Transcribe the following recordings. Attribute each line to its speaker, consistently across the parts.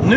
Speaker 1: Nu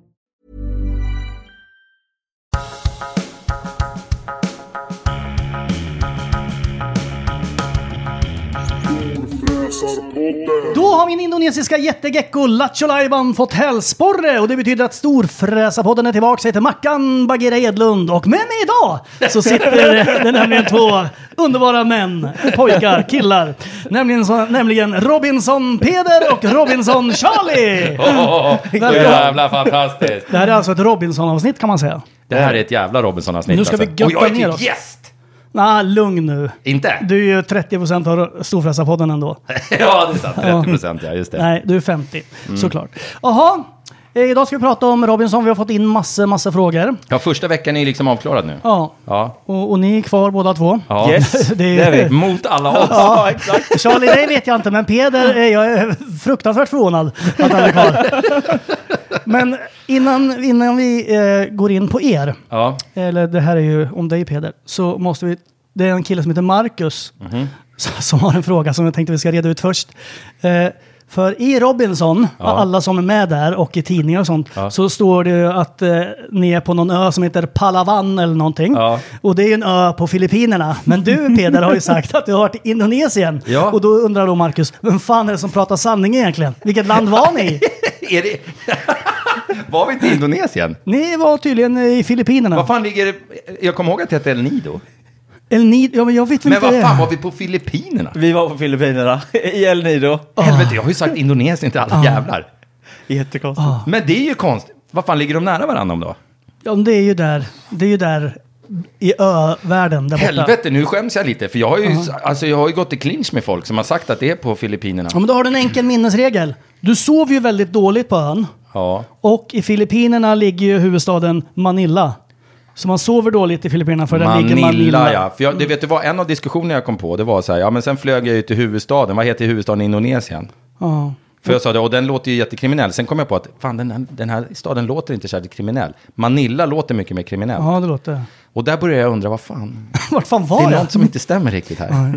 Speaker 1: Då har min indonesiska jättegecko Lattjo Lajban fått hälsporre och det betyder att Storfräsarpodden är tillbaka. Jag heter Mackan Bagheera Edlund och med mig idag så sitter det nämligen två underbara män, pojkar, killar. Nämligen, så, nämligen Robinson Peder och Robinson Charlie!
Speaker 2: Åh, oh,
Speaker 1: Välkommen.
Speaker 2: jävla fantastiskt!
Speaker 1: Det här är alltså ett Robinson-avsnitt kan man säga.
Speaker 2: Det här är ett jävla Robinson-avsnitt
Speaker 1: Nu ska vi götta
Speaker 2: Och jag är
Speaker 1: ner
Speaker 2: typ
Speaker 1: oss.
Speaker 2: gäst!
Speaker 1: Nej, lugn nu.
Speaker 2: Inte?
Speaker 1: Du är ju 30% av Storfräsarpodden ändå.
Speaker 2: Ja, det är sant. 30 procent, ja. Just det.
Speaker 1: Nej, du är 50, såklart. Jaha, eh, idag ska vi prata om Robinson. Vi har fått in massor, massor frågor.
Speaker 2: Ja, första veckan är liksom avklarad nu.
Speaker 1: Ja,
Speaker 2: Ja.
Speaker 1: och, och ni är kvar båda två.
Speaker 2: ja.
Speaker 1: Yes, det är-
Speaker 2: Mot alla odds.
Speaker 1: Ja, exakt. Charlie, dig vet jag inte, men Peder, eh, jag är fruktansvärt förvånad att han är kvar. Men innan, innan vi eh, går in på er,
Speaker 2: Ja.
Speaker 1: eller det här är ju om dig Peder, så måste vi... Det är en kille som heter Marcus
Speaker 2: Mhm.
Speaker 1: s- som har en fråga som jag tänkte vi ska reda ut först. Eh, för i Robinson, alla som är med där och i tidningar och sånt, så står det ju att eh, ni är på någon ö som heter Palawan eller någonting.
Speaker 2: Ja.
Speaker 1: Och det är ju en ö på Filippinerna. Men du Peder har ju sagt att du har varit i Indonesien.
Speaker 2: Ja.
Speaker 1: Och då undrar då Marcus, vem fan är det som pratar sanning egentligen? Vilket land var ni i?
Speaker 2: Är det... Var vi inte i Indonesien?
Speaker 1: Ni var tydligen i Filippinerna.
Speaker 2: Vad fan ligger det... Jag kommer ihåg att det hette El Nido.
Speaker 1: Eller ni, ja men jag vet
Speaker 2: Men
Speaker 1: inte
Speaker 2: vad
Speaker 1: det.
Speaker 2: fan var vi på Filippinerna?
Speaker 3: Vi var på Filippinerna, i El Nido.
Speaker 1: Ah.
Speaker 2: Helvete, jag har ju sagt Indonesien till alla jävlar.
Speaker 3: Jättekonstigt.
Speaker 2: Men det är ju konstigt. Vad fan ligger de nära varandra om då?
Speaker 1: Ja, men det är ju där, det är ju där i ö-världen där borta.
Speaker 2: Helvete, nu skäms jag lite. För jag har ju, alltså, jag har ju gått i clinch med folk som har sagt att det är på Filippinerna.
Speaker 1: Ja, men då har du en enkel minnesregel. Du sov ju väldigt dåligt på ön
Speaker 2: Ja.
Speaker 1: och i Filippinerna ligger ju huvudstaden Manila. Så man sover dåligt i Filippinerna för där ligger
Speaker 2: Manila,
Speaker 1: Manila.
Speaker 2: ja. För jag, det vet du vad, en av diskussionerna jag kom på, det var så här, ja men sen flög jag ju till huvudstaden, vad heter huvudstaden i Indonesien?
Speaker 1: Ja.
Speaker 2: För jag sa det, och den låter ju jättekriminell. Sen kom jag på att fan den här, den här staden låter inte särskilt kriminell. Manila låter mycket mer kriminell.
Speaker 1: ja, det låter.
Speaker 2: Och där började jag undra, vad fan,
Speaker 1: Vart fan
Speaker 2: det är
Speaker 1: var jag?
Speaker 2: något som inte stämmer riktigt här.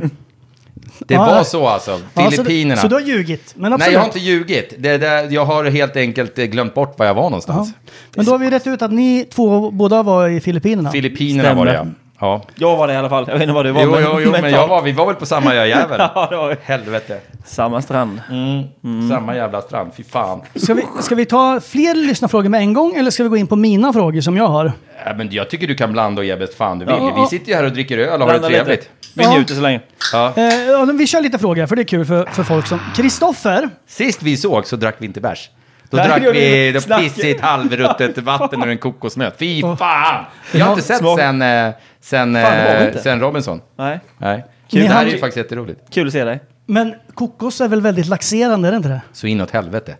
Speaker 2: Det
Speaker 1: Ja,
Speaker 2: var
Speaker 1: ja.
Speaker 2: så alltså,
Speaker 1: Ja,
Speaker 2: Filippinerna.
Speaker 1: Så, du- så du har ljugit? Men absolut.
Speaker 2: Nej, jag har inte ljugit. Det, det, jag har helt enkelt eh, glömt bort var jag var någonstans.
Speaker 1: Men då har vi rätt ut att ni två båda var i Filippinerna.
Speaker 2: Filippinerna var det, ja. ja.
Speaker 3: Jag var det i alla fall. Jag vet inte vad du var.
Speaker 2: Jo, jo, jo, men jag
Speaker 3: fan.
Speaker 2: var, vi var väl på samma öjävel.
Speaker 3: Ja, det var vi.
Speaker 2: Helvete.
Speaker 3: Samma strand. Mm.
Speaker 2: Samma jävla strand, fy fan.
Speaker 1: Ska vi, ska vi ta fler lyssnarfrågor med en gång eller ska vi gå in på mina frågor som jag har?
Speaker 2: Äh, men jag tycker du kan blanda och ge bäst fan du vill.
Speaker 1: Ja.
Speaker 2: Vi sitter ju här och dricker öl och har
Speaker 3: Blanda
Speaker 2: det
Speaker 3: lite.
Speaker 2: trevligt.
Speaker 3: Vi njuter så länge.
Speaker 2: Ja.
Speaker 1: Eh, ja, men vi kör lite frågor för det är kul för, för folk som... Kristoffer,
Speaker 2: Sist vi såg så drack vi inte bärs. Då
Speaker 3: Nej,
Speaker 2: drack
Speaker 3: det gjorde
Speaker 2: vi
Speaker 3: vi
Speaker 2: då
Speaker 3: inte. Snack.
Speaker 2: pissigt halvruttet vatten ur en kokosnöt. Fy fan! Jag har inte sett
Speaker 3: Smak.
Speaker 2: sen, eh, sen,
Speaker 3: Fan, det var
Speaker 2: eh,
Speaker 3: inte.
Speaker 2: sen Robinson.
Speaker 3: Nej.
Speaker 2: Nej.
Speaker 1: Ni
Speaker 2: det här
Speaker 1: hann-
Speaker 2: är ju faktiskt jätteroligt.
Speaker 3: Kul att se dig.
Speaker 1: Men kokos är väl väldigt laxerande, är det inte det?
Speaker 2: Så inåt helvete.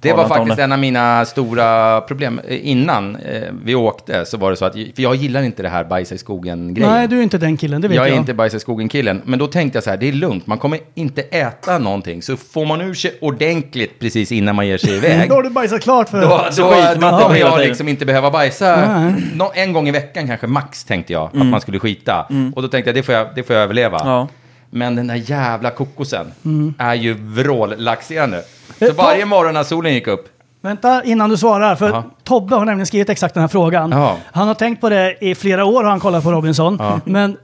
Speaker 2: Det
Speaker 3: tala
Speaker 2: var
Speaker 3: inte om
Speaker 2: faktiskt
Speaker 3: det.
Speaker 2: en av mina stora problem. Eh, Innan eh, vi åkte så var det så att, för jag gillar inte det här bajsa i skogen-grejen.
Speaker 1: Nej, du är inte den killen, det vet jag.
Speaker 2: jag är inte bajsa i skogen-killen. Men då tänkte jag så här, det är lugnt, man kommer inte äta någonting. Så får man ur sig ordentligt precis innan man ger sig iväg.
Speaker 1: Då har du bajsat klart för...
Speaker 2: Då,
Speaker 3: Så
Speaker 2: då,
Speaker 3: skiter
Speaker 2: då
Speaker 3: man inte om
Speaker 2: kommer
Speaker 3: hela
Speaker 2: jag
Speaker 3: tiden.
Speaker 2: liksom inte behöva bajsa
Speaker 1: Nej.
Speaker 2: nå- en gång i veckan kanske max tänkte jag att man skulle skita. Och då tänkte jag det får jag, det får jag överleva.
Speaker 3: Mm. Ja. Mm.
Speaker 2: Men den där jävla kokosen är ju vrållaxerande. Så varje morgon när solen gick upp,
Speaker 1: Vänta innan du svarar, för
Speaker 2: Jaha.
Speaker 1: Tobbe har nämligen skrivit exakt den här frågan.
Speaker 2: Jaha.
Speaker 1: Han har tänkt på det i flera år har han kollat på Robinson. Men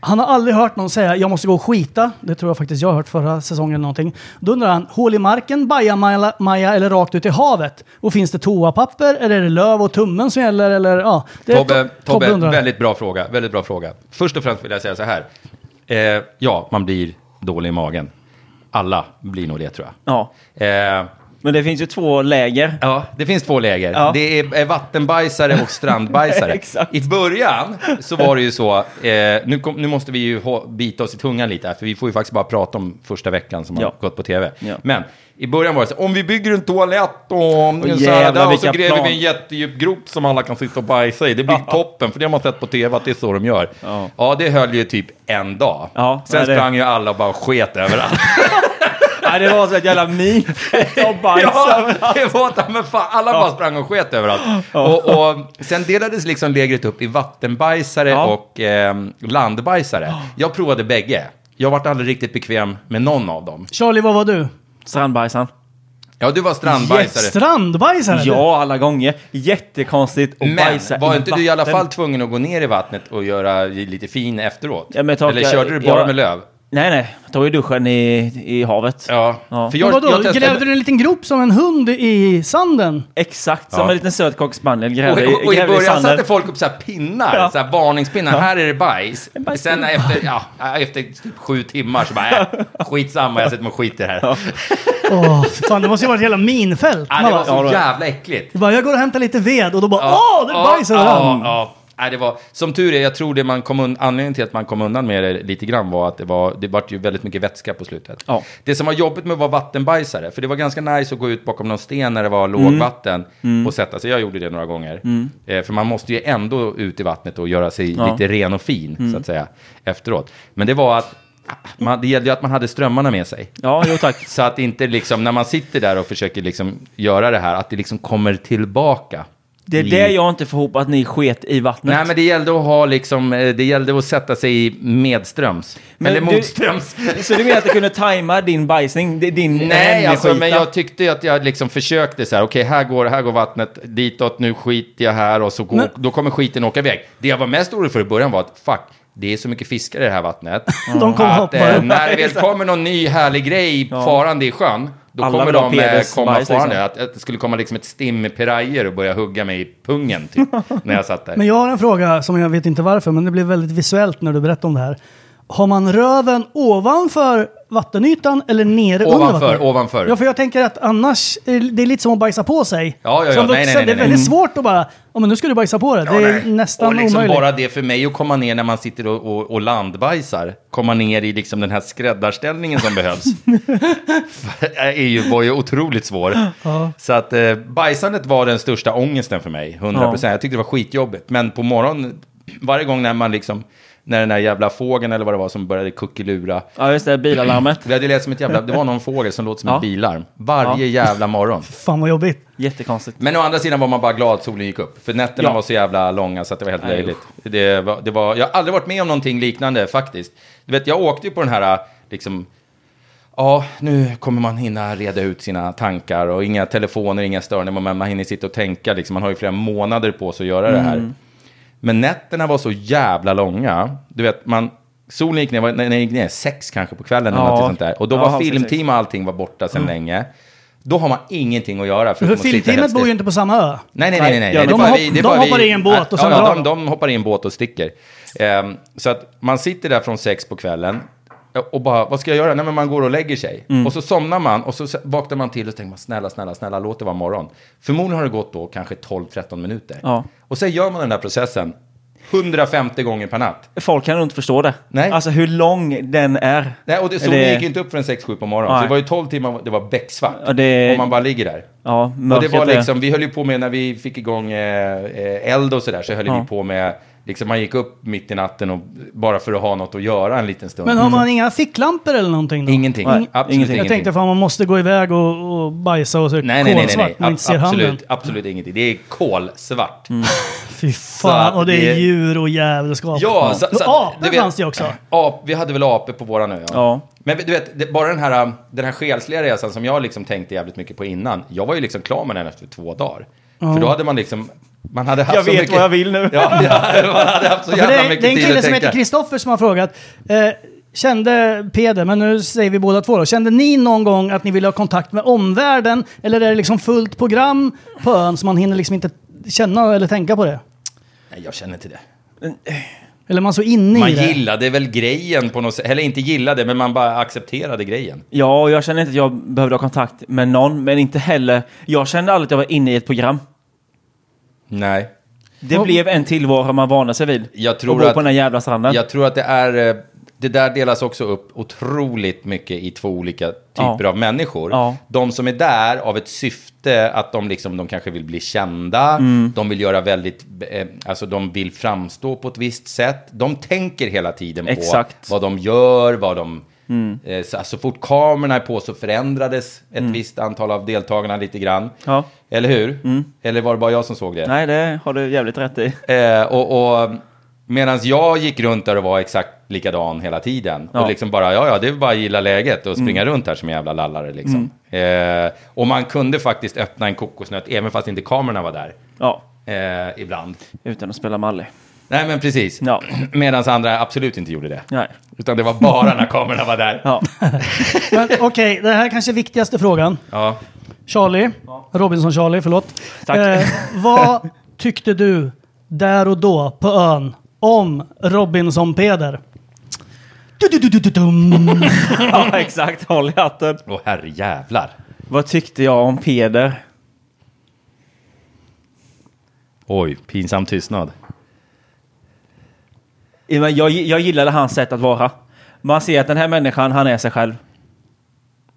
Speaker 1: han har aldrig hört någon säga jag måste gå och skita. Det tror jag faktiskt jag har hört förra säsongen eller någonting. Då undrar han, hål i marken, bajamaja eller rakt ut i havet? Och finns det toapapper eller är det löv och tummen som gäller? Eller, ja. det är
Speaker 2: Tobbe,
Speaker 1: To-
Speaker 2: Tobbe,
Speaker 1: undrar.
Speaker 2: väldigt bra fråga. Väldigt bra fråga. Först och främst vill jag säga så här. Eh, ja, man blir dålig i magen. Alla blir nog det tror
Speaker 3: Ja.
Speaker 2: jag. Eh,
Speaker 3: Men det finns ju två läger.
Speaker 2: Ja, det finns två läger.
Speaker 3: Ja.
Speaker 2: Det är eh, vattenbajsare och strandbajsare.
Speaker 3: Exakt.
Speaker 2: I början så var det ju så, eh, nu, kom, nu måste vi ju ha, bita oss i tungan lite här, för vi får ju faktiskt bara prata om första veckan som
Speaker 3: Ja.
Speaker 2: har gått på tv.
Speaker 3: Ja.
Speaker 2: Men i början var det så, om vi bygger en toalett och, en så här,
Speaker 3: jävlar,
Speaker 2: där, och så
Speaker 3: vilka
Speaker 2: gräver
Speaker 3: plan.
Speaker 2: vi en jättedjup grop som alla kan sitta och bajsa i. Det blir toppen, för det har man sett på tv att det är så de gör. Ja,
Speaker 3: Ja.
Speaker 2: det höll ju typ en dag.
Speaker 3: Ja,
Speaker 2: Sen
Speaker 3: nej, det-
Speaker 2: sprang ju alla och bara sket överallt.
Speaker 3: Nej, det var så ett jävla min. Och bajs
Speaker 2: Ja,
Speaker 3: överallt.
Speaker 2: det var ta- men fan, alla bara sprang och sket överallt. Och, och sen delades liksom lägret upp i vattenbajsare
Speaker 3: Ja.
Speaker 2: och ehm, landbajsare. Jag provade bägge. Jag vart aldrig riktigt bekväm med någon av dem.
Speaker 1: Charlie, vad var du?
Speaker 3: Strandbajsaren.
Speaker 2: Ja, du var strandbajsare.
Speaker 1: Strandbajsare?
Speaker 3: Ja, alla gånger. Jättekonstigt att bajsa
Speaker 2: men var
Speaker 3: i
Speaker 2: inte du i alla
Speaker 3: vatten.
Speaker 2: fall tvungen att gå ner i vattnet och göra lite fin efteråt?
Speaker 3: Ja, men Torka,
Speaker 2: Eller körde du bara
Speaker 3: jag-
Speaker 2: med löv?
Speaker 3: Nej, nej. Jag tog ju duschen i, i havet.
Speaker 2: Ja.
Speaker 3: Ja.
Speaker 2: För
Speaker 1: Men
Speaker 2: jag,
Speaker 1: vadå,
Speaker 2: jag testade...
Speaker 1: grävde du en liten grop som en hund i sanden?
Speaker 3: Exakt som
Speaker 2: Ja.
Speaker 3: en liten söt cocker spaniel
Speaker 2: Och,
Speaker 3: grävde,
Speaker 2: och, och i
Speaker 3: grävde i
Speaker 2: början
Speaker 3: sanden.
Speaker 2: satte folk upp så här pinnar,
Speaker 3: Ja.
Speaker 2: så här varningspinnar. Här är det bajs.
Speaker 3: bajspinne.
Speaker 2: Sen efter, ja, efter typ sju timmar så bara, äh, skitsamma, jag sätter mig och skiter här. Ja.
Speaker 1: Åh, fan, det måste ju vara ett jävla minfält. Man
Speaker 2: det var
Speaker 1: bara,
Speaker 2: så jävla äckligt.
Speaker 1: Du bara, jag går och hämtar lite ved och då bara åh, det är bajs
Speaker 2: ja,
Speaker 1: överallt.
Speaker 2: ja. Nej, det var, som tur är, jag tror det man kom un- anledningen till att man kom undan med det lite grann var att det var, det vart ju väldigt mycket vätska på slutet.
Speaker 3: Ja.
Speaker 2: Det som var jobbigt med att vara vattenbajsare, för det var ganska nice att gå ut bakom någon sten när det var lågvatten och sätta sig. Jag gjorde det några gånger. Eh, för man måste ju ändå ut i vattnet och göra sig
Speaker 3: Ja.
Speaker 2: lite ren och fin, så att säga, efteråt. Men det var att, man, det gällde ju att man hade strömmarna med sig.
Speaker 3: Ja, jo tack.
Speaker 2: Så att inte liksom, när man sitter där och försöker liksom göra det här, att det liksom kommer tillbaka.
Speaker 3: Det är
Speaker 2: i-
Speaker 3: det jag inte får ihop, att ni sket i vattnet.
Speaker 2: Nej, men det gällde att ha liksom, eh, det gällde att sätta sig i medströms.
Speaker 3: Men
Speaker 2: Eller
Speaker 3: du-
Speaker 2: motströms.
Speaker 3: Så du menar att du kunde tajma din bajsning? di- Din
Speaker 2: Nej,
Speaker 3: din
Speaker 2: alltså,
Speaker 3: skita?
Speaker 2: men jag tyckte ju att jag liksom försökte så här, okej, här, går, här går vattnet ditåt, nu skiter jag här och så går,
Speaker 1: Men-
Speaker 2: då kommer skiten åka iväg. Det jag var mest orolig för i början var att, fuck, det är så mycket fiskar i det här vattnet.
Speaker 1: De kommer
Speaker 2: att
Speaker 1: hoppa
Speaker 2: eh,
Speaker 1: upp.
Speaker 2: när det väl kommer någon ny härlig grej farande i sjön, då
Speaker 3: Alla
Speaker 2: kommer
Speaker 3: vill ha
Speaker 2: de eh,
Speaker 3: pedes-
Speaker 2: komma
Speaker 3: bajs,
Speaker 2: farande.
Speaker 3: liksom.
Speaker 2: Att, att det skulle komma liksom ett stim pirajer och börja hugga mig i pungen, typ, när jag satt där.
Speaker 1: Men jag har en fråga som jag vet inte varför, men det blev väldigt visuellt när du berättade om det här. Har man röven ovanför vattenytan eller nere under
Speaker 2: Ovanför,
Speaker 1: vattnet?
Speaker 2: ovanför.
Speaker 1: Ja, för jag tänker att annars, eh, det är lite som att bajsa på sig.
Speaker 2: Ja, ja, ja.
Speaker 1: Som
Speaker 2: Nej,
Speaker 1: vuxen,
Speaker 2: nej, nej,
Speaker 1: det är
Speaker 2: nej. Mm.
Speaker 1: väldigt svårt att bara, ja men nu ska du bajsa på det.
Speaker 2: Ja,
Speaker 1: det är
Speaker 2: nej.
Speaker 1: nästan
Speaker 2: och liksom
Speaker 1: omöjligt.
Speaker 2: bara det för mig att komma ner när man sitter och, och, och landbajsar, komma ner i liksom den här skräddarställningen som behövs, eh, är ju, var ju otroligt svår. Så att eh, bajsandet var den största ångesten för mig, 100%.
Speaker 3: Ja.
Speaker 2: Jag tyckte det var skitjobbigt, men på morgonen, varje gång när man liksom, när den där jävla fågeln eller vad det var som började kuckelura,
Speaker 3: Ja, just det. Bilalarmet.
Speaker 2: vi hade ju läst som ett jävla, det var någon fågel som låter som
Speaker 3: Ja.
Speaker 2: ett bilarm, varje jävla morgon.
Speaker 1: Fan vad jobbigt.
Speaker 3: Jättekonstigt.
Speaker 2: Men å andra sidan var man bara glad att solen gick upp. För nätterna
Speaker 3: Ja.
Speaker 2: var så jävla långa så att det var helt
Speaker 3: Nej,
Speaker 2: löjligt. Det var, det var, jag har aldrig varit med om någonting liknande faktiskt. Du vet, jag åkte ju på den här, liksom, ja, nu kommer man hinna reda ut sina tankar och inga telefoner, inga störningar, men man hinner sitta och tänka, liksom, man har ju flera månader på sig att göra det här.
Speaker 3: Mm.
Speaker 2: Men nätterna var så jävla långa. Du vet, man, solen gick ner, var- när den gick ner sex kanske på kvällen eller
Speaker 3: Ja.
Speaker 2: något sånt där. Och då
Speaker 3: Ja,
Speaker 2: var
Speaker 3: precis.
Speaker 2: filmteam och allting var borta sedan länge. Då har man ingenting att göra. förutom
Speaker 1: För
Speaker 2: att sitta helt
Speaker 1: Mm. filmteamet
Speaker 2: still.
Speaker 1: bor ju inte på samma ö.
Speaker 2: Nej, nej, nej. nej, nej.
Speaker 3: Ja,
Speaker 2: Det är
Speaker 3: de
Speaker 2: bara
Speaker 1: hopp-
Speaker 2: vi- det
Speaker 1: de
Speaker 2: är bara vi-
Speaker 1: hoppar i en båt och sen
Speaker 2: ja,
Speaker 1: drar
Speaker 2: de, de hoppar i en båt och sticker. Ehm, så att man sitter där från sex på kvällen. och bara, vad ska jag göra? Nej, men man går och lägger sig.
Speaker 1: Mm.
Speaker 2: Och så somnar man och så vaknar man till och så tänker man, snälla, snälla, snälla, låt det vara morgon. Förmodligen har det gått då kanske 12-13 minuter.
Speaker 3: Ja.
Speaker 2: Och sen gör man den där processen 150 gånger per natt.
Speaker 3: Folk kan nog inte förstå det.
Speaker 2: Nej.
Speaker 3: Alltså hur lång den är.
Speaker 2: Nej, och det, solen
Speaker 3: Det-
Speaker 2: gick ju inte upp förrän 6-7 på morgonen. Så
Speaker 3: Nej.
Speaker 2: det var ju 12 timmar, det var becksvart.
Speaker 3: Ja, det-
Speaker 2: Och man bara ligger där.
Speaker 3: Ja,
Speaker 2: Och det
Speaker 3: mörkret
Speaker 2: var
Speaker 3: är-
Speaker 2: liksom, vi höll ju på med när vi fick igång eh, eh, eld och sådär, så höll
Speaker 3: Ja.
Speaker 2: vi på med, liksom man gick upp mitt i natten och bara för att ha något att göra en liten stund.
Speaker 1: Men har man inga ficklampor eller någonting? Då?
Speaker 2: Mm. Ingenting,
Speaker 3: Nej,
Speaker 2: absolut
Speaker 3: ingenting.
Speaker 2: ingenting.
Speaker 1: Jag tänkte fan man måste gå iväg och, och bajsa och så är det
Speaker 2: nej, nej, nej, nej, nej.
Speaker 1: kolsvart, man
Speaker 2: Ab-
Speaker 1: inte ser handen.
Speaker 2: absolut, absolut ingenting. Det är kolsvart.
Speaker 1: Fy fan,
Speaker 2: Så
Speaker 1: och det är
Speaker 2: det-
Speaker 1: djur och djävulskap.
Speaker 2: Ja, så,
Speaker 1: Och
Speaker 2: så,
Speaker 1: apor
Speaker 2: du vet-
Speaker 1: fanns det ju också.
Speaker 2: Ap, vi hade väl apor på våran ö, ja.
Speaker 3: Ja.
Speaker 2: Men du vet, det, bara den här, um, den här själsliga resan som jag liksom tänkte jävligt mycket på innan. Jag var ju liksom klar med den efter två dagar. För då hade man liksom, man hade haft
Speaker 3: Jag
Speaker 2: så
Speaker 3: vet
Speaker 2: mycket...
Speaker 3: vad jag vill nu.
Speaker 2: Ja, ja, man hade haft så
Speaker 1: För
Speaker 2: jävla
Speaker 1: det,
Speaker 2: mycket
Speaker 1: det är en
Speaker 2: tid
Speaker 1: kille
Speaker 2: att
Speaker 1: som
Speaker 2: tänka.
Speaker 1: heter Kristoffer som har frågat. Eh, kände Peder, men nu säger vi båda två då. Kände ni någon gång att ni ville ha kontakt med omvärlden? Eller är det liksom fullt program på ön så man hinner liksom inte känna eller tänka på det?
Speaker 2: Nej, jag känner inte det.
Speaker 1: Eller är man så inne
Speaker 2: Man
Speaker 1: i det?
Speaker 2: gillade väl grejen på något sätt. Eller inte gillade, men man bara accepterade grejen.
Speaker 3: Ja, och jag kände inte att jag behövde ha kontakt med någon, men inte heller... Jag kände aldrig att jag var inne i ett program.
Speaker 2: Nej.
Speaker 3: Det
Speaker 1: Ja.
Speaker 3: blev en tillvaro man vande sig vid.
Speaker 2: Jag tror
Speaker 3: och bo
Speaker 2: att-
Speaker 3: på den här jävla stranden.
Speaker 2: Jag tror att det är... eh, Det där delas också upp otroligt mycket i två olika typer
Speaker 3: Ja.
Speaker 2: av människor.
Speaker 3: Ja.
Speaker 2: De som är där av ett syfte att de, liksom, de kanske vill bli kända,
Speaker 3: Mm.
Speaker 2: de vill göra väldigt, eh, alltså de vill framstå på ett visst sätt. De tänker hela tiden på
Speaker 3: Exakt. Mm.
Speaker 2: vad de gör, vad de... Eh, så, så fort kamerorna är på så förändrades ett visst antal av deltagarna lite grann.
Speaker 3: Ja. Mm.
Speaker 2: Eller hur? Eller var det bara jag som såg det?
Speaker 3: Nej, det har du jävligt rätt i.
Speaker 2: Eh, och och medan jag gick runt där och var exakt likadan hela tiden.
Speaker 3: Ja. Mm.
Speaker 2: Och liksom bara, ja ja, det är bara att gilla läget och springa runt här som en jävla lallare liksom. Eh, och man kunde faktiskt öppna en kokosnöt även fast inte kamerorna var där.
Speaker 3: Ja,
Speaker 2: Eh, ibland.
Speaker 3: utan att spela Mally.
Speaker 2: Nej men precis.
Speaker 3: Ja.
Speaker 2: Medan andra absolut inte gjorde det.
Speaker 3: Nej.
Speaker 2: Utan det var bara när kamerorna var där.
Speaker 3: Ja.
Speaker 1: Men Okej, det här kanske är viktigaste frågan.
Speaker 2: Ja.
Speaker 1: Charlie, Robinson-Charlie, förlåt. Eh,
Speaker 3: Tack.
Speaker 1: vad tyckte du där och då på ön om Robinson-Peder? Du, du, du, du, du, dum.
Speaker 3: ja, exakt. Håll i hatten.
Speaker 2: Åh herrejävlar.
Speaker 3: Vad tyckte jag om Peder?
Speaker 2: Oj, pinsam tystnad.
Speaker 3: Ja, men Jag, jag gillade hans sätt att vara. Man ser att den här människan, han är sig själv.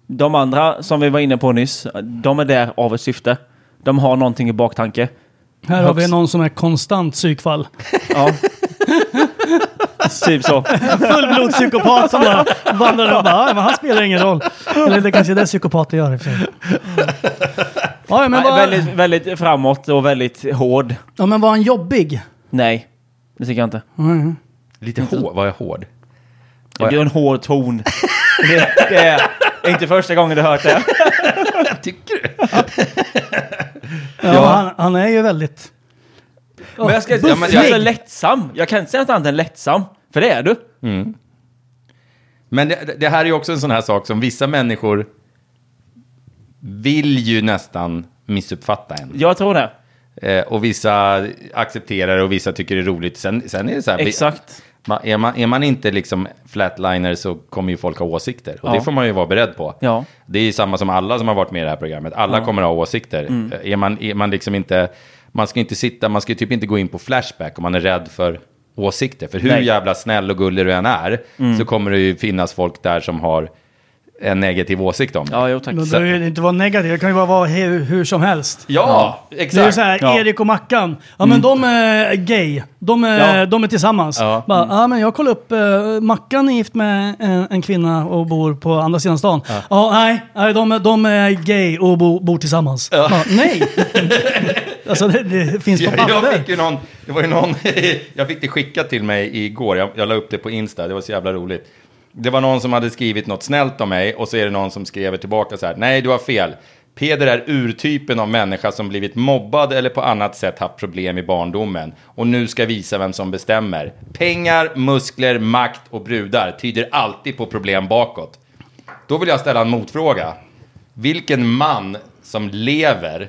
Speaker 3: De andra som vi var inne på nyss, de är där av ett syfte. De har någonting i baktanke.
Speaker 1: Här har vi
Speaker 3: Högst-
Speaker 1: någon som är konstant psykfall.
Speaker 3: Ja. typ så.
Speaker 1: Fullblodspsykopat som bara vandrar runt och bara, "Ja, men han spelar ingen roll. Eller det kanske är det psykopater gör i och för sig. Ja, men
Speaker 3: Nej,
Speaker 1: var,
Speaker 3: väldigt, väldigt framåt och väldigt hård.
Speaker 1: ja, men var han jobbig?
Speaker 3: Nej, det tycker jag inte.
Speaker 2: Lite hård, var jag hård?
Speaker 3: Det är en hård ton. Det, det är inte första gången du hört det.
Speaker 2: Tycker du?
Speaker 1: Ja, Han, han är ju väldigt...
Speaker 3: Men jag ska,
Speaker 2: ja, men
Speaker 3: jag är
Speaker 2: jag-
Speaker 3: så lättsam. Jag kan inte säga något annat än lättsam. För det är du.
Speaker 2: Men det, det här är ju också en sån här sak som vissa människor vill ju nästan missuppfatta en.
Speaker 3: Jag tror det.
Speaker 2: Eh, och vissa accepterar det och vissa tycker det är roligt. Sen, sen är det så här, vi-
Speaker 3: Exakt.
Speaker 2: man, är, man, är man inte liksom flatliner så kommer ju folk ha åsikter. Och
Speaker 3: Ja.
Speaker 2: det får man ju vara beredd på.
Speaker 3: Ja.
Speaker 2: Det är ju samma som alla som har varit med i det här programmet. Alla kommer ha åsikter. Eh, Är, man, är man liksom inte... Man ska inte sitta, man ska ju typ inte gå in på Flashback om man är rädd för åsikter. För hur
Speaker 3: Nej.
Speaker 2: jävla snäll och gullig du än är så kommer det ju finnas folk där som har en negativ åsikt om dig.
Speaker 3: Ja, jo tack.
Speaker 1: Men Det behöver ju inte vara negativ, det kan ju bara vara hur, hur som helst.
Speaker 2: Ja, Mm. exakt.
Speaker 1: Det är ju så här,
Speaker 3: Ja.
Speaker 1: Erik och Mackan. Ja men de är gay. De är,
Speaker 3: Ja.
Speaker 1: de är tillsammans.
Speaker 2: Ja.
Speaker 1: Bara, ja men jag kollade upp, eh, Mackan är gift med en, en kvinna och bor på andra sidan stan. Ja, nej, nej de, är- de är gay och bo, bor tillsammans. Bara, nej! alltså det, det finns på
Speaker 2: Jag, jag
Speaker 1: papper.
Speaker 2: fick ju någon, det var ju någon, jag fick det skickat till mig igår, jag, jag la upp det på Insta, det var så jävla roligt. Det var någon som hade skrivit något snällt om mig och så är det någon som skriver tillbaka så här, nej du har fel. Peder är urtypen av människa som blivit mobbad eller på annat sätt haft problem i barndomen. Och nu ska visa vem som bestämmer. Pengar, muskler, makt och brudar tyder alltid på problem bakåt. Då vill jag ställa en motfråga. Vilken man som lever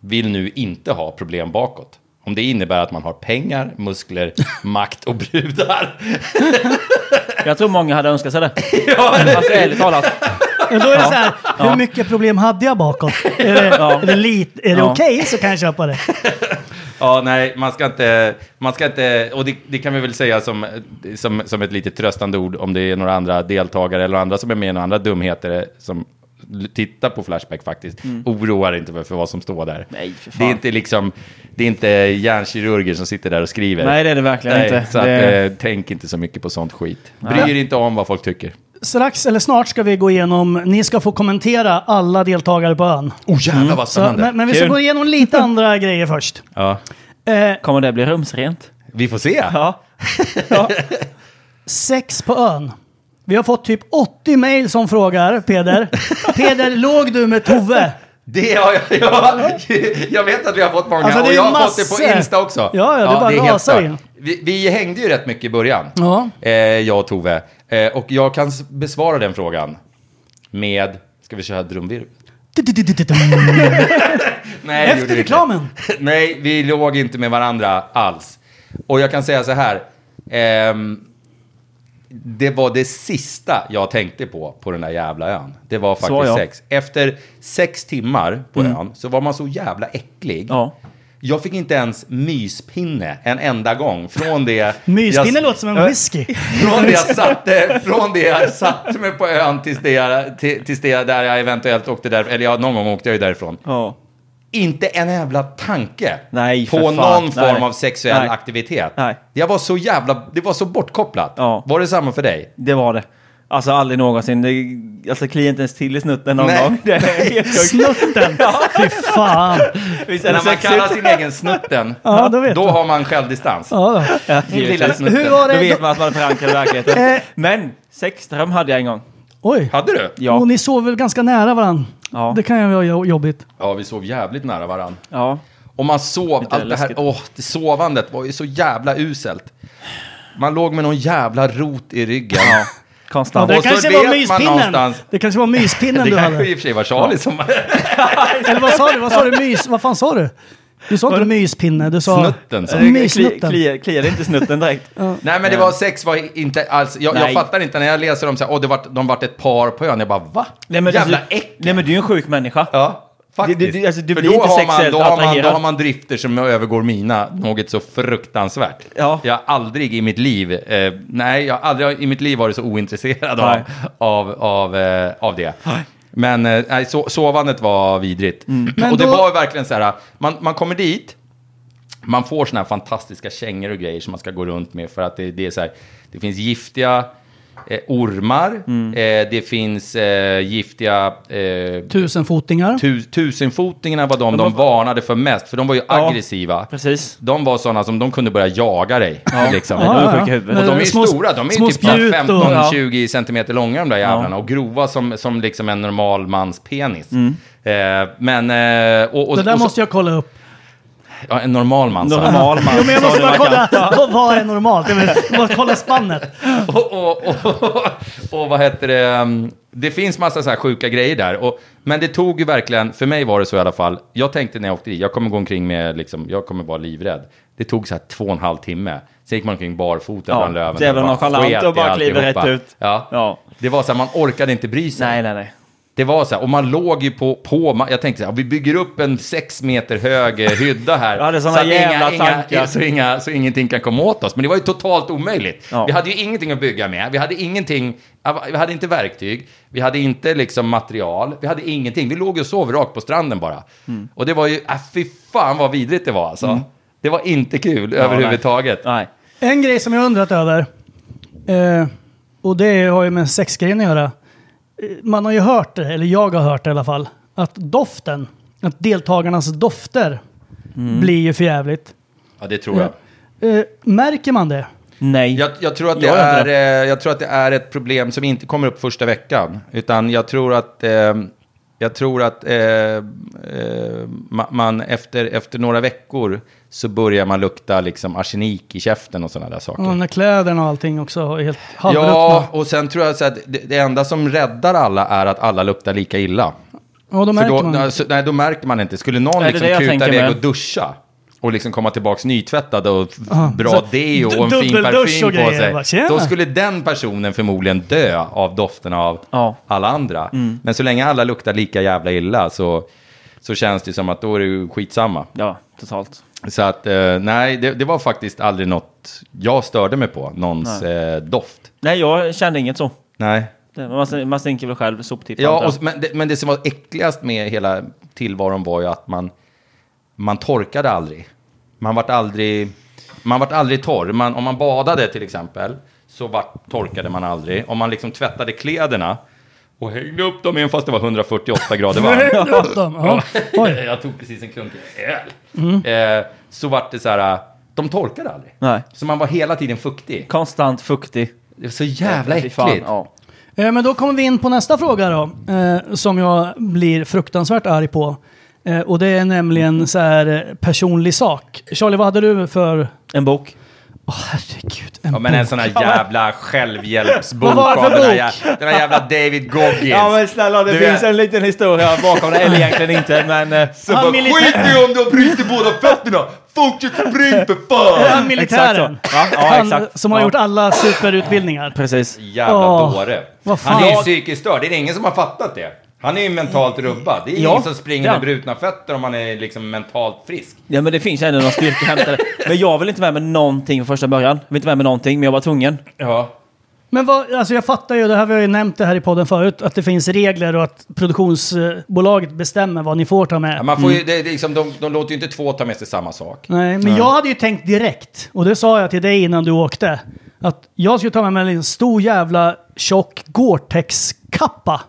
Speaker 2: vill nu inte ha problem bakåt? Om det innebär att man har pengar, muskler, makt och brudar.
Speaker 3: Jag tror många hade önskat sig det.
Speaker 2: Ja, eller-
Speaker 3: Alltså ärligt talat.
Speaker 1: Men då är det så här, hur mycket problem hade jag bakåt? Är det,
Speaker 3: Ja.
Speaker 1: är det, lite- är det
Speaker 3: Ja.
Speaker 1: okej så kan jag köpa det.
Speaker 2: Ja, nej, man ska inte... Man ska inte och det, det kan vi väl säga som, som, som ett litet tröstande ord om det är några andra deltagare eller andra som är med i några andra dumheter som l- tittar på Flashback faktiskt. Oroa dig inte för, för vad som står där.
Speaker 3: Mm. Nej, för fan.
Speaker 2: det är inte liksom... Det är inte hjärnkirurger som sitter där och skriver.
Speaker 3: Nej, det är det verkligen
Speaker 2: Nej,
Speaker 3: inte.
Speaker 2: Så att,
Speaker 3: Det-
Speaker 2: eh, tänk inte så mycket på sånt skit. Bry er inte om vad folk tycker.
Speaker 3: Mm.
Speaker 1: Strax eller snart ska vi gå igenom, ni ska få kommentera alla deltagare på ön.
Speaker 2: Oh, jävlar vad
Speaker 1: Mm. Så, men, men vi ska
Speaker 3: Kul.
Speaker 1: gå igenom lite andra grejer först.
Speaker 2: Ja,
Speaker 1: Eh,
Speaker 3: Kommer det bli rumsrent?
Speaker 2: vi får se.
Speaker 3: Ja.
Speaker 1: sex på ön. Vi har fått typ 80 mejl som frågar, Peder. Peder, låg du med Tove?
Speaker 2: Det har jag, ja, jag vet att vi har fått många
Speaker 1: Alltså, det är
Speaker 2: och jag har fått
Speaker 1: massor.
Speaker 2: det på Insta också.
Speaker 1: Ja, ja, det bara
Speaker 2: är
Speaker 1: rasar
Speaker 2: helt
Speaker 1: in.
Speaker 2: stört. Vi, vi hängde ju rätt mycket i början,
Speaker 1: Ja.
Speaker 2: eh, jag och Tove. Eh, och jag kan s- besvara den frågan med, ska vi köra drumvirvel? Nej,
Speaker 1: Efter
Speaker 2: det gjorde vi inte.
Speaker 1: reklamen.
Speaker 2: Nej, vi låg inte med varandra alls. Och jag kan säga så här. ehm, det var det sista jag tänkte på, på den där jävla ön. Det var faktiskt
Speaker 3: ja.
Speaker 2: sex. Efter sex timmar på
Speaker 1: Mm.
Speaker 2: ön så var man så jävla äcklig.
Speaker 3: Ja.
Speaker 2: Jag fick inte ens myspinne en enda gång från det...
Speaker 1: Myspinne
Speaker 2: jag-
Speaker 1: låter som en
Speaker 2: Ja.
Speaker 1: whisky.
Speaker 2: Från det jag satte, från det jag satte mig på ön tills det, jag, till, tills det jag, där jag eventuellt åkte där, eller ja, någon gång åkte jag ju därifrån.
Speaker 3: Ja.
Speaker 2: Inte en jävla tanke
Speaker 3: Nej,
Speaker 2: på
Speaker 3: för fan.
Speaker 2: någon form
Speaker 3: Nej.
Speaker 2: av sexuell
Speaker 3: Nej.
Speaker 2: aktivitet.
Speaker 3: Nej.
Speaker 2: Jag var så jävla, det var så bortkopplat.
Speaker 3: Ja.
Speaker 2: Var det samma för dig?
Speaker 3: Det var det. Alltså aldrig någonsin. Det, alltså kliar inte ens till i snutten någon
Speaker 2: Nej.
Speaker 3: gång. Det är helt sjukt.
Speaker 1: Snutten! Fy fan!
Speaker 3: Visst är det
Speaker 2: När man
Speaker 3: sexigt?
Speaker 2: kallar sin egen snutten,
Speaker 1: Ja, då vet
Speaker 2: då
Speaker 1: jag.
Speaker 2: har man självdistans.
Speaker 1: Ja, då.
Speaker 2: Min lilla snutten.
Speaker 1: Hur var
Speaker 3: Då
Speaker 1: det? Eh.
Speaker 3: vet man att man är förankrad i verkligheten. Men sexdröm hade jag en gång.
Speaker 1: Oj!
Speaker 2: Hade du?
Speaker 3: Ja.
Speaker 1: Och ni sov väl ganska nära varandra?
Speaker 3: Ja.
Speaker 1: Det kan ju vara jo- jobbigt.
Speaker 2: Ja, vi sov jävligt nära varandra.
Speaker 3: Ja.
Speaker 2: Och man sov,
Speaker 3: Lite
Speaker 2: allt det här,
Speaker 3: läskigt.
Speaker 2: åh, det sovandet var ju så jävla uselt. Man låg med någon jävla rot i ryggen.
Speaker 3: ja. Konstant.
Speaker 1: det
Speaker 2: och så
Speaker 1: kanske
Speaker 2: vet
Speaker 1: var
Speaker 2: man
Speaker 1: myspinnen.
Speaker 2: någonstans.
Speaker 1: Det kanske var myspinnen
Speaker 2: Det
Speaker 1: du
Speaker 2: kanske
Speaker 1: hade.
Speaker 2: i och för sig var Charlie som...
Speaker 1: Eller vad sa du? Vad sa du? Mys? Vad fan sa du? Du sa inte myspinne, du sa...
Speaker 2: Snutten, sa
Speaker 3: Det
Speaker 2: jag.
Speaker 1: Mysnutten.
Speaker 3: Kliar kliar inte i snutten direkt.
Speaker 2: Nej men det var sex var inte alls, jag, jag
Speaker 3: Nej.
Speaker 2: fattar inte när jag läser om så här, åh det vart, de vart ett par på ön, jag bara va?
Speaker 3: Nej, men
Speaker 2: Jävla
Speaker 3: alltså,
Speaker 2: äck!
Speaker 3: Nej men du är ju en sjuk människa.
Speaker 2: Ja, faktiskt.
Speaker 3: Det- det- alltså, det
Speaker 2: För
Speaker 3: blir
Speaker 2: då
Speaker 3: inte
Speaker 2: har man,
Speaker 3: sexuellt
Speaker 2: då, har man, då
Speaker 3: attraherad.
Speaker 2: har man drifter som övergår mina, något så fruktansvärt.
Speaker 3: Ja.
Speaker 2: Jag har aldrig i mitt liv, eh, nej jag har aldrig i mitt liv varit så ointresserad av,
Speaker 3: Nej.
Speaker 2: av, av, eh, av det. Men eh, nej, so sovandet var vidrigt.
Speaker 3: Mm.
Speaker 1: Men
Speaker 2: Och det
Speaker 1: då-
Speaker 2: var verkligen så här, man, man kommer dit, man får såna här fantastiska kängor och grejer som man ska gå runt med för att det, det är så här, det finns giftiga eh, ormar,
Speaker 3: Mm.
Speaker 2: eh, det finns eh, giftiga eh,
Speaker 1: Tusenfotingar.
Speaker 2: tu, tusenfotingarna var de de varnade för mest, för de var ju
Speaker 3: Ja.
Speaker 2: aggressiva.
Speaker 3: Precis.
Speaker 2: De var sådana som de kunde börja jaga dig. Liksom.
Speaker 3: Ja, de är sjuka i huvudet.
Speaker 2: Och de är ju
Speaker 1: Små-
Speaker 2: stora, de är
Speaker 1: små
Speaker 2: ju typ
Speaker 1: spjut och- ja.
Speaker 2: 15-20 centimeter långa de där jävlarna och grova som, som liksom en normal mans penis. Eh, men... Eh, och, och,
Speaker 1: Mm. Det där
Speaker 2: och så,
Speaker 1: måste jag kolla upp.
Speaker 2: ja, en normal man sa jag.
Speaker 3: Normal
Speaker 1: Alltså.
Speaker 3: man.
Speaker 1: Jo, men jag
Speaker 3: sa
Speaker 1: måste
Speaker 3: du,
Speaker 1: bara
Speaker 3: Mackan.
Speaker 1: kolla, vad- vad är normalt? Jag vill- Jag måste kolla spannet.
Speaker 2: och, och, och, och vad heter det? um, Det finns massa så här sjuka grejer där. Och, men det tog ju verkligen, för mig var det så i alla fall. Jag tänkte när jag åkte dit, jag kommer gå omkring med, liksom, jag kommer vara livrädd. Det tog så här två och en halv timme. Sen gick man omkring barfota
Speaker 3: Ja,
Speaker 2: bland löven.
Speaker 3: så jävla
Speaker 2: och bara
Speaker 3: nonchalant
Speaker 2: sket
Speaker 3: och
Speaker 2: i
Speaker 3: bara kliver
Speaker 2: alltihopa.
Speaker 3: rätt ut.
Speaker 2: Ja.
Speaker 3: Ja.
Speaker 2: Det var så här, man orkade inte bry sig.
Speaker 3: Nej, nej, nej.
Speaker 2: Det var så här, och man låg ju på, på ma- jag tänkte så här, vi bygger upp en sex meter hög eh, hydda här.
Speaker 3: Jag hade såna
Speaker 2: så att
Speaker 3: jävla
Speaker 2: inga,
Speaker 3: tankar.
Speaker 2: Inga, så, inga, så ingenting kan komma åt oss. Men det var ju totalt omöjligt.
Speaker 3: Ja.
Speaker 2: Vi hade ju ingenting att bygga med. Vi hade ingenting, vi hade inte verktyg. Vi hade inte liksom material. Vi hade ingenting. Vi låg och sov rakt på stranden bara.
Speaker 3: Mm.
Speaker 2: Och det var ju, äh, fy fan vad vidrigt det var alltså. Det var inte kul överhuvudtaget.
Speaker 3: Nej.
Speaker 1: En grej som jag undrat över, eh, och det har ju med sexgrejen att göra. Eh, Man har ju hört det, eller jag har hört det i alla fall, att doften, att deltagarnas dofter blir ju för jävligt.
Speaker 2: Mm. Ja, det tror jag.
Speaker 1: Eh, märker man det?
Speaker 3: Nej.
Speaker 2: Jag, jag, tror att det
Speaker 3: Jag gör
Speaker 2: är,
Speaker 3: inte
Speaker 2: eh, jag tror att det är ett problem som inte kommer upp första veckan. Utan jag tror att, eh, jag tror att eh, eh, ma- man efter, efter några veckor så börjar man lukta liksom arsenik i käften och sådana där saker.
Speaker 1: Och när kläderna och allting också är helt halvruttna.
Speaker 2: ja, och sen tror jag så att det, det enda som räddar alla är att alla luktar lika illa.
Speaker 1: Ja, då
Speaker 2: För
Speaker 1: märker
Speaker 2: då,
Speaker 1: man.
Speaker 2: alltså, nej, då märker man inte. Skulle någon
Speaker 3: det
Speaker 2: liksom
Speaker 3: det jag
Speaker 2: kuta
Speaker 3: tänker
Speaker 2: iväg
Speaker 3: med?
Speaker 2: och duscha och liksom komma tillbaks nytvättad och f-
Speaker 1: Ja,
Speaker 2: bra
Speaker 3: Alltså,
Speaker 1: så
Speaker 2: deo och en
Speaker 1: du-
Speaker 2: fin
Speaker 1: dubbeldusch och
Speaker 2: parfym på
Speaker 1: grejer. Bara,
Speaker 2: sig.
Speaker 1: tjena.
Speaker 2: Då skulle den personen förmodligen dö av doften av
Speaker 3: Ja. Mm.
Speaker 2: alla andra. Men så länge alla luktar lika jävla illa så, så känns det som att då är det ju skitsamma.
Speaker 3: Ja, totalt.
Speaker 2: Så att eh, nej, det, det var faktiskt aldrig något jag störde mig på, någons eh, doft.
Speaker 3: Nej, jag kände inget så.
Speaker 2: Nej.
Speaker 3: Det- Man, man stinker väl själv soptipp. antar
Speaker 2: Ja,
Speaker 3: jag.
Speaker 2: och, men, det, men det som var äckligast med hela tillvaron var ju att man, man torkade aldrig. Man vart aldrig, man vart aldrig torr. Man, om man badade till exempel så vart, torkade man aldrig. Om man liksom tvättade kläderna och hängde upp dem igen fast det var 148 grader varmt.
Speaker 1: Ja. Oj.
Speaker 2: Jag tog precis en klunk öl. Eh, så vart det så här, de torkade aldrig.
Speaker 3: Mm. Nej.
Speaker 2: Så man var hela tiden fuktig.
Speaker 3: Konstant fuktig.
Speaker 2: Det var så jävla
Speaker 3: Fy
Speaker 2: äckligt.
Speaker 3: fan, ja.
Speaker 1: Eh, Men då kommer vi in på nästa fråga då, eh, som jag blir fruktansvärt arg på. Eh, Och det är nämligen så här eh, personlig sak. Charlie, vad hade du för...
Speaker 3: En bok.
Speaker 1: Åh herregud, en
Speaker 2: Ja, men en sån här jävla självhjälpsbok.
Speaker 1: Vad var det för
Speaker 2: av Den här,
Speaker 1: bok?
Speaker 2: jä- den här jävla David Goggins.
Speaker 3: snälla,
Speaker 2: det finns en
Speaker 3: liten historia bakom det. Eller egentligen inte, men...
Speaker 2: Så bara,
Speaker 1: militär-
Speaker 2: Skit i om du har brutit båda fötterna! Fortsätt spring för fan!
Speaker 1: Han militären.
Speaker 3: Exakt så. Ja, ja, exakt.
Speaker 1: Han som har
Speaker 3: Ja.
Speaker 1: gjort alla superutbildningar.
Speaker 3: Precis.
Speaker 2: Jävla
Speaker 1: Åh,
Speaker 2: dåre.
Speaker 1: vad fan.
Speaker 2: Han är ju psykiskt störd. Det är ingen som har fattat det. Han är ju mentalt rubbad. Det är
Speaker 3: Ja,
Speaker 2: ingen som springer
Speaker 3: ja.
Speaker 2: med brutna fötter om man är liksom mentalt frisk.
Speaker 3: Ja, men det finns ändå någon styrka hämtad. Men jag vill inte vara med någonting från första början. Jag vill inte vara med någonting, men jag var tvungen.
Speaker 2: Ja.
Speaker 1: Men vad, alltså jag fattar ju, det här vi har ju nämnt det här i podden förut, att det finns regler och att produktionsbolaget bestämmer vad ni får ta med.
Speaker 2: Man får ju, det, är liksom, de, de låter ju inte två ta med sig samma sak.
Speaker 1: Nej, men jag hade ju tänkt direkt, och det sa jag till dig innan du åkte, att jag skulle ta med mig en stor jävla tjock Gore-Tex-kappa.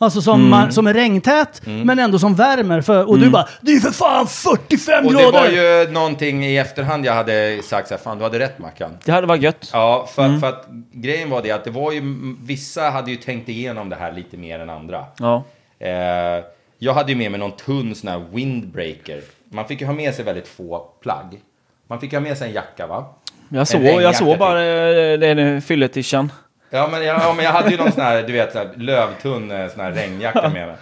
Speaker 1: Alltså som,
Speaker 2: Mm.
Speaker 1: man, som är regntät, men ändå som värmer. För, och du bara, det är ju för fan 45
Speaker 2: Och det
Speaker 1: grader!
Speaker 2: var ju någonting i efterhand jag hade sagt så här, fan du hade rätt Mackan.
Speaker 3: Det hade varit gött.
Speaker 2: Ja, för, för att grejen var det att det var ju, vissa hade ju tänkt igenom det här lite mer än andra.
Speaker 3: Ja.
Speaker 2: Eh, jag hade ju med mig någon tunn sån här windbreaker. Man fick ju ha med sig väldigt få plagg. Man fick ha med sig en jacka va? En
Speaker 3: Jag såg, jag
Speaker 2: regnjacka
Speaker 3: såg
Speaker 2: typ.
Speaker 3: bara eh, den fylletischan.
Speaker 2: Ja men, jag, ja, men jag hade ju någon sån här, du vet, så här, lövtunn eh, sån här regnjacka med mig.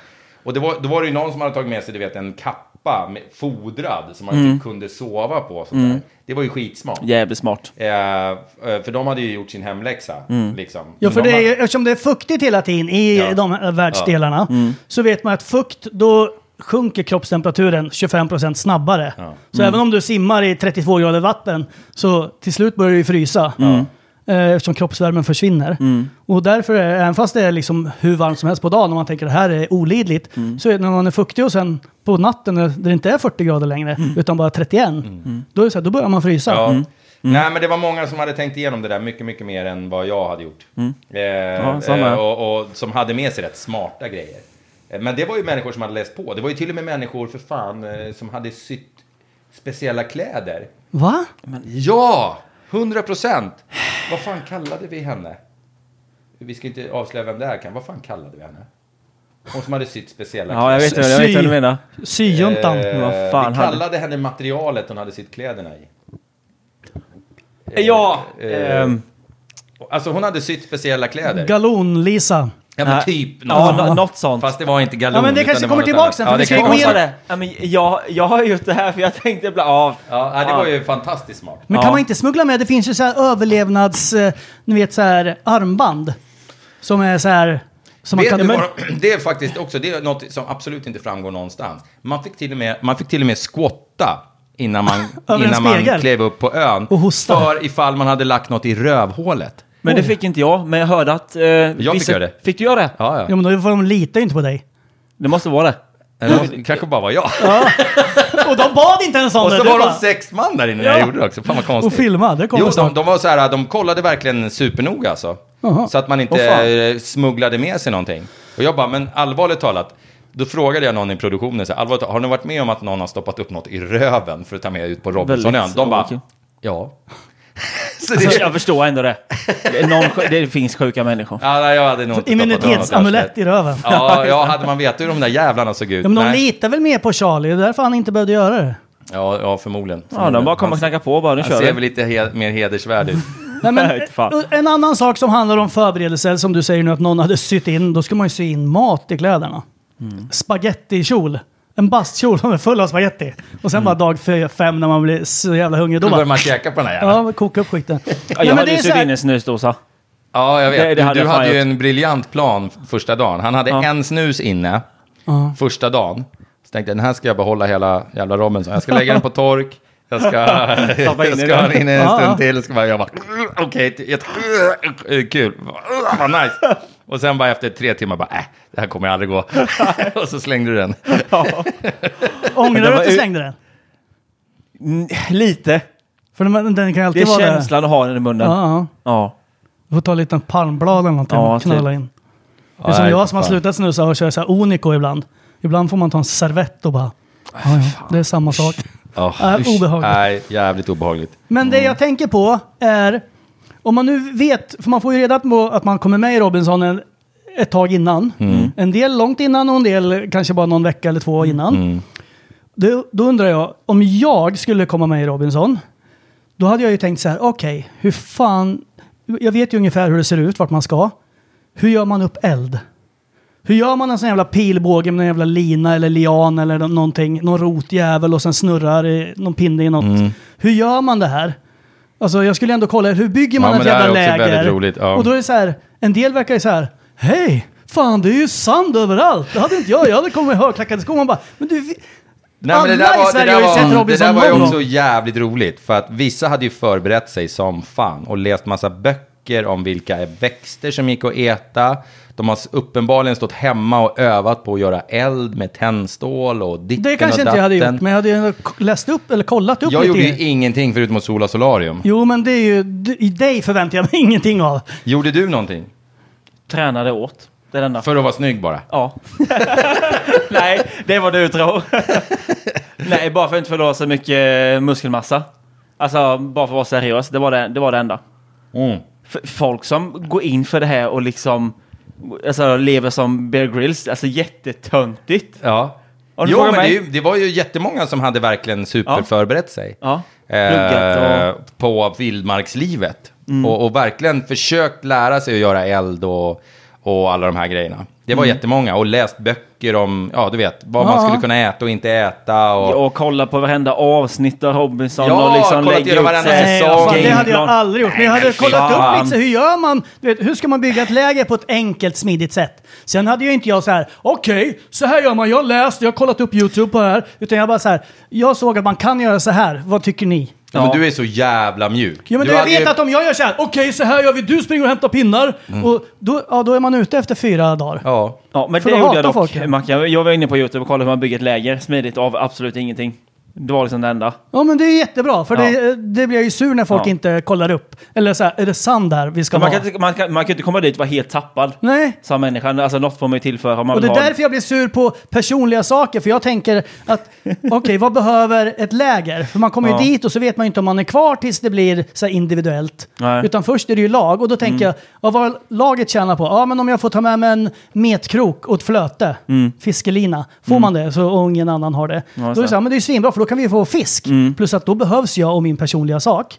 Speaker 2: Och det var, då var det ju någon som hade tagit med sig, du vet, en kappa med, fodrad som man typ kunde sova på. och Sånt där. Det var ju skitsmart.
Speaker 3: Jävligt smart.
Speaker 2: Eh, eh, för de hade ju gjort sin hemläxa. Liksom.
Speaker 1: Ja, för
Speaker 2: de
Speaker 1: det är,
Speaker 2: hade-
Speaker 1: ju- eftersom det är fuktigt hela tiden i
Speaker 2: Ja.
Speaker 1: de här världsdelarna
Speaker 3: Mm.
Speaker 1: så vet man att fukt, då sjunker kroppstemperaturen 25% snabbare. Så
Speaker 3: Mm.
Speaker 1: även om du simmar i 32 grader vatten så till slut börjar du ju frysa.
Speaker 3: Mm.
Speaker 1: Eh, Eftersom kroppsvärmen försvinner. Och därför, är, även fast det är liksom hur varmt som helst på dagen, om man tänker det här är olidligt,
Speaker 3: Mm.
Speaker 1: så är det när man är fuktig och sen på natten när det inte är 40 grader längre,
Speaker 3: Mm.
Speaker 1: utan bara 31, då, är det så här, då börjar man frysa.
Speaker 2: Ja. Mm.
Speaker 3: Mm.
Speaker 2: Nej, men det var många som hade tänkt igenom det där mycket, mycket mer än vad jag hade gjort. Eh,
Speaker 3: Mm. samma.
Speaker 2: eh, och, och som hade med sig rätt smarta grejer. Eh, Men det var ju människor som hade läst på. Det var ju till och med människor, för fan, eh, som hade sytt speciella kläder.
Speaker 1: Va?
Speaker 2: Ja! 100 procent! Vad fan kallade vi henne? Vi ska inte avslöja vem det är, kan. Vad fan kallade vi henne? Hon som hade sytt speciella
Speaker 3: Ja, jag vet, jag vet vad du menar.
Speaker 1: Syjuntan.
Speaker 2: Eh,
Speaker 3: Vad fan
Speaker 2: vi
Speaker 3: hade-
Speaker 2: kallade henne materialet hon hade sitt kläderna i.
Speaker 3: Ja!
Speaker 2: eh,
Speaker 3: ehm,
Speaker 2: Alltså hon hade sytt speciella kläder.
Speaker 1: Galon-Lisa.
Speaker 2: ja men typ.
Speaker 3: Ja,
Speaker 2: något.
Speaker 3: nå- något sånt.
Speaker 2: Fast det var inte galon.
Speaker 1: Ja, men det
Speaker 2: utan
Speaker 1: kanske
Speaker 2: var
Speaker 1: kommer
Speaker 2: något
Speaker 1: tillbaka
Speaker 2: annat.
Speaker 1: sen, för
Speaker 2: Ja,
Speaker 1: vi
Speaker 2: det
Speaker 1: ska
Speaker 2: kan
Speaker 1: gå
Speaker 2: vara
Speaker 1: igenom-
Speaker 2: sant.
Speaker 3: det. Ja, men jag, jag har gjort det här för jag tänkte ibland... Ja.
Speaker 2: Ja, nej, det var ju fantastiskt smart.
Speaker 1: Men
Speaker 3: Ja.
Speaker 1: kan man inte smuggla med? Det finns ju så här överlevnads... eh, Ni vet så här armband. Som är så här... Som man
Speaker 2: Vet
Speaker 1: kan...
Speaker 2: du
Speaker 1: Men,
Speaker 2: vad de, det är faktiskt också det är något som absolut inte framgår någonstans. Man fick till och med, man fick till och med squatta innan man,
Speaker 1: Över en
Speaker 2: innan man
Speaker 1: spegel.
Speaker 2: klev upp på ön.
Speaker 1: Och hosta.
Speaker 2: För ifall man hade lagt något i rövhålet.
Speaker 3: Men det fick inte jag, men jag hörde att... Eh, jag
Speaker 2: fick göra det.
Speaker 3: Fick du göra det?
Speaker 2: Ja, ja.
Speaker 1: ja, men då får de litar ju inte på dig.
Speaker 3: Det måste vara det.
Speaker 2: Eller, kanske bara var jag.
Speaker 1: Och de bad inte ens om
Speaker 2: Och
Speaker 1: det.
Speaker 2: så
Speaker 1: Du
Speaker 2: var
Speaker 1: bara,
Speaker 2: de sex man där inne när
Speaker 1: Ja.
Speaker 2: jag gjorde det också. Fan vad konstigt.
Speaker 1: Och filmade, kom
Speaker 2: Jo,
Speaker 1: det
Speaker 2: de,
Speaker 1: snart.
Speaker 2: de var så här, de kollade verkligen supernoga alltså.
Speaker 1: Jaha.
Speaker 2: Så att man
Speaker 3: Åh,
Speaker 2: inte
Speaker 3: fan.
Speaker 2: eh, smugglade med sig någonting. Och jag bara, men allvarligt talat. Då frågade jag någon i produktionen, så här, allvarligt, talat, har ni varit med om att någon har stoppat upp något i röven för att ta med ut på Robinsonön?
Speaker 3: Väldigt
Speaker 2: De bara,
Speaker 3: okej.
Speaker 2: ja. så det,
Speaker 3: Alltså, jag förstår ändå det. Det är Någon, det finns sjuka människor.
Speaker 2: ja, nej, jag hade nog inte stoppat upp något där, så
Speaker 1: Immunitetsamulett
Speaker 2: det-
Speaker 1: i röven. Ja.
Speaker 2: Ja, ja, hade man vetat hur de där jävlarna såg ut.
Speaker 1: men de
Speaker 2: nej.
Speaker 1: litar väl mer på Charlie, det är därför han inte behövde göra det.
Speaker 2: ja, ja, förmodligen.
Speaker 3: Ja, de bara kommer
Speaker 2: Han-
Speaker 3: och knackar på bara. Nu
Speaker 2: Han
Speaker 3: kör
Speaker 2: ser
Speaker 3: vi.
Speaker 2: väl lite he- mer hedersvärd ut.
Speaker 1: Nej, men,
Speaker 3: Nej, fan.
Speaker 1: eh, en annan sak som handlar om förberedelser, som du
Speaker 3: Mm.
Speaker 1: säger nu att någon hade sytt in, då ska man ju sy in mat i kläderna. Spagettikjol. en bastkjol som är full av spagetti. Och
Speaker 3: Mm.
Speaker 1: sen bara dag fy- fem när man blir så jävla hungrig. Då
Speaker 2: Då börjar
Speaker 1: bara,
Speaker 2: man käka på den här jäveln.
Speaker 1: ja, men koka upp skiten.
Speaker 3: Ja,
Speaker 1: Nej,
Speaker 3: jag
Speaker 1: men
Speaker 3: hade
Speaker 1: det är
Speaker 3: ju
Speaker 1: så
Speaker 3: sugit
Speaker 1: här-
Speaker 3: in en snusdosa.
Speaker 2: Ja, jag vet.
Speaker 3: Det- det hade
Speaker 2: du
Speaker 3: jag
Speaker 2: du
Speaker 3: fan
Speaker 2: hade ju
Speaker 3: gjort.
Speaker 2: en briljant plan första dagen. Han hade
Speaker 3: Ja.
Speaker 2: en snus inne
Speaker 1: Ja.
Speaker 2: första dagen. Så tänkte jag, den här ska jag behålla hela jävla Robinson. Jag ska lägga den på tork. Jag ska,
Speaker 3: Stoppa in
Speaker 2: jag
Speaker 3: i
Speaker 2: ska ha
Speaker 3: den.
Speaker 2: den inne en
Speaker 1: Ja, ja.
Speaker 2: stund till. Ska bara, jag bara, okej, okay, eh, kul, vad nice. Och sen bara efter tre timmar bara, äh, det här kommer jag aldrig gå. Och så slängde du den.
Speaker 1: Ångrar du
Speaker 3: var
Speaker 1: att du
Speaker 3: ju-
Speaker 1: slängde den?
Speaker 3: Mm, Lite.
Speaker 1: För den, den kan ju
Speaker 3: Det
Speaker 1: alltid
Speaker 3: är
Speaker 1: vara där.
Speaker 3: känslan att ha den i munnen.
Speaker 1: Ja, ja.
Speaker 3: Ja.
Speaker 1: Du får ta lite en palmblad eller någonting
Speaker 3: Ja, typ.
Speaker 1: och knalla in. Det är som
Speaker 2: nej,
Speaker 1: jag som har
Speaker 2: fan.
Speaker 1: slutat snusa och kör så här Onico ibland. Ibland får man ta en servett och bara, ja, ja, det är samma sak.
Speaker 2: Oh,
Speaker 1: Äh, obehagligt.
Speaker 2: Nej, jävligt obehagligt.
Speaker 1: Men det jag tänker på är, om man nu vet, för man får ju reda på att man kommer med i Robinson en, ett tag innan. En del långt innan och en del kanske bara någon vecka eller två innan. Då, då undrar jag, om jag skulle komma med i Robinson, då hade jag ju tänkt så här, okej, hur fan, jag vet ju ungefär hur det ser ut, vart man ska. Hur gör man upp eld? Hur gör man en sån jävla pilbåge med en jävla lina eller lian eller nå- någonting, någon rotjävel och sen snurrar i- någon pinne i något?
Speaker 2: Mm.
Speaker 1: Hur gör man det här? Alltså jag skulle ändå kolla, hur bygger man
Speaker 2: Ja, men
Speaker 1: ett
Speaker 2: det här
Speaker 1: jävla
Speaker 2: är också
Speaker 1: läger?
Speaker 2: väldigt roligt, ja.
Speaker 1: Och då är det så här, en del verkar ju så här, hej, fan det är ju sand överallt, det hade inte jag, jag hade kommit med högklackade skor, man bara, men du, vi-
Speaker 2: Nej, men det
Speaker 1: Alla
Speaker 2: där
Speaker 1: i
Speaker 2: var, det
Speaker 1: Sverige
Speaker 2: där
Speaker 1: har ju sett
Speaker 2: var, det
Speaker 1: Robinson
Speaker 2: där var ju
Speaker 1: någon
Speaker 2: också
Speaker 1: gång.
Speaker 2: jävligt roligt. För att vissa hade ju förberett sig som fan och läst massa böcker om vilka växter som gick att äta. De har s- uppenbarligen stått hemma och övat på att göra eld med tändstål och ditten
Speaker 1: det kanske
Speaker 2: och
Speaker 1: inte jag hade
Speaker 2: datten.
Speaker 1: gjort, men jag hade ju ändå k- läst upp eller kollat upp
Speaker 2: Jag
Speaker 1: lite.
Speaker 2: gjorde ju ingenting förutom att sola solarium.
Speaker 1: Jo, men det är ju, d- i dig förväntar jag mig ingenting av.
Speaker 2: Gjorde du någonting?
Speaker 3: Tränade åt. Det är den där.
Speaker 2: För att vara snygg bara.
Speaker 3: Ja. Nej, det var du tror. Nej, bara för att inte förlora så mycket muskelmassa. Alltså, bara för att vara seriös. Det var det, det, var det enda.
Speaker 2: Mm.
Speaker 3: F- folk som går in för det här och liksom alltså, lever som Bear Grylls. Alltså jättetöntigt.
Speaker 2: Ja.
Speaker 3: Om du
Speaker 2: Jo,
Speaker 3: frågar
Speaker 2: men det, är
Speaker 3: mig-
Speaker 2: ju- det var ju jättemånga som hade verkligen superförberett sig.
Speaker 3: Ja.
Speaker 2: eh,
Speaker 3: Pluggat Mm.
Speaker 2: på vildmarkslivet. Och, och verkligen försökt lära sig att göra eld och, och alla de här grejerna. Det var
Speaker 3: Mm.
Speaker 2: jättemånga och läst böcker om, ja du vet, vad man
Speaker 1: Ja.
Speaker 2: skulle kunna äta och inte äta. Och,
Speaker 3: Och kolla på varenda avsnitt av Robinson
Speaker 2: Ja,
Speaker 3: och liksom
Speaker 2: kolla
Speaker 3: lägga
Speaker 2: igenom
Speaker 3: upp
Speaker 2: varenda
Speaker 3: sig.
Speaker 1: Nej,
Speaker 2: säsong.
Speaker 1: vad fan, det
Speaker 3: gameplan.
Speaker 1: hade jag aldrig gjort. Men jag hade
Speaker 2: Nej,
Speaker 1: kollat upp
Speaker 2: fan.
Speaker 1: lite, så hur gör man? Du vet, hur ska man bygga ett läger på ett enkelt, smidigt sätt? Sen hade ju inte jag så här, okej, så här gör man, jag har läst, jag har kollat upp YouTube på det här. Utan jag bara så här, jag såg att man kan göra så här, vad tycker ni?
Speaker 2: ja. Men du är så jävla mjuk.
Speaker 1: Ja, men
Speaker 2: du
Speaker 1: du, jag
Speaker 2: hade
Speaker 1: vet
Speaker 2: ju- Mm.
Speaker 1: att om jag gör så här, okej, så här gör vi, du springer och hämtar pinnar. Och då, ja, då är man ute efter fyra dagar.
Speaker 2: Ja.
Speaker 3: Ja, men
Speaker 1: För
Speaker 3: det
Speaker 1: då
Speaker 3: gjorde jag
Speaker 1: hatar
Speaker 3: dock.
Speaker 1: folk.
Speaker 3: Mackan. Jag var inne på YouTube och kollade hur man bygger ett läger smidigt av absolut ingenting. Det var liksom det enda.
Speaker 1: Ja men det är jättebra, för
Speaker 3: Ja.
Speaker 1: det, eh, det blir jag ju sur när folk
Speaker 3: Ja.
Speaker 1: inte kollar upp. Eller så här, är det sand där vi ska
Speaker 3: Man
Speaker 1: vara?
Speaker 3: kan, inte- man, kan, man kan inte komma dit och vara helt tappad
Speaker 1: Nej.
Speaker 3: som människa. Alltså något får man ju tillföra om man
Speaker 1: Och det
Speaker 3: vill
Speaker 1: är
Speaker 3: ha
Speaker 1: därför jag blir sur på personliga saker, för jag tänker att okej, vad behöver ett läger? För man kommer ju
Speaker 3: Ja.
Speaker 1: dit och så vet man ju inte om man är kvar tills det blir så här individuellt.
Speaker 3: Nej. Mm.
Speaker 1: Utan först är det ju lag och då tänker jag, ja, vad laget tjänar på? Ja, men om jag får ta med mig en metkrok och ett flöte,
Speaker 3: Mm.
Speaker 1: fiskelina, får man det så, och ingen annan har det, då är det
Speaker 3: det. Mm.
Speaker 1: så här, men det är ju svinbra för då kan vi få fisk. Plus att då behövs jag och min personliga sak.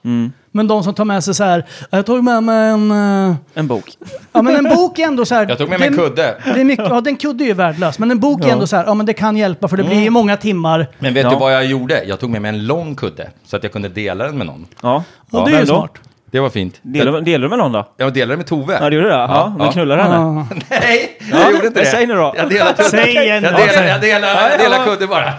Speaker 1: Men de som tar med sig så här, jag tog med mig en... eh,
Speaker 3: en bok.
Speaker 1: Ja men en bok är ändå så här...
Speaker 2: Jag tog med mig
Speaker 1: det-
Speaker 2: en kudde.
Speaker 1: Det är mycket, ja den kudde är ju värdelös, men en bok är ändå så här, ja men det kan hjälpa för det
Speaker 3: Mm.
Speaker 1: blir ju många timmar.
Speaker 2: Men vet
Speaker 3: Ja.
Speaker 2: du vad jag gjorde? Jag tog med mig en lång kudde så att jag kunde dela den med någon.
Speaker 3: Ja.
Speaker 1: Ja, det är
Speaker 3: vem
Speaker 1: ju
Speaker 3: då?
Speaker 1: smart.
Speaker 2: Det var fint.
Speaker 3: Delar, delar du med någon då?
Speaker 2: Jag delade med Tove.
Speaker 3: Ja, det gjorde du. Ja, ja, men knullar du henne?
Speaker 2: Nej, jag gjorde inte det.
Speaker 3: Säg nu då.
Speaker 2: Jag delade kudden.
Speaker 1: Säg en
Speaker 2: Jag
Speaker 1: då.
Speaker 2: delar, jag delar, jag delar kudden bara.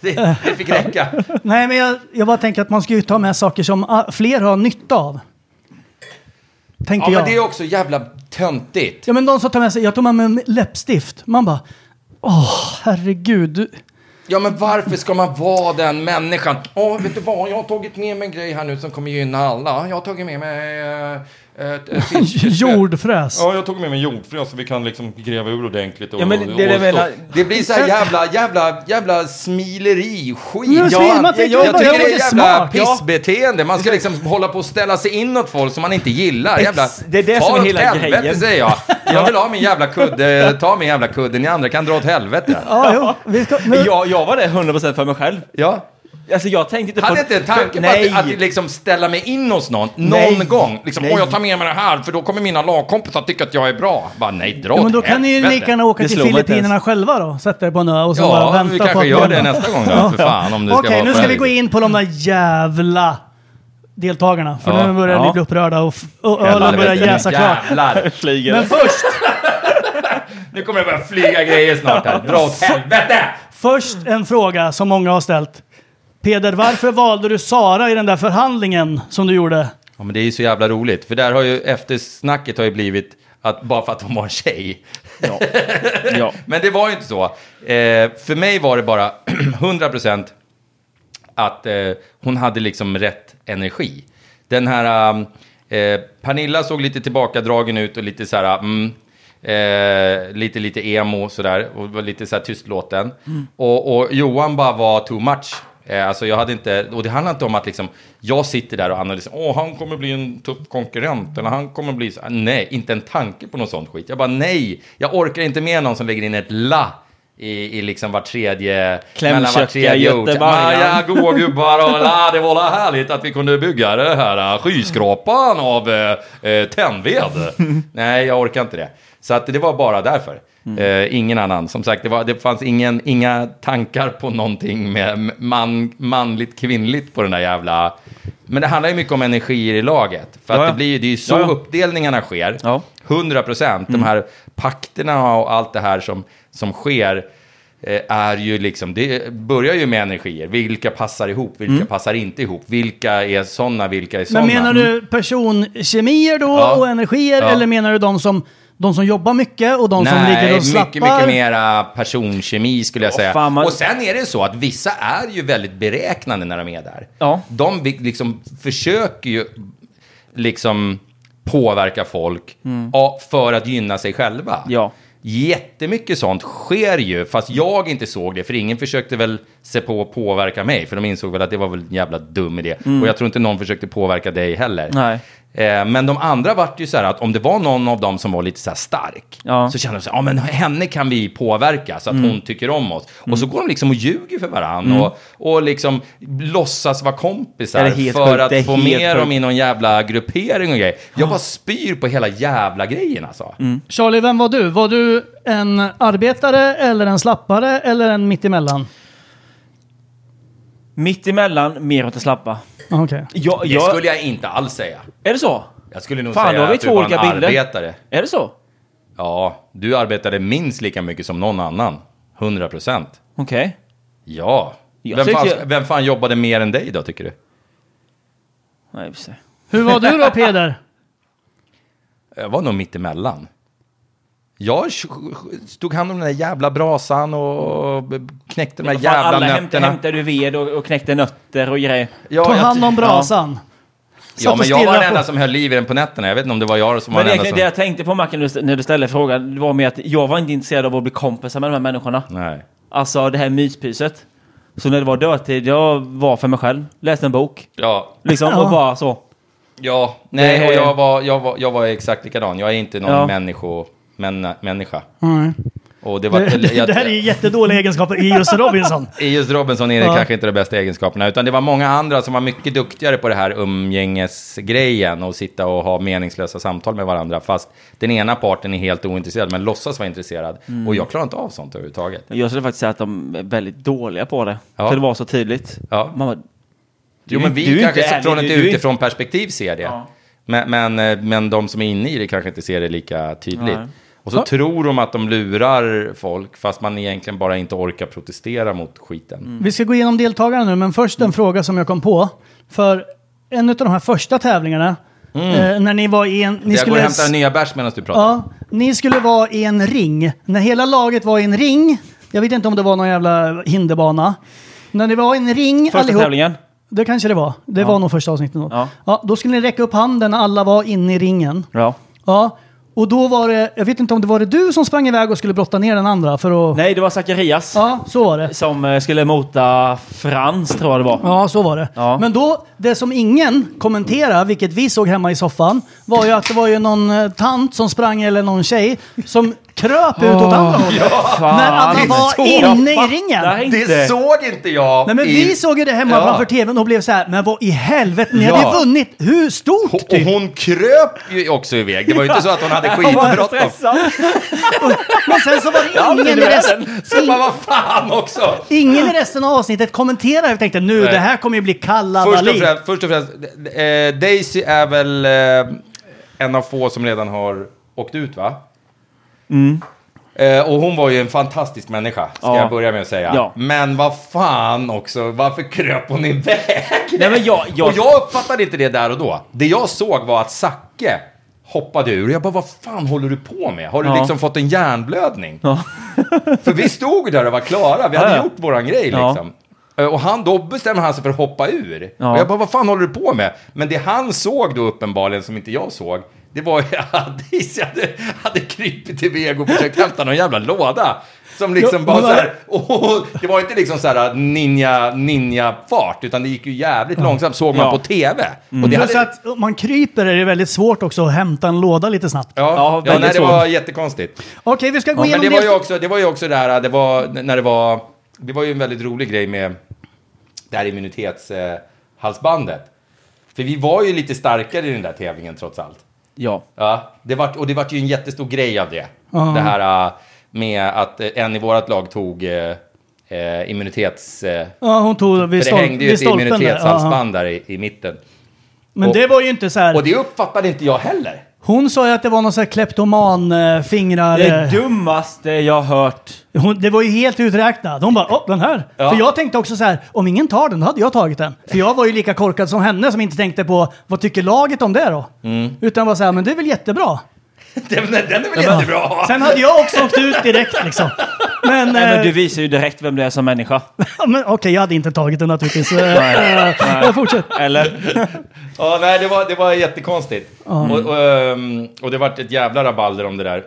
Speaker 2: Det, det fick räcka.
Speaker 1: Nej men jag, jag bara tänker att man ska ju ta med saker som ah, fler har nytta av. Tänkte
Speaker 2: Ja, men
Speaker 1: jag.
Speaker 2: det är också jävla töntigt.
Speaker 1: Ja men de som tar med sig, jag tog med mig en läppstift. Man bara, åh herregud. du-
Speaker 2: Ja, men varför ska man vara den människan? Åh, vet du vad? Jag har tagit med mig en grej här nu som kommer gynna alla. Jag har tagit med mig... eh, ett- ett fiskespö.
Speaker 1: Jordfräs.
Speaker 2: Ja, jag tog med mig jordfrön så vi kan liksom gräva ur ordentligt. Och,
Speaker 3: Ja, men det är det jag
Speaker 2: och, och,
Speaker 3: menar.
Speaker 2: det blir så här jävla, jävla, jävla smileri, skit.
Speaker 1: Men smil- man
Speaker 2: jag,
Speaker 1: tycker
Speaker 2: jag,
Speaker 1: det bara-
Speaker 2: tycker det
Speaker 1: jag
Speaker 2: är
Speaker 1: tycker
Speaker 2: jävla
Speaker 1: smart, ja.
Speaker 2: pissbeteende. Man ska liksom hålla på och ställa sig inåt folk som man inte gillar. Jävla,
Speaker 3: det är det som
Speaker 2: far
Speaker 3: är
Speaker 2: åt
Speaker 3: hela
Speaker 2: helvete,
Speaker 3: grejen.
Speaker 2: säger jag. Jag vill ha min jävla kudde, ta min jävla kudde, ni andra kan dra åt helvete.
Speaker 1: Ja, jo. Vi ska, nu,
Speaker 3: Jag, jag var det 100% för mig själv.
Speaker 2: Ja.
Speaker 3: Alltså jag tänkte inte
Speaker 2: Jag hade inte en tanke på
Speaker 3: nej.
Speaker 2: att, att liksom ställa mig in hos någon, någon
Speaker 3: Nej.
Speaker 2: gång. Liksom,
Speaker 3: Nej.
Speaker 2: åh jag tar med mig det här för då kommer mina lagkompisar tycka att jag är bra. Bara, nej, dra
Speaker 1: Ja, men
Speaker 2: åt
Speaker 1: då kan ni ju
Speaker 2: helvete.
Speaker 1: lika gärna åka
Speaker 3: Det
Speaker 1: till
Speaker 3: slog mig inte
Speaker 1: Filippinerna själva då. Sätta er på en ö och så bara
Speaker 2: Ja,
Speaker 1: vänta
Speaker 2: vi
Speaker 1: på
Speaker 2: kanske
Speaker 1: att
Speaker 2: gör det
Speaker 1: någon-
Speaker 2: nästa gång då, för fan. Om det ska
Speaker 1: Okej,
Speaker 2: vara
Speaker 1: nu
Speaker 2: på
Speaker 1: ska
Speaker 2: det
Speaker 1: vi gå
Speaker 2: viset.
Speaker 1: in på de där jävla deltagarna. För
Speaker 2: Ja.
Speaker 1: nu börjar ni
Speaker 3: Ja.
Speaker 1: bli upprörda och, f- och ölen börjar
Speaker 2: Helvete,
Speaker 1: jäsa klart.
Speaker 2: Jävlar!
Speaker 3: Flyger.
Speaker 1: Men först,
Speaker 2: Nu kommer det börja flyga grejer snart här. Dra åt helvete!
Speaker 1: först en fråga som många har ställt. Peder, varför valde du Sara i den där förhandlingen som du gjorde?
Speaker 2: Ja, men det är ju så jävla roligt. För där har ju eftersnacket har ju blivit att bara för att hon var en tjej.
Speaker 3: Ja. ja.
Speaker 2: Men det var ju inte så. Eh, för mig var det bara 100 procent att eh, hon hade liksom rätt energi. Den här... um, eh, Pernilla såg lite tillbakadragen ut och lite så här... Mm, eh, lite, lite emo sådär. Och var lite så här tystlåten. Och, och Johan bara var too much. Eh, alltså jag hade inte... Och det handlar inte om att liksom... Jag sitter där och analyserar. Åh, han kommer bli en tuff konkurrent. Eller han kommer bli... Så, nej, inte en tanke på något sånt skit. Jag bara nej. Jag orkar inte med någon som lägger in ett la. I, i liksom var tredje...
Speaker 3: Klämkäcka
Speaker 2: ord.
Speaker 3: göteborgare.
Speaker 2: Maja, goa gubbar och la, det var la härligt att vi kunde bygga det här eh, skyskrapan av eh, eh, tändved. Nej, jag orkar inte det. Så att det var bara därför.
Speaker 3: Mm.
Speaker 2: Eh, ingen annan. Som sagt, det, var, det fanns ingen, inga tankar på någonting med man, manligt kvinnligt på den där jävla... Men det handlar ju mycket om energier i laget. För att
Speaker 3: Ja, ja.
Speaker 2: det blir ju, det är ju så
Speaker 3: Ja, ja.
Speaker 2: uppdelningarna sker.
Speaker 3: Ja.
Speaker 2: 100 procent. De här pakterna och allt det här som, som sker eh, är ju liksom, det börjar ju med energier. Vilka passar ihop? Vilka passar inte ihop? Vilka är sådana? Vilka är sådana?
Speaker 1: Men menar du personkemier då
Speaker 2: Mm. Ja.
Speaker 1: och energier?
Speaker 2: Ja.
Speaker 1: Eller menar du de som, de som jobbar mycket och de som ligger och slappar?
Speaker 2: mycket, mycket mera personkemi skulle jag
Speaker 3: Åh,
Speaker 2: säga.
Speaker 3: fan, man-
Speaker 2: Och sen är det så att vissa är ju väldigt beräknande när de är där.
Speaker 3: Ja.
Speaker 2: De vi- liksom försöker ju liksom påverka folk
Speaker 1: Mm.
Speaker 2: ja, för att gynna sig själva.
Speaker 3: Ja.
Speaker 2: Jättemycket sånt sker ju, fast jag inte såg det, för ingen försökte väl se på att påverka mig, för de insåg väl att det var väl en jävla dum idé.
Speaker 1: Mm.
Speaker 2: Och jag tror inte någon försökte påverka dig heller.
Speaker 3: Nej.
Speaker 2: Eh, men de andra vart ju så här att om det var någon av dem som var lite så här stark,
Speaker 3: Ja. Mm.
Speaker 2: så känner de så här, ja men henne kan vi påverka så att hon tycker om oss. Och så går de liksom och ljuger för varandra och, och liksom låtsas vara kompisar
Speaker 3: Det Mm. är helt
Speaker 2: för
Speaker 3: sjukt, det är
Speaker 2: att få
Speaker 3: helt
Speaker 2: med dem
Speaker 3: sjukt.
Speaker 2: i någon jävla gruppering och grejer. Jag bara spyr på hela jävla grejen alltså.
Speaker 3: Mm.
Speaker 1: Charlie, vem var du? Var du en arbetare eller en slappare eller en mittemellan?
Speaker 3: Mitt emellan, mer åt det slappa.
Speaker 1: Okej.
Speaker 3: Jag,
Speaker 2: Det
Speaker 3: jag,
Speaker 2: skulle jag inte alls säga.
Speaker 3: Är det så?
Speaker 2: Jag skulle nog
Speaker 3: Fan, då
Speaker 2: säga
Speaker 3: har vi
Speaker 2: att du
Speaker 3: två
Speaker 2: var
Speaker 3: olika
Speaker 2: en
Speaker 3: bilder.
Speaker 2: arbetare.
Speaker 3: Är det så?
Speaker 2: Ja, du arbetade minst lika mycket som någon annan. 100 procent.
Speaker 3: Okej.
Speaker 2: Ja.
Speaker 3: Jag
Speaker 2: Vem fan,
Speaker 3: tycker-
Speaker 2: vem fan jobbade mer än dig då, tycker du?
Speaker 3: Nej, vi får se.
Speaker 1: Hur var du då Peder?
Speaker 2: Jag var nog mittemellan. Jag sh- sh- stod hand om den där jävla brasan och b- knäckte de där
Speaker 3: Vad fan,
Speaker 2: jävla
Speaker 3: alla
Speaker 2: nötterna.
Speaker 3: hämtade, hämtade du ved och, och knäckte nötter och grejer.
Speaker 2: Ja,
Speaker 1: Ta
Speaker 2: jag-
Speaker 1: hand om brasan.
Speaker 2: Ja,
Speaker 1: och
Speaker 2: men jag var
Speaker 1: stirrade
Speaker 2: den enda
Speaker 1: på-
Speaker 2: som höll liv i den på nätterna. Jag vet inte om det var jag som var
Speaker 3: Men
Speaker 2: den
Speaker 3: det,
Speaker 2: enda
Speaker 3: det
Speaker 2: som...
Speaker 3: jag tänkte på Macken när du- när du ställde frågan, det var med att jag var inte intresserad av att bli kompisar med de här människorna.
Speaker 2: Nej.
Speaker 3: Alltså det här myspyset. Så när det var dödtid, jag var för mig själv. Läste en bok.
Speaker 2: Ja,
Speaker 3: Liksom, och bara så.
Speaker 2: ja. Nej,
Speaker 3: Det-
Speaker 2: och jag var, jag, var, jag var exakt likadan. Jag är inte någon
Speaker 3: Ja.
Speaker 2: människo, män, människa.
Speaker 1: Nej.
Speaker 2: Och det var...
Speaker 1: Det,
Speaker 2: jag-
Speaker 1: det här är ju jättedåliga egenskaper i just Robinson.
Speaker 2: I just Robinson är det
Speaker 1: Ja.
Speaker 2: kanske inte de bästa egenskaperna, utan det var många andra som var mycket duktigare på det här umgängesgrejen och sitta och ha meningslösa samtal med varandra, fast den ena parten är helt ointresserad, men låtsas vara intresserad.
Speaker 3: Mm.
Speaker 2: Och jag klarar inte av sånt överhuvudtaget.
Speaker 3: Jag skulle faktiskt säga att de är väldigt dåliga på det.
Speaker 2: Ja.
Speaker 3: För det var så tydligt.
Speaker 2: Ja.
Speaker 3: Man bara,
Speaker 2: Jo, men
Speaker 3: du är
Speaker 2: vi
Speaker 3: inte
Speaker 2: kanske
Speaker 3: ärlig,
Speaker 2: från ett
Speaker 3: du- du är inte-
Speaker 2: utifrån perspektiv ser det.
Speaker 3: Ja.
Speaker 2: Men, men, eh, men de som är inne i det kanske inte ser det lika tydligt.
Speaker 3: Nej.
Speaker 2: Och så tror de att de lurar folk, fast man egentligen bara inte orkar protestera mot skiten.
Speaker 3: Mm.
Speaker 1: Vi ska gå igenom deltagarna nu, men först en fråga som jag kom på. För en av de här första tävlingarna, eh, när ni var i en... Ni
Speaker 2: Mm. Jag går och
Speaker 1: skulle,
Speaker 2: hämtar nya bärs medan du pratar.
Speaker 1: ja, ni skulle vara i en ring. När hela laget var i en ring, jag vet inte om det var någon jävla hinderbana. När det var i en ring
Speaker 3: första
Speaker 1: allihop,
Speaker 3: tävlingen.
Speaker 1: Det kanske det var. Det var nog första avsnittet. Då. Ja.
Speaker 3: Ja.
Speaker 1: då skulle ni räcka upp handen när alla var inne i ringen.
Speaker 3: Ja.
Speaker 1: Ja. Och då var det, jag vet inte om det var det du som sprang iväg och skulle brotta ner den andra för att...
Speaker 3: Nej, det var Zacharias.
Speaker 1: Ja, så var det.
Speaker 3: Som eh, skulle mota Frans, tror jag det var.
Speaker 1: Ja, så var det.
Speaker 3: Ja.
Speaker 1: Men då, det som ingen kommenterar, vilket vi såg hemma i soffan, var ju att det var ju någon eh, tant som sprang, eller någon tjej, som kröp ut åt andra hållet. när alla
Speaker 2: det är så.
Speaker 1: var inne i
Speaker 2: Jag
Speaker 1: ringen.
Speaker 3: fattar inte.
Speaker 2: Det såg inte jag.
Speaker 1: Nej men
Speaker 2: i-
Speaker 1: vi såg ju det hemma
Speaker 2: Ja.
Speaker 1: framför tvn och blev så här, men vad i helvete, ni hade
Speaker 2: Ja.
Speaker 1: ju vunnit, hur stort?
Speaker 2: Och
Speaker 1: Typ.
Speaker 2: hon kröp ju också iväg. Det var ju inte så att hon hade skitbråttom.
Speaker 1: Men sen så var
Speaker 2: Ja,
Speaker 1: det ingen
Speaker 2: men du
Speaker 1: i
Speaker 2: vet,
Speaker 1: resten,
Speaker 2: Så man, vad fan också!
Speaker 1: ingen i resten av avsnittet kommenterade. Jag tänkte nu,
Speaker 2: Nej.
Speaker 1: det här kommer ju bli kalla
Speaker 2: Först och
Speaker 1: Dalí.
Speaker 2: främst, först och främst eh, Daisy är väl eh, en av få som redan har åkt ut, va? Eh, och hon var ju en fantastisk människa, ska
Speaker 3: Mm. Ja.
Speaker 2: jag börja med att säga.
Speaker 3: Ja.
Speaker 2: Men vad fan också, varför kröp hon iväg?
Speaker 3: Nej, men jag, jag,
Speaker 2: Och jag uppfattade inte det där och då. Det jag såg var att Zacke hoppade ur. Jag bara, vad fan håller du på med? Har du
Speaker 3: Ja.
Speaker 2: liksom fått en hjärnblödning?
Speaker 3: Ja.
Speaker 2: för vi stod där och var klara. Vi
Speaker 3: Ja,
Speaker 2: hade
Speaker 3: ja.
Speaker 2: gjort våran grej
Speaker 3: Ja.
Speaker 2: liksom. Eh, Och han, då bestämmer han sig för att hoppa ur.
Speaker 3: Ja.
Speaker 2: Och jag bara, vad fan håller du på med? Men det han såg då uppenbarligen, som inte jag såg, det var ju att Daisy hade, hade krypit iväg och försökt hämta någon jävla låda. Som liksom
Speaker 1: Jo,
Speaker 2: bara
Speaker 1: men-
Speaker 2: så här, och, det var inte liksom så här ninja, ninja-fart, utan det gick ju jävligt långsamt, såg man
Speaker 3: Ja. Mm.
Speaker 2: på tv. Och
Speaker 1: Plus
Speaker 2: det hade,
Speaker 1: Alltså att om man kryper är det väldigt svårt också att hämta en låda lite snabbt.
Speaker 3: Ja,
Speaker 2: Ja, ja,
Speaker 3: väldigt
Speaker 2: nej, det
Speaker 3: så.
Speaker 2: var jättekonstigt.
Speaker 1: Okej, vi ska gå
Speaker 2: Men
Speaker 1: igenom
Speaker 2: det
Speaker 1: det.
Speaker 2: var ju också det, var ju också det här, det var, när det var, det var ju en väldigt rolig grej med det här immunitetshalsbandet. Eh, halsbandet. För vi var ju lite starkare i den där tävlingen trots allt.
Speaker 3: ja.
Speaker 2: Ja, det vart, och det vart ju en jättestor grej av det. Det här eh, med att eh, en i vårt lag tog eh, eh, immunitets... Eh,
Speaker 1: Ja, hon tog vid,
Speaker 2: för det
Speaker 1: stol-
Speaker 2: hängde ju
Speaker 1: vid
Speaker 2: ett
Speaker 1: stolpen där. Ja,
Speaker 2: immunitetshalsband där i, i mitten.
Speaker 1: Men det var ju inte så
Speaker 2: Och
Speaker 1: här.
Speaker 2: det uppfattade inte jag heller.
Speaker 1: Hon sa ju att det var någon sån här kleptoman-fingrar.
Speaker 3: Det dummaste jag hört.
Speaker 1: eh, Hon, det var ju helt uträknat. Hon bara, åh den här.
Speaker 2: Ja.
Speaker 1: För jag tänkte också så här, om ingen tar den, då hade jag tagit den. För jag var ju lika korkad som henne som inte tänkte på, vad tycker laget om det då?
Speaker 2: Mm.
Speaker 1: Utan var så här, men det är väl jättebra.
Speaker 2: Den, den är väl jättebra att ha?
Speaker 1: Sen hade jag också åkt ut direkt liksom. Men,
Speaker 3: Nej, men du
Speaker 1: eh,
Speaker 3: visar ju direkt vem du är som människa.
Speaker 1: ja, men okej, jag hade inte tagit den naturligtvis.
Speaker 3: Nej.
Speaker 1: Jag fortsätt.
Speaker 3: Eller?
Speaker 2: Ja, nej, det var, det var jättekonstigt.
Speaker 3: Mm.
Speaker 2: Och, och, ehm, och det vart ett jävla rabalder om det där.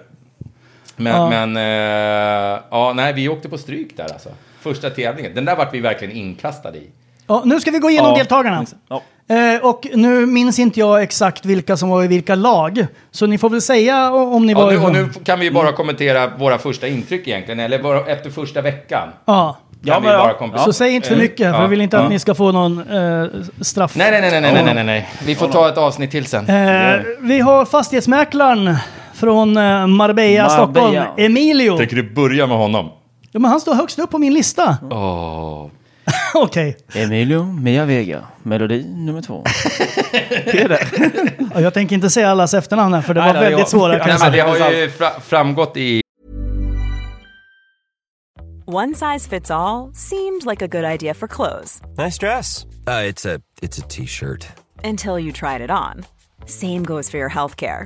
Speaker 2: Men, men eh, ja, nej, vi åkte på stryk där alltså. Första tävlingen. Den där vart vi verkligen inkastade i.
Speaker 1: Ja, nu ska vi gå igenom
Speaker 3: Ja.
Speaker 1: deltagarna.
Speaker 3: Ja.
Speaker 1: Eh, och nu minns inte jag exakt vilka som var i vilka lag. Så ni får väl säga o- om ni
Speaker 2: Ja,
Speaker 1: var...
Speaker 2: nu, och nu kan vi ju
Speaker 3: Mm.
Speaker 2: bara kommentera våra första intryck egentligen, eller bara efter första veckan.
Speaker 1: Ja.
Speaker 2: Kan
Speaker 3: Ja,
Speaker 2: vi
Speaker 3: men ja.
Speaker 2: bara kommentera.
Speaker 1: Så säg inte för mycket, för
Speaker 2: ja.
Speaker 1: jag vill inte att ni ska få någon eh, straff.
Speaker 2: Nej, nej, nej, nej, nej, nej, nej, nej. Vi får ta ett avsnitt till sen.
Speaker 1: Eh, vi har fastighetsmäklaren från eh, Marbella, Stockholm, Emilio.
Speaker 2: Tänker du börja med honom?
Speaker 1: Ja, men han står högst upp på min lista. Okej,
Speaker 3: Emilio Mia Vega, melodi nummer två.
Speaker 1: Ja, jag tänker inte säga allas efternamn här för det
Speaker 3: Nej,
Speaker 1: var
Speaker 3: det var
Speaker 1: väldigt
Speaker 3: jag.
Speaker 1: svåra.
Speaker 3: Ja,
Speaker 1: kan
Speaker 2: Nej,
Speaker 1: jag
Speaker 2: men
Speaker 1: säga.
Speaker 2: det har ju fra- framgått i...
Speaker 4: One size fits all seemed like a good idea for clothes
Speaker 5: Nice dress. Uh, it's a it's a t-shirt.
Speaker 4: until you tried it on. Same goes for your healthcare.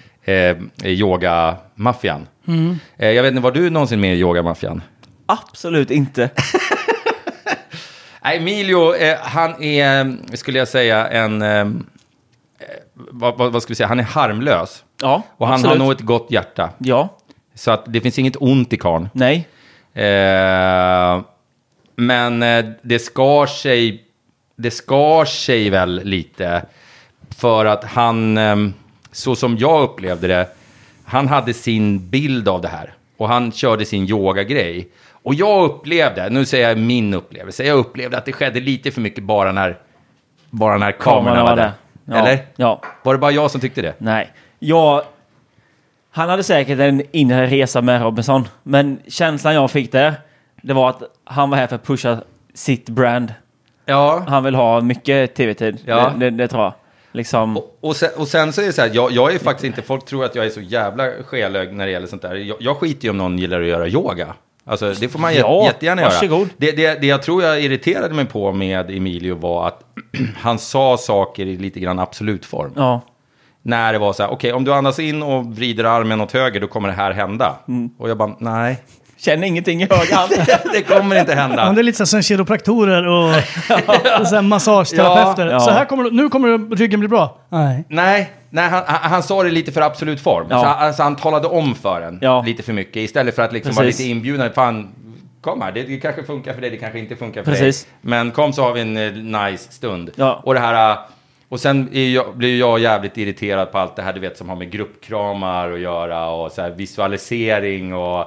Speaker 2: eh, yogamaffian. Eh, jag vet inte, var du någonsin med i yogamaffian?
Speaker 3: Absolut inte.
Speaker 2: Nej, Emilio, eh, han är, eh, skulle jag säga, en... Eh, eh, vad, vad, vad skulle jag säga? Han är harmlös.
Speaker 3: Ja,
Speaker 2: Och han
Speaker 3: absolut.
Speaker 2: har nog ett gott hjärta.
Speaker 3: Ja,
Speaker 2: Så att det finns inget ont i karln.
Speaker 3: nej.
Speaker 2: Eh, men eh, det skar sig, det skar sig väl lite. För att han, eh, så som jag upplevde det, han hade sin bild av det här. Och han körde sin yogagrej. Och jag upplevde, nu säger jag min upplevelse, jag upplevde att det skedde lite för mycket bara när, bara när kamerorna var där.
Speaker 3: Ja,
Speaker 2: Eller?
Speaker 3: Ja,
Speaker 2: Var det bara jag som tyckte det?
Speaker 3: nej. Jag... Han hade säkert en inre resa med Robinson, men känslan jag fick där, det var att han var här för att pusha sitt brand.
Speaker 2: Ja.
Speaker 3: Han vill ha mycket tv-tid.
Speaker 2: Ja.
Speaker 3: Det, det, det tror jag. Liksom...
Speaker 2: Och- Och sen, och sen så är det så här, jag, jag är faktiskt inte, folk tror att jag är så jävla skelögd när det gäller sånt där. Jag, jag skiter ju om någon gillar att göra yoga. Alltså det får man
Speaker 3: Ja,
Speaker 2: ja, jättegärna
Speaker 3: varsågod.
Speaker 2: göra. Det, det, det jag tror jag irriterade mig på med Emilio var att han sa saker i lite grann absolut form.
Speaker 3: Ja.
Speaker 2: När det var så här, okej om du andas in och vrider armen åt höger då kommer det här hända.
Speaker 3: Mm.
Speaker 2: Och jag bara, nej,
Speaker 3: Känner ingenting i höger hand.
Speaker 2: det kommer inte hända.
Speaker 1: Ja, det är lite så här som kiropraktorer och så här massageterapeuter.
Speaker 3: Ja, ja.
Speaker 1: Så här kommer, du- nu kommer ryggen bli bra. Nej.
Speaker 2: Nej, nej han, han, han sa det lite för absolut form.
Speaker 3: Ja.
Speaker 2: Så, alltså, han talade om för en
Speaker 3: Ja.
Speaker 2: lite för mycket istället för att liksom vara
Speaker 3: Precis.
Speaker 2: lite inbjudande. Fan, kom här, det, det kanske funkar för dig, det kanske inte funkar för
Speaker 3: Precis.
Speaker 2: dig. Men kom så har vi en eh, nice stund.
Speaker 3: Ja.
Speaker 2: Och det här... eh, Och sen är jag, blir jag jävligt irriterad på allt det här du vet som har med gruppkramar att göra och så här visualisering och,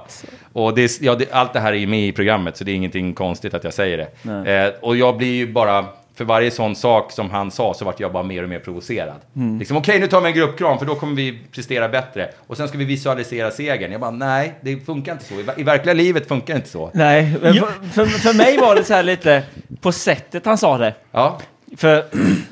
Speaker 2: och det, är- ja, det, allt det här är ju med i programmet så det är ingenting konstigt att jag säger det. Eh, och jag blir ju bara, för varje sån sak som han sa så vart jag bara mer och mer provocerad. Liksom okej nu tar vi en gruppkram för då kommer vi prestera bättre och sen ska vi visualisera segern. Jag bara nej, det funkar inte så. I, ver- i verkliga livet funkar det inte så.
Speaker 3: Nej, men för, för, för mig var det så här lite på sättet han sa det.
Speaker 2: Ja,
Speaker 3: För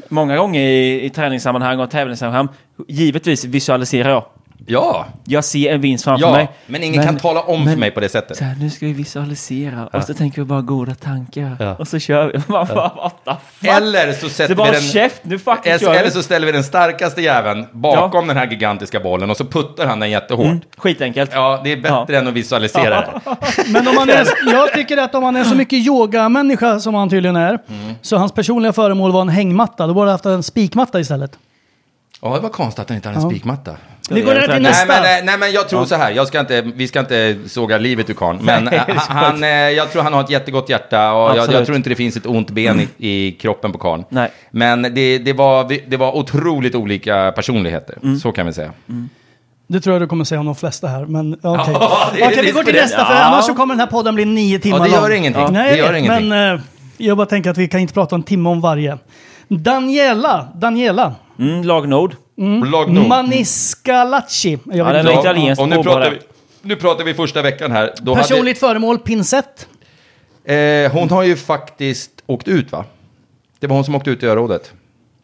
Speaker 3: många gånger i, i träningssammanhang och tävlingssammanhang, givetvis visualiserar jag.
Speaker 2: ja,
Speaker 3: Jag ser en vinst framför
Speaker 2: ja.
Speaker 3: mig.
Speaker 2: men ingen kan tala om
Speaker 3: men-
Speaker 2: för mig på det sättet.
Speaker 3: Så här, nu ska vi visualisera och så tänker vi bara goda tankar
Speaker 2: Ja.
Speaker 3: och så kör vi. Man bara, what the fuck?
Speaker 2: Eller så
Speaker 3: det är
Speaker 2: sätter vi
Speaker 3: bara
Speaker 2: den...
Speaker 3: käft, nu fucking
Speaker 2: Eller
Speaker 3: kör
Speaker 2: eller
Speaker 3: vi.
Speaker 2: så ställer vi den starkaste jäveln bakom den här gigantiska bollen och så puttar han den jättehårt.
Speaker 3: Mm, Skitenkelt.
Speaker 2: Ja, det är bättre än att visualisera det.
Speaker 1: Men om man är, jag tycker att om man är så mycket yogamänniska som han tydligen är,
Speaker 2: Mm.
Speaker 1: så hans personliga föremål var en hängmatta. Då borde han haft en spikmatta istället.
Speaker 2: Ja, det var konstigt att den inte hade en spikmatta.
Speaker 1: Vi går över till
Speaker 2: Nej
Speaker 1: nästa.
Speaker 2: men, eh, nej, men jag tror så här, jag ska inte, vi ska inte såga livet ur karln. Men
Speaker 3: Nej, det
Speaker 2: eh,
Speaker 3: ska
Speaker 2: han,
Speaker 3: inte.
Speaker 2: eh, jag tror han har ett jättegott hjärta och jag,
Speaker 3: Absolut.
Speaker 2: jag tror inte det finns ett ont ben i, i kroppen på karln.
Speaker 3: Nej.
Speaker 2: Men det, det, var, vi- det var otroligt olika personligheter,
Speaker 3: Mm.
Speaker 2: så kan vi säga.
Speaker 1: Det tror jag du kommer säga om de flesta här, men ja, okej.
Speaker 2: Ja, det är
Speaker 1: Okej, vi
Speaker 2: risk
Speaker 1: går till
Speaker 2: för det.
Speaker 1: nästa, för
Speaker 3: Ja.
Speaker 1: annars så kommer den här podden bli nio timmar
Speaker 2: Ja, det
Speaker 1: lång.
Speaker 2: gör ingenting. Det
Speaker 1: Nej,
Speaker 2: gör ingenting.
Speaker 1: men eh, jag bara tänker att vi kan inte prata en timme om varje. Daniela, Daniela,
Speaker 3: Mm, lag Nord.
Speaker 2: Lag nog.
Speaker 1: Maniscalacci. Jag
Speaker 3: Ja,
Speaker 1: vet
Speaker 3: den
Speaker 1: inte.
Speaker 3: är italiensk
Speaker 2: och nu
Speaker 3: påbörjad.
Speaker 2: pratar, vi, nu pratar vi första veckan här. Då hade-
Speaker 1: Personligt föremål, pinsett.
Speaker 2: Eh, hon har ju faktiskt åkt ut va? Det var hon som åkte ut i örådet.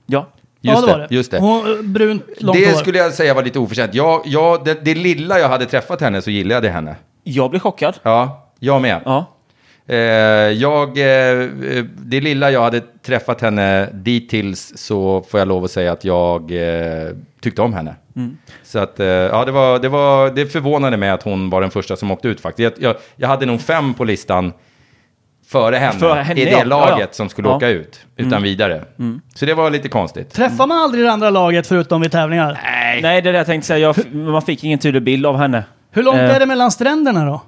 Speaker 3: Ja.
Speaker 1: ja,
Speaker 2: Just
Speaker 1: det var det.
Speaker 2: Just det.
Speaker 1: Hon, eh, brunt, långt
Speaker 2: det
Speaker 1: hår.
Speaker 2: skulle jag säga var lite oförtjänt. Jag, jag, det, det lilla jag hade träffat henne så gillade jag henne.
Speaker 3: Jag blir chockad.
Speaker 2: Ja, jag med.
Speaker 3: Ja.
Speaker 2: Eh, jag, eh, eh, det lilla jag hade träffat henne dittills så får jag lov att säga att jag eh, tyckte om henne.
Speaker 3: Mm.
Speaker 2: Så att, eh, ja, det, var, det, var, det förvånade mig att hon var den första som åkte ut faktiskt. Jag, jag, jag hade nog fem på listan före henne,
Speaker 3: Före henne,
Speaker 2: i det
Speaker 3: ja. Ja,
Speaker 2: laget
Speaker 3: ja.
Speaker 2: som skulle
Speaker 3: Ja. Mm.
Speaker 2: åka ut utan vidare. Så det var lite konstigt.
Speaker 1: Träffar man aldrig det andra laget förutom vid tävlingar?
Speaker 3: Nej, det är det jag tänkte säga. Jag, f- man fick ingen tydlig bild av henne.
Speaker 1: Hur långt
Speaker 3: Eh.
Speaker 1: är det mellan stränderna då?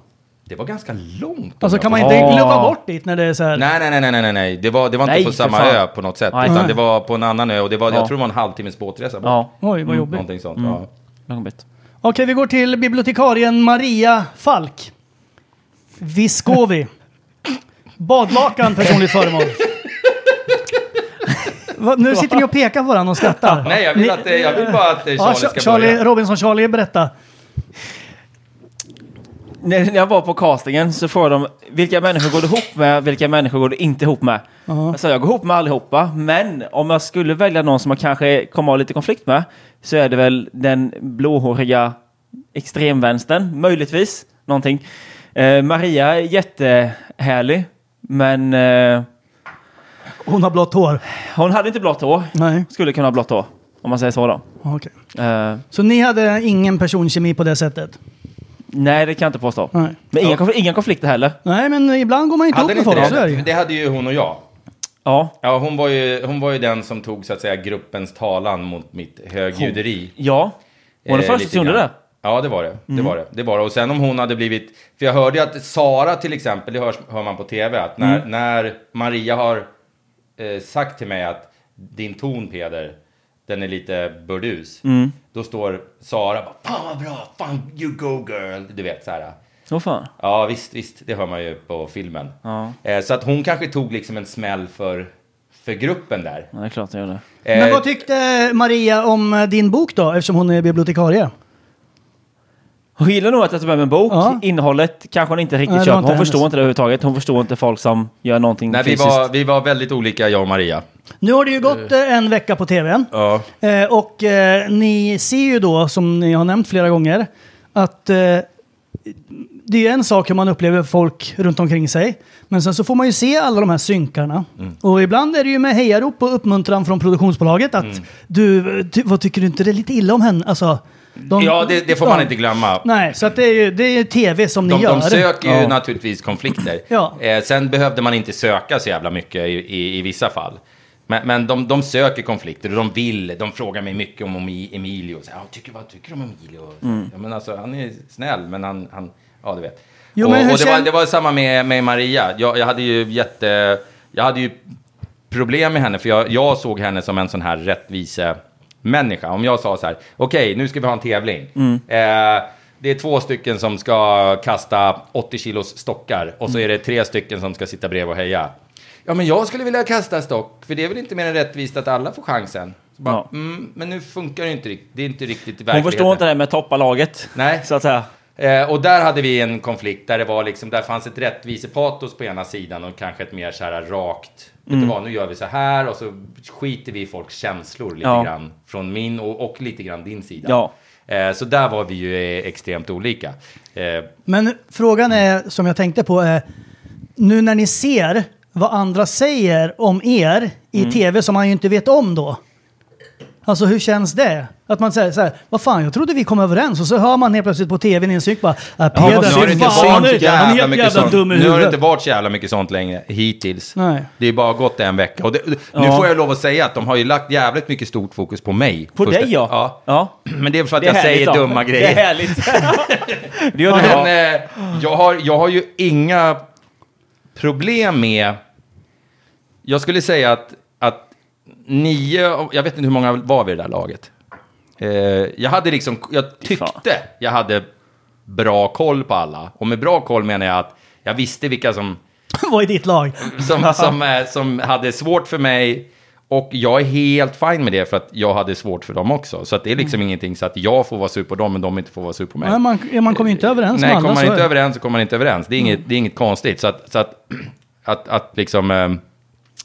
Speaker 2: Det var ganska långt.
Speaker 1: Alltså kan man inte
Speaker 3: Ja.
Speaker 1: glömma bort dit när det är så här?
Speaker 2: Nej, nej, nej, nej, nej, nej, nej. Det var, det var inte
Speaker 3: Nej,
Speaker 2: på
Speaker 3: för
Speaker 2: samma
Speaker 3: fan.
Speaker 2: ö på något sätt.
Speaker 3: Nej.
Speaker 2: Utan
Speaker 1: Nej.
Speaker 2: det var på en annan ö och det var,
Speaker 3: Ja.
Speaker 2: jag tror det var en halvtimmes båtresa bort.
Speaker 3: Ja. Mm.
Speaker 1: Oj, vad jobbigt.
Speaker 2: Någonting sånt, ja.
Speaker 3: Långbit.
Speaker 1: Okej, vi går till bibliotekarien Maria Falk. Viscovi. Badlakan, personligt föremål. Va, nu sitter ni och pekar på varandra och skrattar.
Speaker 2: Nej, jag vill, att, eh, jag vill bara att eh,
Speaker 1: Ja,
Speaker 2: Charlie ska
Speaker 1: Charlie,
Speaker 2: börja.
Speaker 1: Robinson-Charlie, berätta.
Speaker 3: När när jag var på castingen så frågade de vilka människor går du ihop med, vilka människor går du inte ihop med? Jag sa jag går ihop med allihopa, men om jag skulle välja någon som jag kanske kommer ha lite konflikt med så är det väl den blåhåriga extremvänstern, möjligtvis. Någonting. Eh, Maria är jättehärlig, men eh,
Speaker 1: Hon har blått hår.
Speaker 3: hon hade inte blått hår.
Speaker 1: Nej.
Speaker 3: Skulle kunna ha blått hår, om man säger så då.
Speaker 1: Okej.
Speaker 3: Eh,
Speaker 1: Så ni hade ingen personkemi på det sättet?
Speaker 3: Nej, det kan jag inte påstå.
Speaker 1: Nej.
Speaker 3: Men inga,
Speaker 2: Ja.
Speaker 3: konfl- inga konflikter heller.
Speaker 1: Nej, men ibland går man inte
Speaker 2: Hade
Speaker 1: upp
Speaker 2: ni
Speaker 1: med
Speaker 2: inte
Speaker 1: folk. så är
Speaker 2: det?
Speaker 1: det ju.
Speaker 2: För Det hade ju hon och jag.
Speaker 3: Ja.
Speaker 2: Ja, hon var ju, hon var ju den som tog så att säga gruppens talan mot mitt högljuderi.
Speaker 3: Ja. Hon är
Speaker 2: Eh,
Speaker 3: första
Speaker 2: lite
Speaker 3: som gjorde
Speaker 2: grann.
Speaker 3: det. Mm.
Speaker 2: Ja, det var det. Det var det. Det var det. Och sen om hon hade blivit... För jag hörde ju att Sara till exempel, det hörs, hör man på tv, att när,
Speaker 3: Mm.
Speaker 2: när Maria har eh, sagt till mig att din ton Peder, den är lite burdus.
Speaker 3: Mm.
Speaker 2: Då står Sara bara, fan vad bra, fan you go girl. Du vet så här.
Speaker 3: Åh fan.
Speaker 2: Ja, visst, visst. Det hör man ju på filmen.
Speaker 3: Ja.
Speaker 2: Eh, så att hon kanske tog liksom en smäll för, för gruppen där.
Speaker 3: Ja, det är klart jag gör det.
Speaker 2: Eh,
Speaker 1: Men vad tyckte Maria om eh, din bok då, eftersom hon är bibliotekarie?
Speaker 3: Hon gillar nog att jag tog med mig en bok.
Speaker 1: Ja.
Speaker 3: Innehållet kanske hon inte riktigt
Speaker 1: Nej, det var
Speaker 3: köper. Hon
Speaker 1: inte hennes.
Speaker 3: förstår inte det överhuvudtaget. Hon förstår inte folk som gör någonting
Speaker 2: Nej, Eh, vi
Speaker 3: fysiskt.
Speaker 2: var, vi var väldigt olika, jag och Maria.
Speaker 1: Nu har det ju gått eh, en vecka på tvn.
Speaker 2: Ja.
Speaker 1: Eh, Och eh, ni ser ju då, som ni har nämnt flera gånger, att eh, det är en sak hur man upplever folk runt omkring sig. Men sen så får man ju se alla de här synkarna.
Speaker 2: Mm.
Speaker 1: Och ibland är det ju med hejarop och uppmuntran från produktionsbolaget att
Speaker 2: Mm.
Speaker 1: du, ty, vad tycker du inte det är lite illa om henne? Alltså, de-
Speaker 2: Ja, det, det får man
Speaker 1: Ja.
Speaker 2: inte glömma.
Speaker 1: Nej, så att det är ju det är ju tv som ni
Speaker 2: De,
Speaker 1: gör.
Speaker 2: de söker ju
Speaker 3: Ja.
Speaker 2: naturligtvis konflikter.
Speaker 1: Ja.
Speaker 2: Eh, sen behövde man inte söka så jävla mycket i, i, i vissa fall. Men, men de, de söker konflikter och de vill. De frågar mig mycket om Omi- Emilio. Så, här, "Ja, tycker, vad tycker du om Emilio?
Speaker 1: Mm.
Speaker 2: Ja, men alltså, han är snäll, men han... han ja, du vet.
Speaker 1: Jo,
Speaker 2: och,
Speaker 1: men hur
Speaker 2: och det, var,
Speaker 1: känn-
Speaker 2: det var samma med, med Maria. Jag, jag hade ju jätte... Jag hade ju problem med henne, för jag, jag såg henne som en sån här rättvise människa. Om jag sa så här, okej, nu ska vi ha en tävling.
Speaker 3: Mm.
Speaker 2: Eh, det är två stycken som ska kasta 80 kilos stockar och så
Speaker 3: Mm.
Speaker 2: är det tre stycken som ska sitta bredvid och heja. Ja, men jag skulle vilja kasta stock, för det är väl inte mer än rättvist att alla får chansen. Så bara,
Speaker 3: Ja.
Speaker 2: mm, men nu funkar det ju inte riktigt. Det är inte riktigt i
Speaker 3: Hon
Speaker 2: verkligheten.
Speaker 3: förstår inte det här med att toppa laget.
Speaker 2: Nej.
Speaker 3: Så att säga.
Speaker 2: Eh, och där hade vi en konflikt där det var liksom, där fanns ett rättvisepatos på ena sidan och kanske ett mer så här rakt,
Speaker 3: Mm.
Speaker 2: vet du vad, nu gör vi så här och så skiter vi i folks känslor lite
Speaker 3: Ja.
Speaker 2: grann från min och, och lite grann din sida.
Speaker 3: Ja.
Speaker 2: Eh, så där var vi ju eh, extremt olika. Eh,
Speaker 1: Men frågan är, som jag tänkte på, är, nu när ni ser vad andra säger om er i
Speaker 2: Mm.
Speaker 1: tv som man ju inte vet om då. Alltså hur känns det? Att man säger så här, vad fan jag trodde vi kom överens och så hör man helt plötsligt på tv i en synk bara, äh,
Speaker 2: Ja,
Speaker 1: Peder,
Speaker 2: fast nu har det
Speaker 1: fy
Speaker 2: inte
Speaker 1: fan, han är
Speaker 2: varit så
Speaker 1: han är
Speaker 2: jävla
Speaker 1: helt
Speaker 2: mycket
Speaker 1: jävla
Speaker 2: sånt.
Speaker 1: dum i
Speaker 2: Nu har det inte
Speaker 1: huvudet.
Speaker 2: varit så jävla mycket sånt längre, hittills.
Speaker 1: Nej.
Speaker 2: Det är bara gått en vecka. Och det, nu
Speaker 3: Ja.
Speaker 2: får jag lov att säga att de har ju lagt jävligt mycket stort fokus på mig.
Speaker 3: På
Speaker 2: Första-
Speaker 3: dig ja.
Speaker 2: Men det är för att
Speaker 3: Det är
Speaker 2: jag
Speaker 3: härligt,
Speaker 2: säger
Speaker 3: ja.
Speaker 2: dumma grejer.
Speaker 3: Det är härligt. det gör
Speaker 2: Men,
Speaker 3: det
Speaker 2: eh, jag, har, jag har ju inga problem med... Jag skulle säga att, att nio... av- Jag vet inte hur många var vi i det där laget. Eh, jag hade liksom... Jag tyckte jag hade bra koll på alla. Och med bra koll menar jag att jag visste vilka som
Speaker 1: Vad är ditt lag?
Speaker 2: som, som, eh, som hade svårt för mig. Och jag är helt fin med det för att jag hade svårt för dem också. Så att det är liksom ingenting så att jag får vara sur på dem men de inte får vara sur på mig.
Speaker 1: Nej, man- ja, man kommer ju inte överens
Speaker 2: Nej,
Speaker 1: med alla,
Speaker 2: kommer man
Speaker 1: så är
Speaker 2: inte
Speaker 1: det. Mm.
Speaker 2: överens så kommer man inte överens. Det är inget, det är inget konstigt. Så att, så att, att, att liksom eh,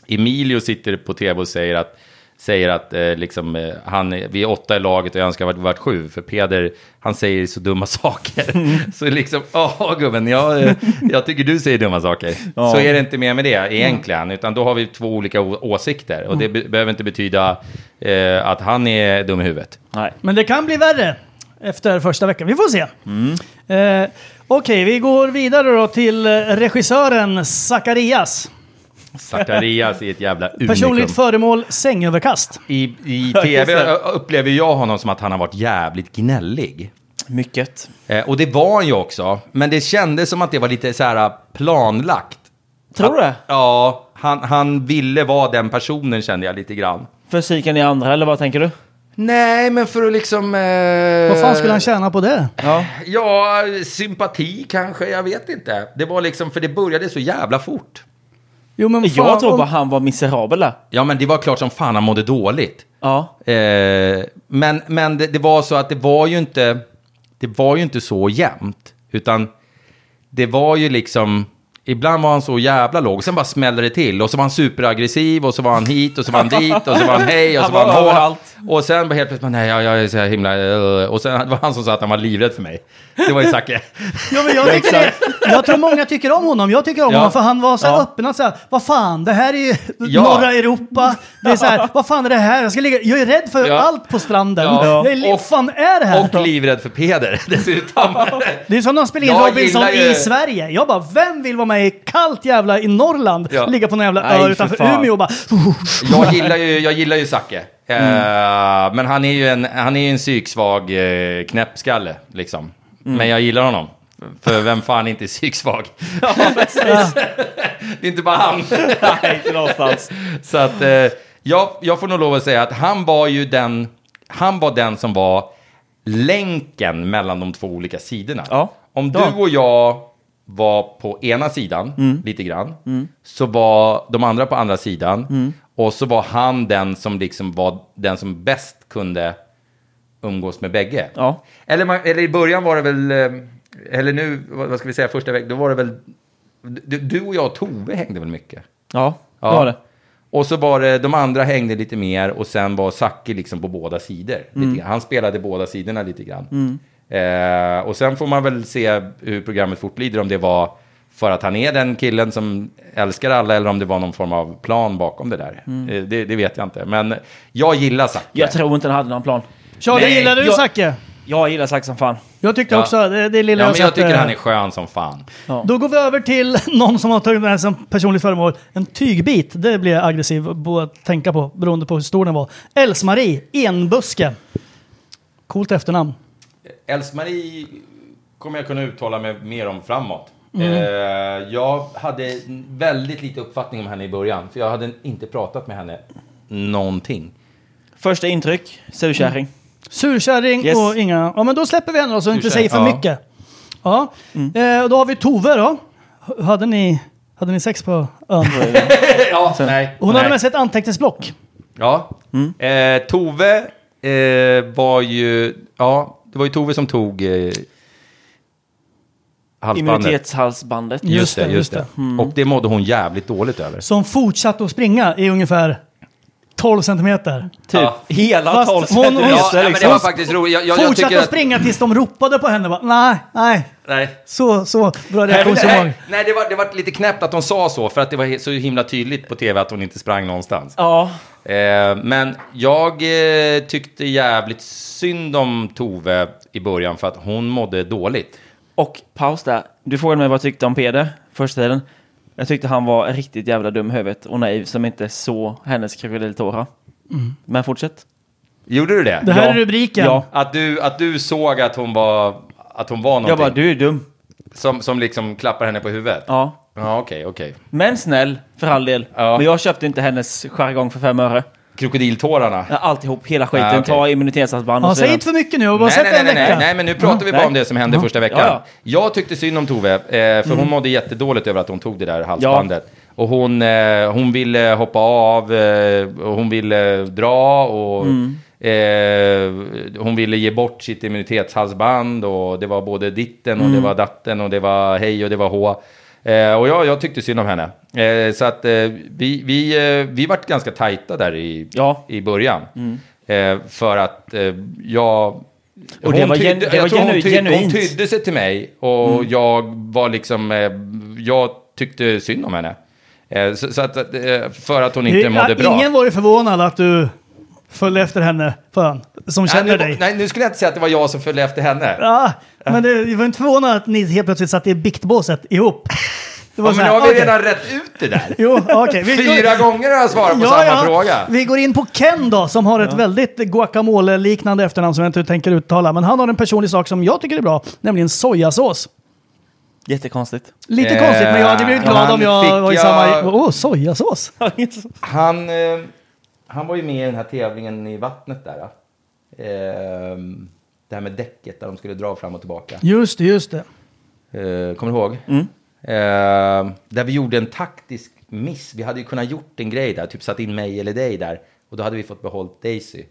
Speaker 2: Emilio sitter på tv och säger att Säger att eh, liksom, eh, han, är- vi är åtta i laget och jag önskar att vi varit sju. För Peder, han säger så dumma saker.
Speaker 1: Mm.
Speaker 2: Så liksom, ja gubben, jag, eh, jag tycker du säger dumma saker.
Speaker 3: Ja.
Speaker 2: Så är det inte mer med
Speaker 1: Mm.
Speaker 2: det egentligen. Utan då har vi två olika å- åsikter. Och det be- behöver inte betyda eh, att han är dum i huvudet.
Speaker 3: Nej.
Speaker 1: Men det kan bli värre efter första veckan. Vi får se.
Speaker 2: Mm.
Speaker 1: Eh, Okej, vi går vidare då till eh, regissören Zacharias.
Speaker 2: Zacharias är ett jävla unikum.
Speaker 1: Personligt föremål, sängöverkast.
Speaker 2: I, i
Speaker 3: just
Speaker 2: tv
Speaker 3: det.
Speaker 2: upplever jag honom som att han har varit jävligt gnällig.
Speaker 3: Mycket.
Speaker 2: Eh, och det var han ju också, men det kändes som att det var lite så här äh, planlagt.
Speaker 3: Tror du det?
Speaker 2: Ja, han, han ville vara den personen kände jag lite grann.
Speaker 3: För psyken i andra, eller vad tänker du?
Speaker 2: Nej, men för att liksom...
Speaker 1: Vad fan skulle han tjäna på det?
Speaker 3: Ja.
Speaker 2: Ja, sympati kanske, jag vet inte. Det var liksom, för det började så jävla fort.
Speaker 1: Jo, men
Speaker 3: Jag tror
Speaker 1: om-
Speaker 3: bara han var miserabel där.
Speaker 2: Ja, men det var klart som fan han mådde dåligt.
Speaker 3: Ja.
Speaker 2: Eh, men men det, det var så att det var ju inte, det var ju inte så jämnt. Utan det var ju liksom, Ibland var han så jävla låg, sen bara smällde det till. Och så var han superaggressiv, och så var han hit, och så var han dit, och så var han hej, och så var
Speaker 3: Han var
Speaker 2: han hå.
Speaker 3: överallt.
Speaker 2: Och sen bara helt plötsligt, bara, nej, jag, jag är så här himla... eh." Och sen var han som sa att han var livrädd för mig. Det var ju Zacke.
Speaker 1: Ja, men jag, tycker det, jag tror många tycker om honom. Jag tycker om
Speaker 2: Ja.
Speaker 1: honom för han var så här
Speaker 2: Ja.
Speaker 1: öppen att säga, vad fan, det här är ju
Speaker 2: Ja.
Speaker 1: norra Europa. Det är så här, vad fan är det här? Jag, ska ligga, jag är rädd för
Speaker 2: Ja.
Speaker 1: allt på stranden.
Speaker 2: Ja.
Speaker 1: Jag är,
Speaker 2: Och-
Speaker 1: vad fan är det här?
Speaker 2: Och livrädd för Peder, dessutom.
Speaker 1: det är som när de spelar in
Speaker 2: Jag
Speaker 1: Robinson
Speaker 2: gillar ju-
Speaker 1: i Sverige. Jag bara, vem vill vara med i kallt jävla i Norrland?
Speaker 2: Ja.
Speaker 1: Ligga på någon jävla
Speaker 3: Nej,
Speaker 1: ö
Speaker 3: för
Speaker 1: utanför
Speaker 3: fan.
Speaker 1: Umeå och bara...
Speaker 2: Jag gillar ju, jag gillar ju Zacke. Eh, men han är ju en, han är ju en psyksvag uh, knäppskalle, liksom. Men jag gillar honom. För vem fan är inte psyksvag? det är inte bara han.
Speaker 3: Nej, inte någonstans.
Speaker 2: Så att eh, jag, jag får nog lov att säga att han var ju den, han var den som var länken mellan de två olika sidorna.
Speaker 3: Ja.
Speaker 2: Om
Speaker 3: Ja.
Speaker 2: du och jag var på ena sidan
Speaker 3: Mm.
Speaker 2: lite grann, så var de andra på andra sidan.
Speaker 3: Mm.
Speaker 2: Och så var han den som liksom var den som bäst kunde umgås med bägge.
Speaker 3: Ja.
Speaker 2: Eller, man, eller i början var det väl, eh, eller nu, vad vad ska vi säga, första veckan, då var det väl, du, du och jag och Tove hängde väl mycket?
Speaker 3: Ja, det var det.
Speaker 2: Och så var det, de andra hängde lite mer och sen var Zacke liksom på båda sidor.
Speaker 3: Mm.
Speaker 2: Lite grann. Han spelade båda sidorna lite grann. Eh, och sen får man väl se hur programmet fortlider, om det var för att han är den killen som älskar alla eller om det var någon form av plan bakom det där. Eh, det, det vet jag inte. Men jag gillar Zacke.
Speaker 3: Mm. Jag tror inte han hade någon plan.
Speaker 1: Charlie,
Speaker 2: Nej,
Speaker 1: gillar du
Speaker 3: jag-
Speaker 1: Zacke?
Speaker 3: Jag gillar sax som fan.
Speaker 1: Jag tyckte
Speaker 2: Ja.
Speaker 1: också det, det lilla
Speaker 2: ja, men jag
Speaker 1: sett,
Speaker 2: tycker
Speaker 1: eh,
Speaker 2: han är skön som fan.
Speaker 1: Då går vi över till någon som har tagit med som personligt föremål. En tygbit. Det blir jag aggressiv på att tänka på beroende på hur stor den var. Else-Marie Enbuske. Coolt efternamn.
Speaker 2: Else-Marie kommer jag kunna uttala mig mer om framåt.
Speaker 1: Mm.
Speaker 2: Eh, jag hade väldigt lite uppfattning om henne i början, för jag hade inte pratat med henne någonting.
Speaker 3: Första intryck, surkärring.
Speaker 1: Surkärring
Speaker 3: Yes.
Speaker 1: och inga... Ja men då släpper vi henne då så vi inte
Speaker 2: Surkärring,
Speaker 1: säger för
Speaker 2: ja.
Speaker 1: mycket. Ja. Eh, och då har vi Tove då. H- Hade ni, hade ni sex på ön? Eh,
Speaker 2: ja, nej.
Speaker 1: Hon
Speaker 2: nej.
Speaker 1: hade med sig ett anteckningsblock.
Speaker 2: Ja.
Speaker 1: Mm.
Speaker 2: Eh, Tove eh, var ju... Ja, det var ju Tove som tog eh, halsbandet.
Speaker 3: Immunitetshalsbandet.
Speaker 1: Ja. Just det, just det. Mm.
Speaker 2: Och det mådde hon jävligt dåligt över.
Speaker 1: Som fortsatte att springa i ungefär 12 centimeter.
Speaker 3: Typ
Speaker 2: Ja.
Speaker 3: hela
Speaker 1: Fast
Speaker 3: 12
Speaker 1: hon- hon-
Speaker 3: centimeter.
Speaker 1: Ja,
Speaker 2: nej, men det
Speaker 3: liksom.
Speaker 2: var faktiskt roligt. Jag, jag, jag
Speaker 1: Fortsatte
Speaker 2: tycker
Speaker 1: att
Speaker 2: att...
Speaker 1: springa tills de ropade på henne. Bara, nej, nej.
Speaker 2: Nej.
Speaker 1: Så, så bra
Speaker 2: Nej, men det-
Speaker 1: reaktionsförmåga.
Speaker 2: nej, nej, det var, det var lite knäppt att hon sa så, för att det var he- så himla tydligt på tv att hon inte sprang någonstans.
Speaker 3: Ja,
Speaker 2: Eh, men jag eh, tyckte jävligt synd om Tove i början, för att hon mådde dåligt.
Speaker 3: och paus där. Du frågade mig vad jag tyckte om Peder första tiden. Jag tyckte han var riktigt jävla dum i huvudet och naiv som inte såg hennes krokodiltårar. Men fortsätt.
Speaker 2: Gjorde du det?
Speaker 1: Det här
Speaker 3: Ja.
Speaker 1: är rubriken.
Speaker 3: Ja.
Speaker 2: Att, du, att du såg att hon var, att hon var
Speaker 3: Jag
Speaker 2: någonting
Speaker 3: bara, du är dum.
Speaker 2: som, som liksom klappar henne på huvudet?
Speaker 3: Ja.
Speaker 2: Ja, okej, okej.
Speaker 3: Men snäll, för all del.
Speaker 2: Ja.
Speaker 3: Men jag köpte inte hennes jargong för fem öre.
Speaker 2: Krokodiltårarna.
Speaker 3: Ja, Alltihop, hela skiten.
Speaker 2: Ah, okej.
Speaker 3: Ta immunitetshalsband
Speaker 1: Ja,
Speaker 3: och så
Speaker 1: säg
Speaker 3: vidare.
Speaker 1: inte för mycket nu, jag har bara
Speaker 2: Nej,
Speaker 1: sett
Speaker 2: nej,
Speaker 1: en
Speaker 2: nej, nej,
Speaker 1: vecka.
Speaker 2: nej, men nu pratar vi bara
Speaker 3: nej.
Speaker 2: om det som hände första veckan.
Speaker 3: Ja,
Speaker 2: Jag tyckte synd om Tove, eh, för hon mådde jättedåligt över att hon tog det där halsbandet. Och hon, eh, hon ville hoppa av, eh, och hon ville dra och
Speaker 3: Mm.
Speaker 2: eh, hon ville ge bort sitt immunitetshalsband. Och det var både ditten och
Speaker 3: Mm.
Speaker 2: det var datten och det var hej och det var hå. Eh, och jag, jag tyckte synd om henne. Eh, så att eh, vi, vi, eh, vi vart ganska tajta där i,
Speaker 3: Ja. Mm.
Speaker 2: i början. Eh, för att eh, jag...
Speaker 3: Och det
Speaker 2: Hon
Speaker 3: var
Speaker 2: tydde-
Speaker 3: gen- det
Speaker 2: jag
Speaker 3: var
Speaker 2: tror hon
Speaker 3: genu-
Speaker 2: tydde- Hon
Speaker 3: genuint.
Speaker 2: tydde sig till mig och
Speaker 1: Mm.
Speaker 2: jag var liksom, eh, jag tyckte synd om henne. Eh, Så, så att, eh, för att hon inte
Speaker 1: Det-
Speaker 2: mådde
Speaker 1: ja,
Speaker 2: bra.
Speaker 1: Ingen var ju förvånad att du följde efter henne, fan, som känner
Speaker 2: nej, nu,
Speaker 1: dig.
Speaker 2: Nej, nu skulle jag inte säga att det var jag som följde efter henne.
Speaker 1: Ja, men det, jag var inte förvånad att ni helt plötsligt satt i biktbåset ihop. Det
Speaker 2: Ja, men
Speaker 1: så
Speaker 2: nu
Speaker 1: här,
Speaker 2: har vi
Speaker 1: okej.
Speaker 2: redan rätt ut det där.
Speaker 1: Jo, okej. vi går-
Speaker 2: Fyra gånger har jag svarat på
Speaker 1: Ja,
Speaker 2: samma
Speaker 1: ja.
Speaker 2: fråga.
Speaker 1: Vi går in på Ken då, som har ett väldigt guacamole-liknande efternamn som jag inte tänker uttala. Men han har en personlig sak som jag tycker är bra, nämligen sojasås.
Speaker 3: Jättekonstigt.
Speaker 1: Lite
Speaker 2: Eh,
Speaker 1: konstigt, men jag hade blivit glad
Speaker 2: han
Speaker 1: om jag
Speaker 2: fick
Speaker 1: var i
Speaker 2: jag-
Speaker 1: samma... Åh, oh, sojasås!
Speaker 2: Han, eh, han var ju med i den här tävlingen i vattnet där. eh. Eh, det här med däcket där de skulle dra fram och tillbaka.
Speaker 1: Just det, just det.
Speaker 2: Eh, kommer du ihåg?
Speaker 1: Mm.
Speaker 2: Eh, där vi gjorde en taktisk miss. Vi hade ju kunnat gjort en grej där, typ satt in mig eller dig där. Och då hade vi fått behållit Daisy.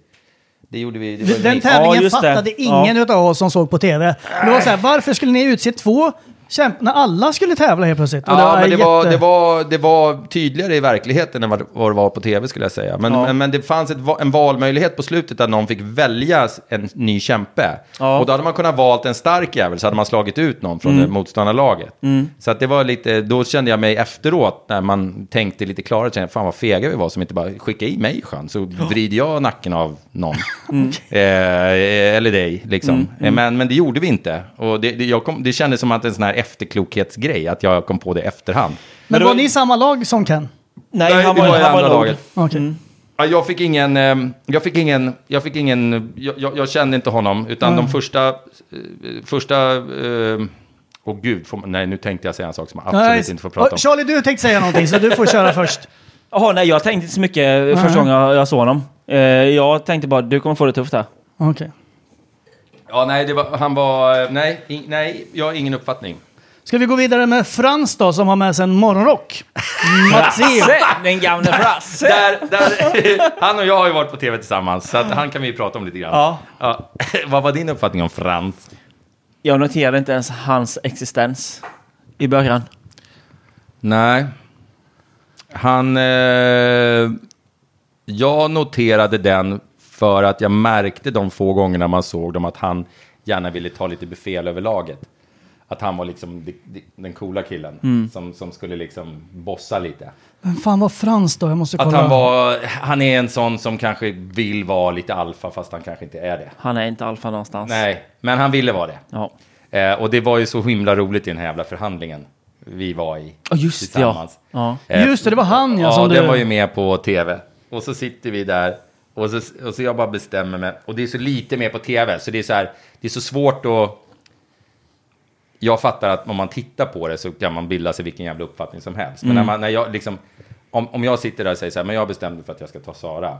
Speaker 2: Det gjorde vi. Det var en
Speaker 1: Den
Speaker 2: miss.
Speaker 1: tävlingen
Speaker 3: Ja, just det.
Speaker 1: fattade ingen
Speaker 3: Ja.
Speaker 1: utav oss som såg på tv. Det var så här, varför skulle ni utse två Kämp när alla skulle tävla helt plötsligt. Och
Speaker 2: Ja, men det, var,
Speaker 1: jätte-
Speaker 2: det, var, det var tydligare i verkligheten än vad vad det var på tv skulle jag säga. Men,
Speaker 3: Ja.
Speaker 2: men, men det fanns ett, va- en valmöjlighet på slutet där någon fick välja en ny kämpe.
Speaker 3: Ja. Mm.
Speaker 2: Och då hade man kunnat valt en stark jävel så hade man slagit ut någon från det motståndarlaget. Så att det var lite, då kände jag mig efteråt när man tänkte lite klarare, kände, fan vad fega vi var som inte bara skicka i mig skön så vrider jag nacken av någon. Mm. Eh, eller dig liksom.
Speaker 3: Mm,
Speaker 2: Eh, Men, men det gjorde vi inte. Och det, det, jag kom, det kändes som att en sån här efterklokhetsgrej, att jag kom på det efterhand.
Speaker 1: Men
Speaker 3: då-
Speaker 1: var ni samma lag som Ken?
Speaker 3: Nej,
Speaker 2: Nej,
Speaker 3: han
Speaker 2: det
Speaker 3: var,
Speaker 2: var i
Speaker 3: han var
Speaker 2: andra
Speaker 3: låg.
Speaker 2: laget.
Speaker 1: Okej.
Speaker 2: Ja, Jag fick ingen, eh, jag fick ingen, jag fick ingen, jag, jag, jag kände inte honom, utan de första, eh, första, eh, åh gud, får man, nej nu tänkte jag säga en sak som jag absolut
Speaker 1: Nej,
Speaker 2: inte får prata
Speaker 1: och
Speaker 2: om.
Speaker 1: Charlie, du tänkte säga någonting så du får köra först.
Speaker 3: Jaha, nej, jag tänkte inte så mycket första gången jag, jag såg honom. Eh, jag tänkte bara, du kommer få det tufft här.
Speaker 1: Okej.
Speaker 2: Ja, nej, det var, han var, eh, nej, in, nej, jag har ingen uppfattning.
Speaker 1: Ska vi gå vidare med Frans då, som har med sig en morgonrock? Mats Ev.
Speaker 3: Den gamle Frasse!
Speaker 2: Där, där, han och jag har ju varit på tv tillsammans, så att han kan vi ju prata om lite grann.
Speaker 3: Ja.
Speaker 2: Ja, vad var din uppfattning om Frans?
Speaker 3: Jag noterade inte ens hans existens i början.
Speaker 2: Nej. Han... Eh, jag noterade den för att jag märkte de få gångerna man såg dem att han gärna ville ta lite befäl över laget. Att han var liksom di- di- den coola killen
Speaker 3: Mm.
Speaker 2: som, som skulle liksom bossa lite.
Speaker 1: Vem fan var Frans då? Jag måste kolla.
Speaker 2: Att han var... Han är en sån som kanske vill vara lite alfa fast han kanske inte är det.
Speaker 3: Han är inte alfa någonstans.
Speaker 2: Nej, men han ville vara det.
Speaker 3: Ja.
Speaker 2: Eh, och det var ju så himla roligt i den här jävla förhandlingen vi var i
Speaker 3: Ja, just det, ja.
Speaker 2: tillsammans.
Speaker 3: Ja.
Speaker 2: Eh,
Speaker 1: Just det, det var han ja,
Speaker 2: Ja,
Speaker 1: som
Speaker 2: den
Speaker 1: du...
Speaker 2: var ju med på tv. Och så sitter vi där och så, och så jag bara bestämmer mig. Och det är så lite med på tv, så det är så här, det är så svårt att... Jag fattar att om man tittar på det så kan man bilda sig vilken jävla uppfattning som helst. Men
Speaker 1: Mm.
Speaker 2: när, man, när jag liksom... Om, om jag sitter där och säger så här, men jag bestämde för att jag ska ta Sara.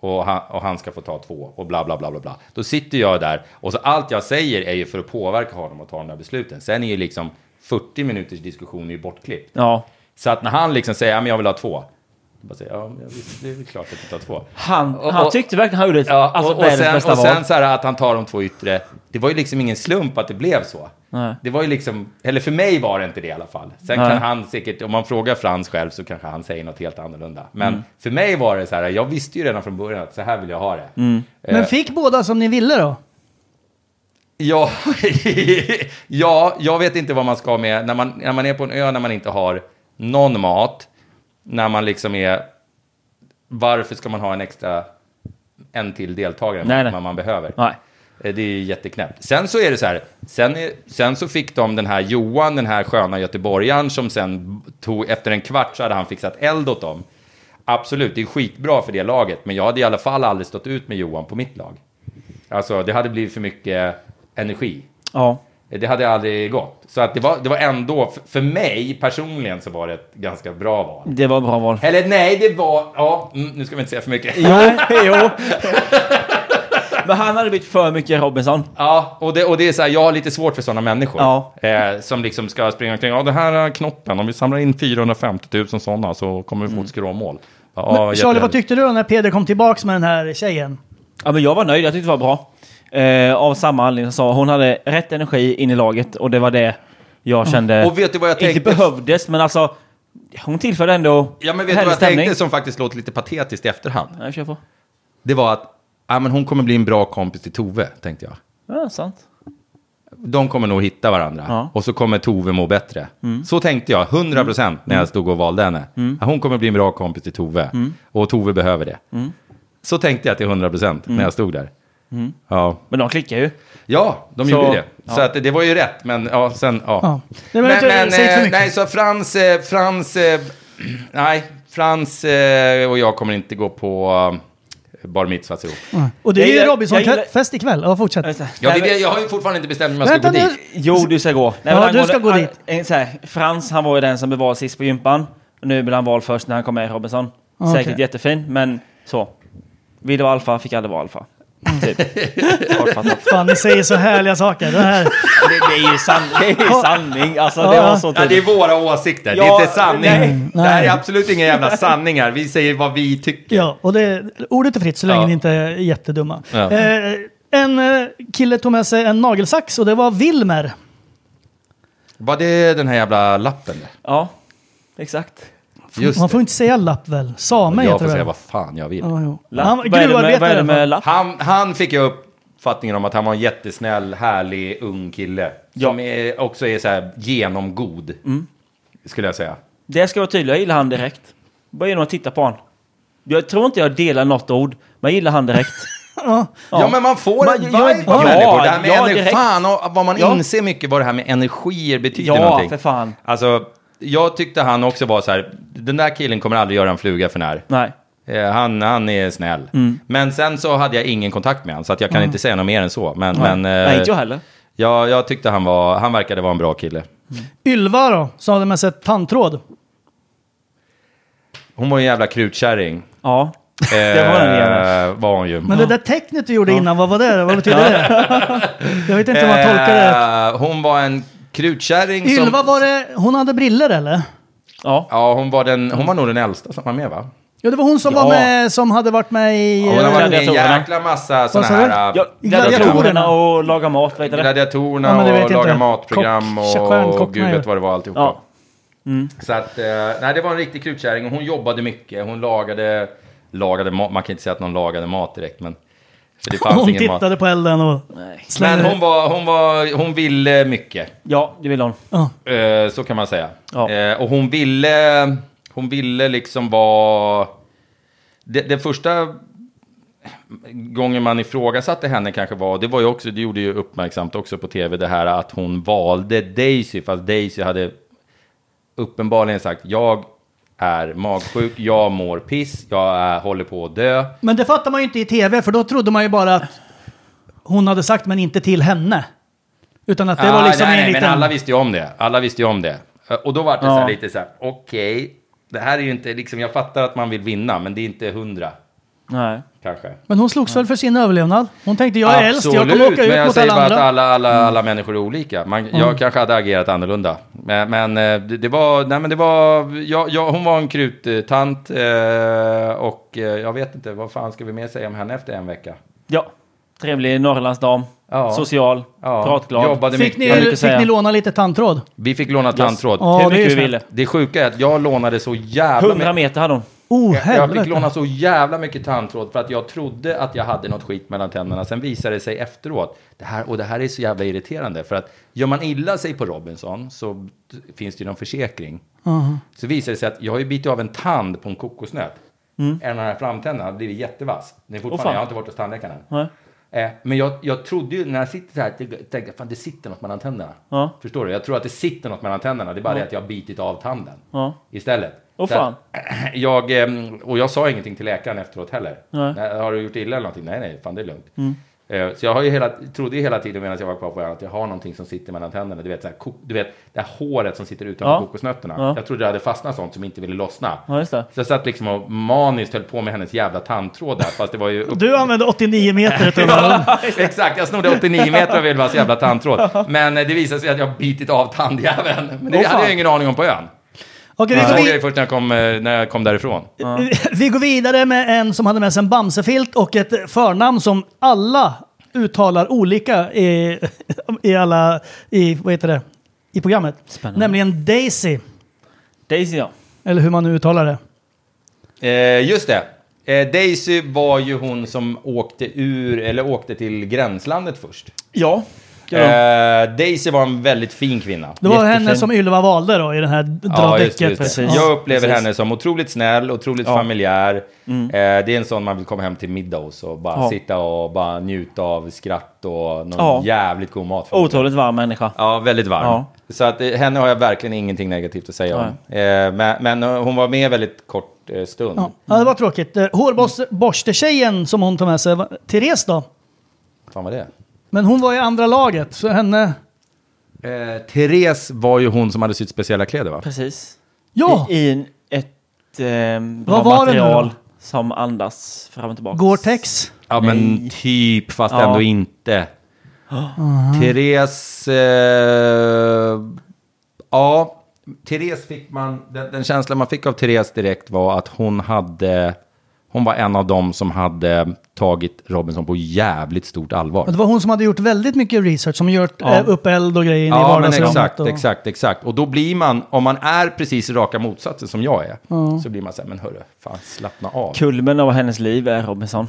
Speaker 2: Och han, och han ska få ta två och bla bla bla bla bla. Då sitter jag där och så allt jag säger är ju för att påverka honom att ta de där besluten. Sen är ju liksom 40 minuters diskussion är ju bortklippt.
Speaker 3: Ja.
Speaker 2: Så att när han liksom säger, ja men jag vill ha två. Då bara säger, jag, ja men jag visste- det är väl klart att du tar två.
Speaker 3: Han,
Speaker 2: Och-
Speaker 3: han
Speaker 2: och-
Speaker 3: tyckte verkligen han gjorde ett,
Speaker 2: Ja,
Speaker 3: alltså,
Speaker 2: och, och
Speaker 3: världens
Speaker 2: sen,
Speaker 3: bästa
Speaker 2: och sen
Speaker 3: val.
Speaker 2: så här att han tar de två yttre, det var ju liksom ingen slump att det blev så.
Speaker 3: Nej.
Speaker 2: Det var ju liksom, eller för mig var det inte det i alla fall. Sen
Speaker 3: Nej.
Speaker 2: kan han säkert, om man frågar Frans själv så kanske han säger något helt annorlunda. Men
Speaker 3: Mm.
Speaker 2: för mig var det så här, jag visste ju redan från början att så här vill jag ha det.
Speaker 3: Mm.
Speaker 1: Men fick båda som ni ville då?
Speaker 2: Ja, ja, jag vet inte vad man ska med. När man, när man är på en ö när man inte har någon mat, när man liksom är... Varför ska man ha en extra, en till deltagare
Speaker 3: Nej, nej.
Speaker 2: man, man behöver?
Speaker 3: Nej.
Speaker 2: Eh, Det är ju jätteknäppt. Sen så är det så här, sen, är, sen så fick de den här Johan, den här sköna göteborgaren som sen tog, efter en kvart så hade han fixat eld åt dem. Absolut, det är skitbra för det laget, men jag hade i alla fall aldrig stått ut med Johan på mitt lag. Alltså, det hade blivit för mycket energi.
Speaker 3: Ja.
Speaker 2: Det hade aldrig gått. Så att det, var, det var ändå, f- för mig personligen så var det ett ganska bra val.
Speaker 3: Det var ett bra val.
Speaker 2: Eller nej, det var... Ja, mm, nu ska vi inte säga för mycket.
Speaker 3: Jo, jo. Men han hade blivit för mycket Robinson.
Speaker 2: Ja, och det, och det är så här, jag har lite svårt för sådana människor.
Speaker 3: Ja.
Speaker 2: Eh, som liksom ska springa omkring. Ja, det här är knoppen. Om vi samlar in 450 000 sådana så kommer vi få ett skråmål. Ja,
Speaker 1: Charlie, vad
Speaker 2: jättehärligt.
Speaker 1: tyckte du när Peder kom tillbaks med den här tjejen?
Speaker 3: Ja, men jag var nöjd. Jag tyckte det var bra. Eh, av samma anledning som jag sa. Hon hade rätt energi in i laget och det var det jag kände.
Speaker 2: Mm. Och vet du vad jag tänkte?
Speaker 3: Inte behövdes, men alltså. Hon tillförde ändå
Speaker 2: Ja, men vet du vad jag tänkte som faktiskt låter lite patetiskt i efterhand?
Speaker 3: Nej, kör på.
Speaker 2: Det var att, ja men hon kommer bli en bra kompis till Tove, tänkte jag.
Speaker 3: Ja, sant.
Speaker 2: de kommer nog hitta varandra.
Speaker 3: Ja.
Speaker 2: Och så kommer Tove må bättre. Så tänkte jag, 100 procent, när jag stod och valde henne. Att Hon kommer bli en bra kompis till Tove. Och Tove behöver det. Så tänkte jag till 100 procent när jag stod där. Ja.
Speaker 3: Men de klickar ju.
Speaker 2: ja, de
Speaker 3: Så-
Speaker 2: gjorde det. Så
Speaker 3: ja.
Speaker 2: att, det var ju rätt, men ja, sen, ja.
Speaker 1: Ja. Nej, men jag tror- säg inte för
Speaker 2: eh,
Speaker 1: mycket.
Speaker 2: nej, så Frans, eh, Frans, eh, nej, Frans eh, och jag kommer inte gå på eh, bar mitzvahs ihop.
Speaker 1: Och det
Speaker 3: Jag
Speaker 1: är ju
Speaker 3: gillar- jag gillar-
Speaker 1: Robinson-fest ikväll. Ja, fortsätt.
Speaker 2: Jag,
Speaker 3: Nej, men-
Speaker 2: jag har ju fortfarande inte bestämt mig om jag ska
Speaker 1: Vänta
Speaker 2: gå dit.
Speaker 1: nu.
Speaker 3: Jo, du ska gå.
Speaker 1: Ja,
Speaker 3: men han
Speaker 1: du ska gå
Speaker 3: han-
Speaker 1: dit.
Speaker 3: en Så här, Frans, han var ju den som blev vald sist på gympan. Nu blev han vald först när han kom med i Robinson.
Speaker 1: Ah, Okej.
Speaker 3: Säkert jättefin, men så. Ville vara alfa, fick aldrig vara alfa.
Speaker 1: Mm.
Speaker 3: Typ. Kortfattat.
Speaker 1: Fan, ni säger så härliga saker. Det här.
Speaker 3: Det, det är ju san, det är ju sanning. Alltså, det
Speaker 1: Ja.
Speaker 3: var så
Speaker 2: Ja, det är
Speaker 3: tydligt.
Speaker 2: våra åsikter, det
Speaker 3: Ja,
Speaker 2: är inte sanning.
Speaker 1: Mm,
Speaker 3: nej.
Speaker 2: Det här är absolut inga jävla sanningar, vi säger vad vi tycker.
Speaker 1: Ja, och det, ordet är fritt så länge
Speaker 2: Ja.
Speaker 1: ni inte är jättedumma.
Speaker 2: Ja.
Speaker 1: Eh, en eh, kille tog med sig en nagelsax och det var Wilmer.
Speaker 2: Var det den här jävla lappen?
Speaker 3: Ja, exakt.
Speaker 2: Just
Speaker 1: Man
Speaker 2: det.
Speaker 1: får inte säga lapp väl? Same
Speaker 2: Jag
Speaker 1: heter
Speaker 2: får
Speaker 1: det
Speaker 2: säga
Speaker 1: väl?
Speaker 2: vad fan jag vill.
Speaker 1: Ja, jo.
Speaker 3: Lapp.
Speaker 1: Han,
Speaker 3: Vad är det med- vad är det
Speaker 1: gruvarbetare.
Speaker 3: med lapp?
Speaker 2: Han, han fick ju uppfattningen om att han var en jättesnäll, härlig, ung kille. Som är, också är så här genomgod.
Speaker 3: Mm.
Speaker 2: Skulle jag säga.
Speaker 3: Det ska vara tydligt, jag gillar han direkt. Bara genom att titta på han. Jag tror inte jag delar något ord, men jag gillar han direkt.
Speaker 2: Ja, men man får
Speaker 3: Man-
Speaker 2: en vibe
Speaker 3: jag-
Speaker 2: av
Speaker 3: ja,
Speaker 2: människor. Det här med
Speaker 3: ja,
Speaker 2: energi,
Speaker 3: direkt.
Speaker 2: fan, och vad man
Speaker 3: Ja.
Speaker 2: inser mycket vad det här med energier betyder
Speaker 3: Ja,
Speaker 2: någonting.
Speaker 3: för fan.
Speaker 2: Alltså, jag tyckte han också var så här, den där killen kommer aldrig göra en fluga för när.
Speaker 3: Nej.
Speaker 2: Eh, Han, han är snäll.
Speaker 3: Mm.
Speaker 2: Men sen så hade jag ingen kontakt med honom, så att jag kan inte säga något mer än så. Men, men eh,
Speaker 3: Nej, inte jag heller.
Speaker 2: jag, jag tyckte han, var, han verkade vara en bra kille.
Speaker 1: Ylva då, som hade med sig ett tandtråd.
Speaker 2: Hon var ju en jävla krutkärring.
Speaker 3: Ja.
Speaker 2: Det
Speaker 3: var en jävla-
Speaker 2: var hon ju.
Speaker 1: Men det där tecknet du gjorde innan, vad var det? Vad betyder det? Jag vet inte om man tolkar det.
Speaker 2: Eh, Hon var en krutkärring
Speaker 1: Ylva,
Speaker 2: Eh, som...
Speaker 1: var det, hon hade briller eller?
Speaker 3: Ja.
Speaker 2: Ja, hon var, den, hon var nog den äldsta som var med va?
Speaker 1: Ja, det var hon som,
Speaker 3: Ja.
Speaker 1: var med, som hade varit med i...
Speaker 2: Ja, hon har
Speaker 1: eh,
Speaker 2: varit med i en
Speaker 3: Gladiatorerna.
Speaker 2: jäkla massa sådana
Speaker 1: sa
Speaker 2: här...
Speaker 3: ja
Speaker 2: äh,
Speaker 3: gladiatorerna och laga mat, vad heter det?
Speaker 2: Gladiatorerna
Speaker 1: Ja, men det vet
Speaker 2: och
Speaker 1: jag
Speaker 2: laga
Speaker 1: inte.
Speaker 2: matprogram
Speaker 1: Kock-
Speaker 2: och,
Speaker 1: stjärnkock
Speaker 2: och gud
Speaker 1: med.
Speaker 2: vet vad det var alltihopa.
Speaker 3: Ja.
Speaker 2: Så att, eh, nej det var en riktig krutkärring och hon jobbade mycket. Hon lagade, lagade mat, man kan inte säga att någon lagade mat direkt men... För det fanns
Speaker 1: Hon
Speaker 2: ingen mat.
Speaker 1: tittade på elden och
Speaker 2: Men
Speaker 1: slängde...
Speaker 2: hon var, hon var, hon ville mycket.
Speaker 3: Ja, det vill hon.
Speaker 1: Ja.
Speaker 2: Eh, så kan man säga.
Speaker 3: Ja.
Speaker 2: Eh, och hon ville, hon ville liksom vara... Det, det första gången man ifrågasatte henne kanske var, det var ju också, det gjorde ju uppmärksamt också på tv, det här att hon valde Daisy, fast Daisy hade uppenbarligen sagt, jag är magsjuk, jag mår piss, jag är, håller på att dö.
Speaker 1: Men det fattar man ju inte i tv, för då trodde man ju bara att hon hade sagt, men inte till henne. Utan att det var
Speaker 2: Ah,
Speaker 1: liksom
Speaker 2: nej,
Speaker 1: en
Speaker 2: nej,
Speaker 1: liten...
Speaker 2: men alla visste ju om det. Alla visste ju om det. Eh, Och då var det så
Speaker 3: Ja.
Speaker 2: här lite så här, okej, det här är ju inte liksom, jag fattar att man vill vinna, men det är inte hundra
Speaker 3: Nej.
Speaker 2: kanske.
Speaker 1: Men hon slogs väl för sin överlevnad? Hon tänkte, jag är äldst, jag kommer åka
Speaker 2: men
Speaker 1: ut
Speaker 2: jag
Speaker 1: mot
Speaker 2: säger
Speaker 1: alla
Speaker 2: bara att
Speaker 1: andra. Mm.
Speaker 2: alla, alla, alla människor är olika. Man, Jag kanske hade agerat annorlunda. Men, men eh, det, det var, nej men det var, jag, jag, hon var en kruttant eh, och eh, jag vet inte, vad fan ska vi mer säga om henne efter en vecka?
Speaker 3: Ja. Trevlig Norrlandsdam.
Speaker 2: Ja.
Speaker 3: Social.
Speaker 2: Ja,
Speaker 3: Pratglad.
Speaker 2: jobbade
Speaker 1: Fick
Speaker 2: mycket.
Speaker 1: ni,
Speaker 3: mycket att
Speaker 1: fick ni
Speaker 3: säga.
Speaker 1: låna lite tandtråd?
Speaker 2: Vi fick låna tandtråd.
Speaker 1: Ja,
Speaker 3: Hur
Speaker 1: det är
Speaker 3: mycket vi
Speaker 1: snällt.
Speaker 3: ville.
Speaker 2: Det sjuka är att jag lånade så jävla
Speaker 3: 100 meter hade hon.
Speaker 1: Oh,
Speaker 2: Jag- Jag fick
Speaker 1: helvete.
Speaker 2: låna så jävla mycket tandtråd för att jag trodde att jag hade något skit mellan tänderna. Sen visade det sig efteråt. Det här, och det här är så jävla irriterande för att gör man illa sig på Robinson så finns det ju någon försäkring.
Speaker 3: Uh-huh.
Speaker 2: Så visade det sig att jag har ju bitit av en tand på en kokosnöt. En av de här framtänderna har blivit jättevass. Den är
Speaker 3: Mm. Åh, fan.
Speaker 2: fortfarande, jag har inte varit hos tandläkaren än.
Speaker 3: Nej.
Speaker 2: Eh, men jag, jag trodde ju när jag sitter så här, jag tänkte fan det sitter något mellan tänderna.
Speaker 3: Ja.
Speaker 2: Förstår du? Jag tror att det sitter något mellan tänderna. Det är bara det att jag har bitit av tanden
Speaker 3: Ja.
Speaker 2: istället.
Speaker 3: Åh,
Speaker 2: Så
Speaker 3: fan.
Speaker 2: att, Jag, eh, och jag sa ingenting till läkaren efteråt heller.
Speaker 3: Nej. Mm.
Speaker 2: Nej, har du gjort illa eller någonting? Nej, nej, fan det är lugnt. Eh, Så jag har ju hela, trodde ju hela tiden medan jag var kvar på ön att jag har någonting som sitter mellan tänderna. Du vet, så här, ko- du vet det här håret som sitter utanför
Speaker 3: Ja.
Speaker 2: kokosnötterna.
Speaker 3: Ja.
Speaker 2: Jag trodde det hade fastnat sånt som inte ville lossna.
Speaker 3: Ja, just det.
Speaker 2: Så jag satt liksom och maniskt höll på med hennes jävla tandtråd där. Fast det var ju upp
Speaker 1: Du använde 89 meter till underhåll.
Speaker 2: Exakt, jag snodde 89 meter av Ylvas jävla tandtråd. Men eh, det visade sig att jag har bitit av tandjäveln. Men det
Speaker 3: Åh,
Speaker 2: hade
Speaker 3: fan.
Speaker 2: jag ingen aning om på ön.
Speaker 1: Okej,
Speaker 2: Det
Speaker 1: vi, går
Speaker 2: såg jag ju
Speaker 1: vid-
Speaker 2: först när jag kom, eh, när jag kom därifrån.
Speaker 1: vi går vidare med en som hade med sig en bamsefilt och ett förnamn som alla uttalar olika i, i alla, i, vad heter det, i programmet.
Speaker 3: Spännande.
Speaker 1: Nämligen Daisy,
Speaker 3: Daisy ja.
Speaker 1: eller hur man nu uttalar det.
Speaker 2: Eh, just det. Eh, Daisy var ju hon som åkte ur, eller åkte till gränslandet först.
Speaker 3: Ja. Ja.
Speaker 2: Eh, Daisy var en väldigt fin kvinna.
Speaker 1: Det var
Speaker 3: Jättefin.
Speaker 1: henne som Ylva valde då i den här dra
Speaker 2: just,
Speaker 1: däcket.
Speaker 2: just det.
Speaker 3: precis.
Speaker 2: Jag upplever
Speaker 3: Precis. Mm.
Speaker 2: henne som otroligt snäll, otroligt familjär. Eh, det är en sån man vill komma hem till middag hos och bara
Speaker 3: Ja.
Speaker 2: sitta och bara njuta av skratt och någon
Speaker 3: Ja.
Speaker 2: jävligt god mat.
Speaker 3: Otroligt varm människa.
Speaker 2: Ja, väldigt varm.
Speaker 3: Ja.
Speaker 2: Så att, eh, henne har jag verkligen ingenting negativt att säga om. Eh, men, men eh, hon var med väldigt kort eh, stund.
Speaker 1: Ja, ja, det var tråkigt. Eh, Hårborstetjejen som hon tog med sig, var- Therese då?
Speaker 2: Fan vad det är.
Speaker 1: Men hon var i andra laget, så henne...
Speaker 2: Eh, Therese var ju hon som hade sytt speciella kläder va?
Speaker 3: Precis.
Speaker 1: Ja!
Speaker 3: I, i en, ett eh, bra
Speaker 1: Vad var det nu
Speaker 3: material
Speaker 1: då?
Speaker 3: som andas fram och tillbaka.
Speaker 1: Gore-Tex.
Speaker 2: Ja men typ, fast
Speaker 3: Ja.
Speaker 2: ändå inte. Therese... Eh, ja, Therese fick man... Den, den känslan man fick av Therese direkt var att hon hade Hon var en av dem som hade tagit Robinson på jävligt stort allvar.
Speaker 1: Och det var hon som hade gjort väldigt mycket research, som gjort
Speaker 2: Ja.
Speaker 1: eh, upp eld och grejer i
Speaker 2: Ja, men
Speaker 1: vardagsrummet.
Speaker 2: exakt,
Speaker 1: och...
Speaker 2: exakt, exakt. Och då blir man, om man är precis raka motsatsen som jag är, så blir man så här, men hörru, fan slappna av.
Speaker 3: Kulmen av hennes liv är Robinson.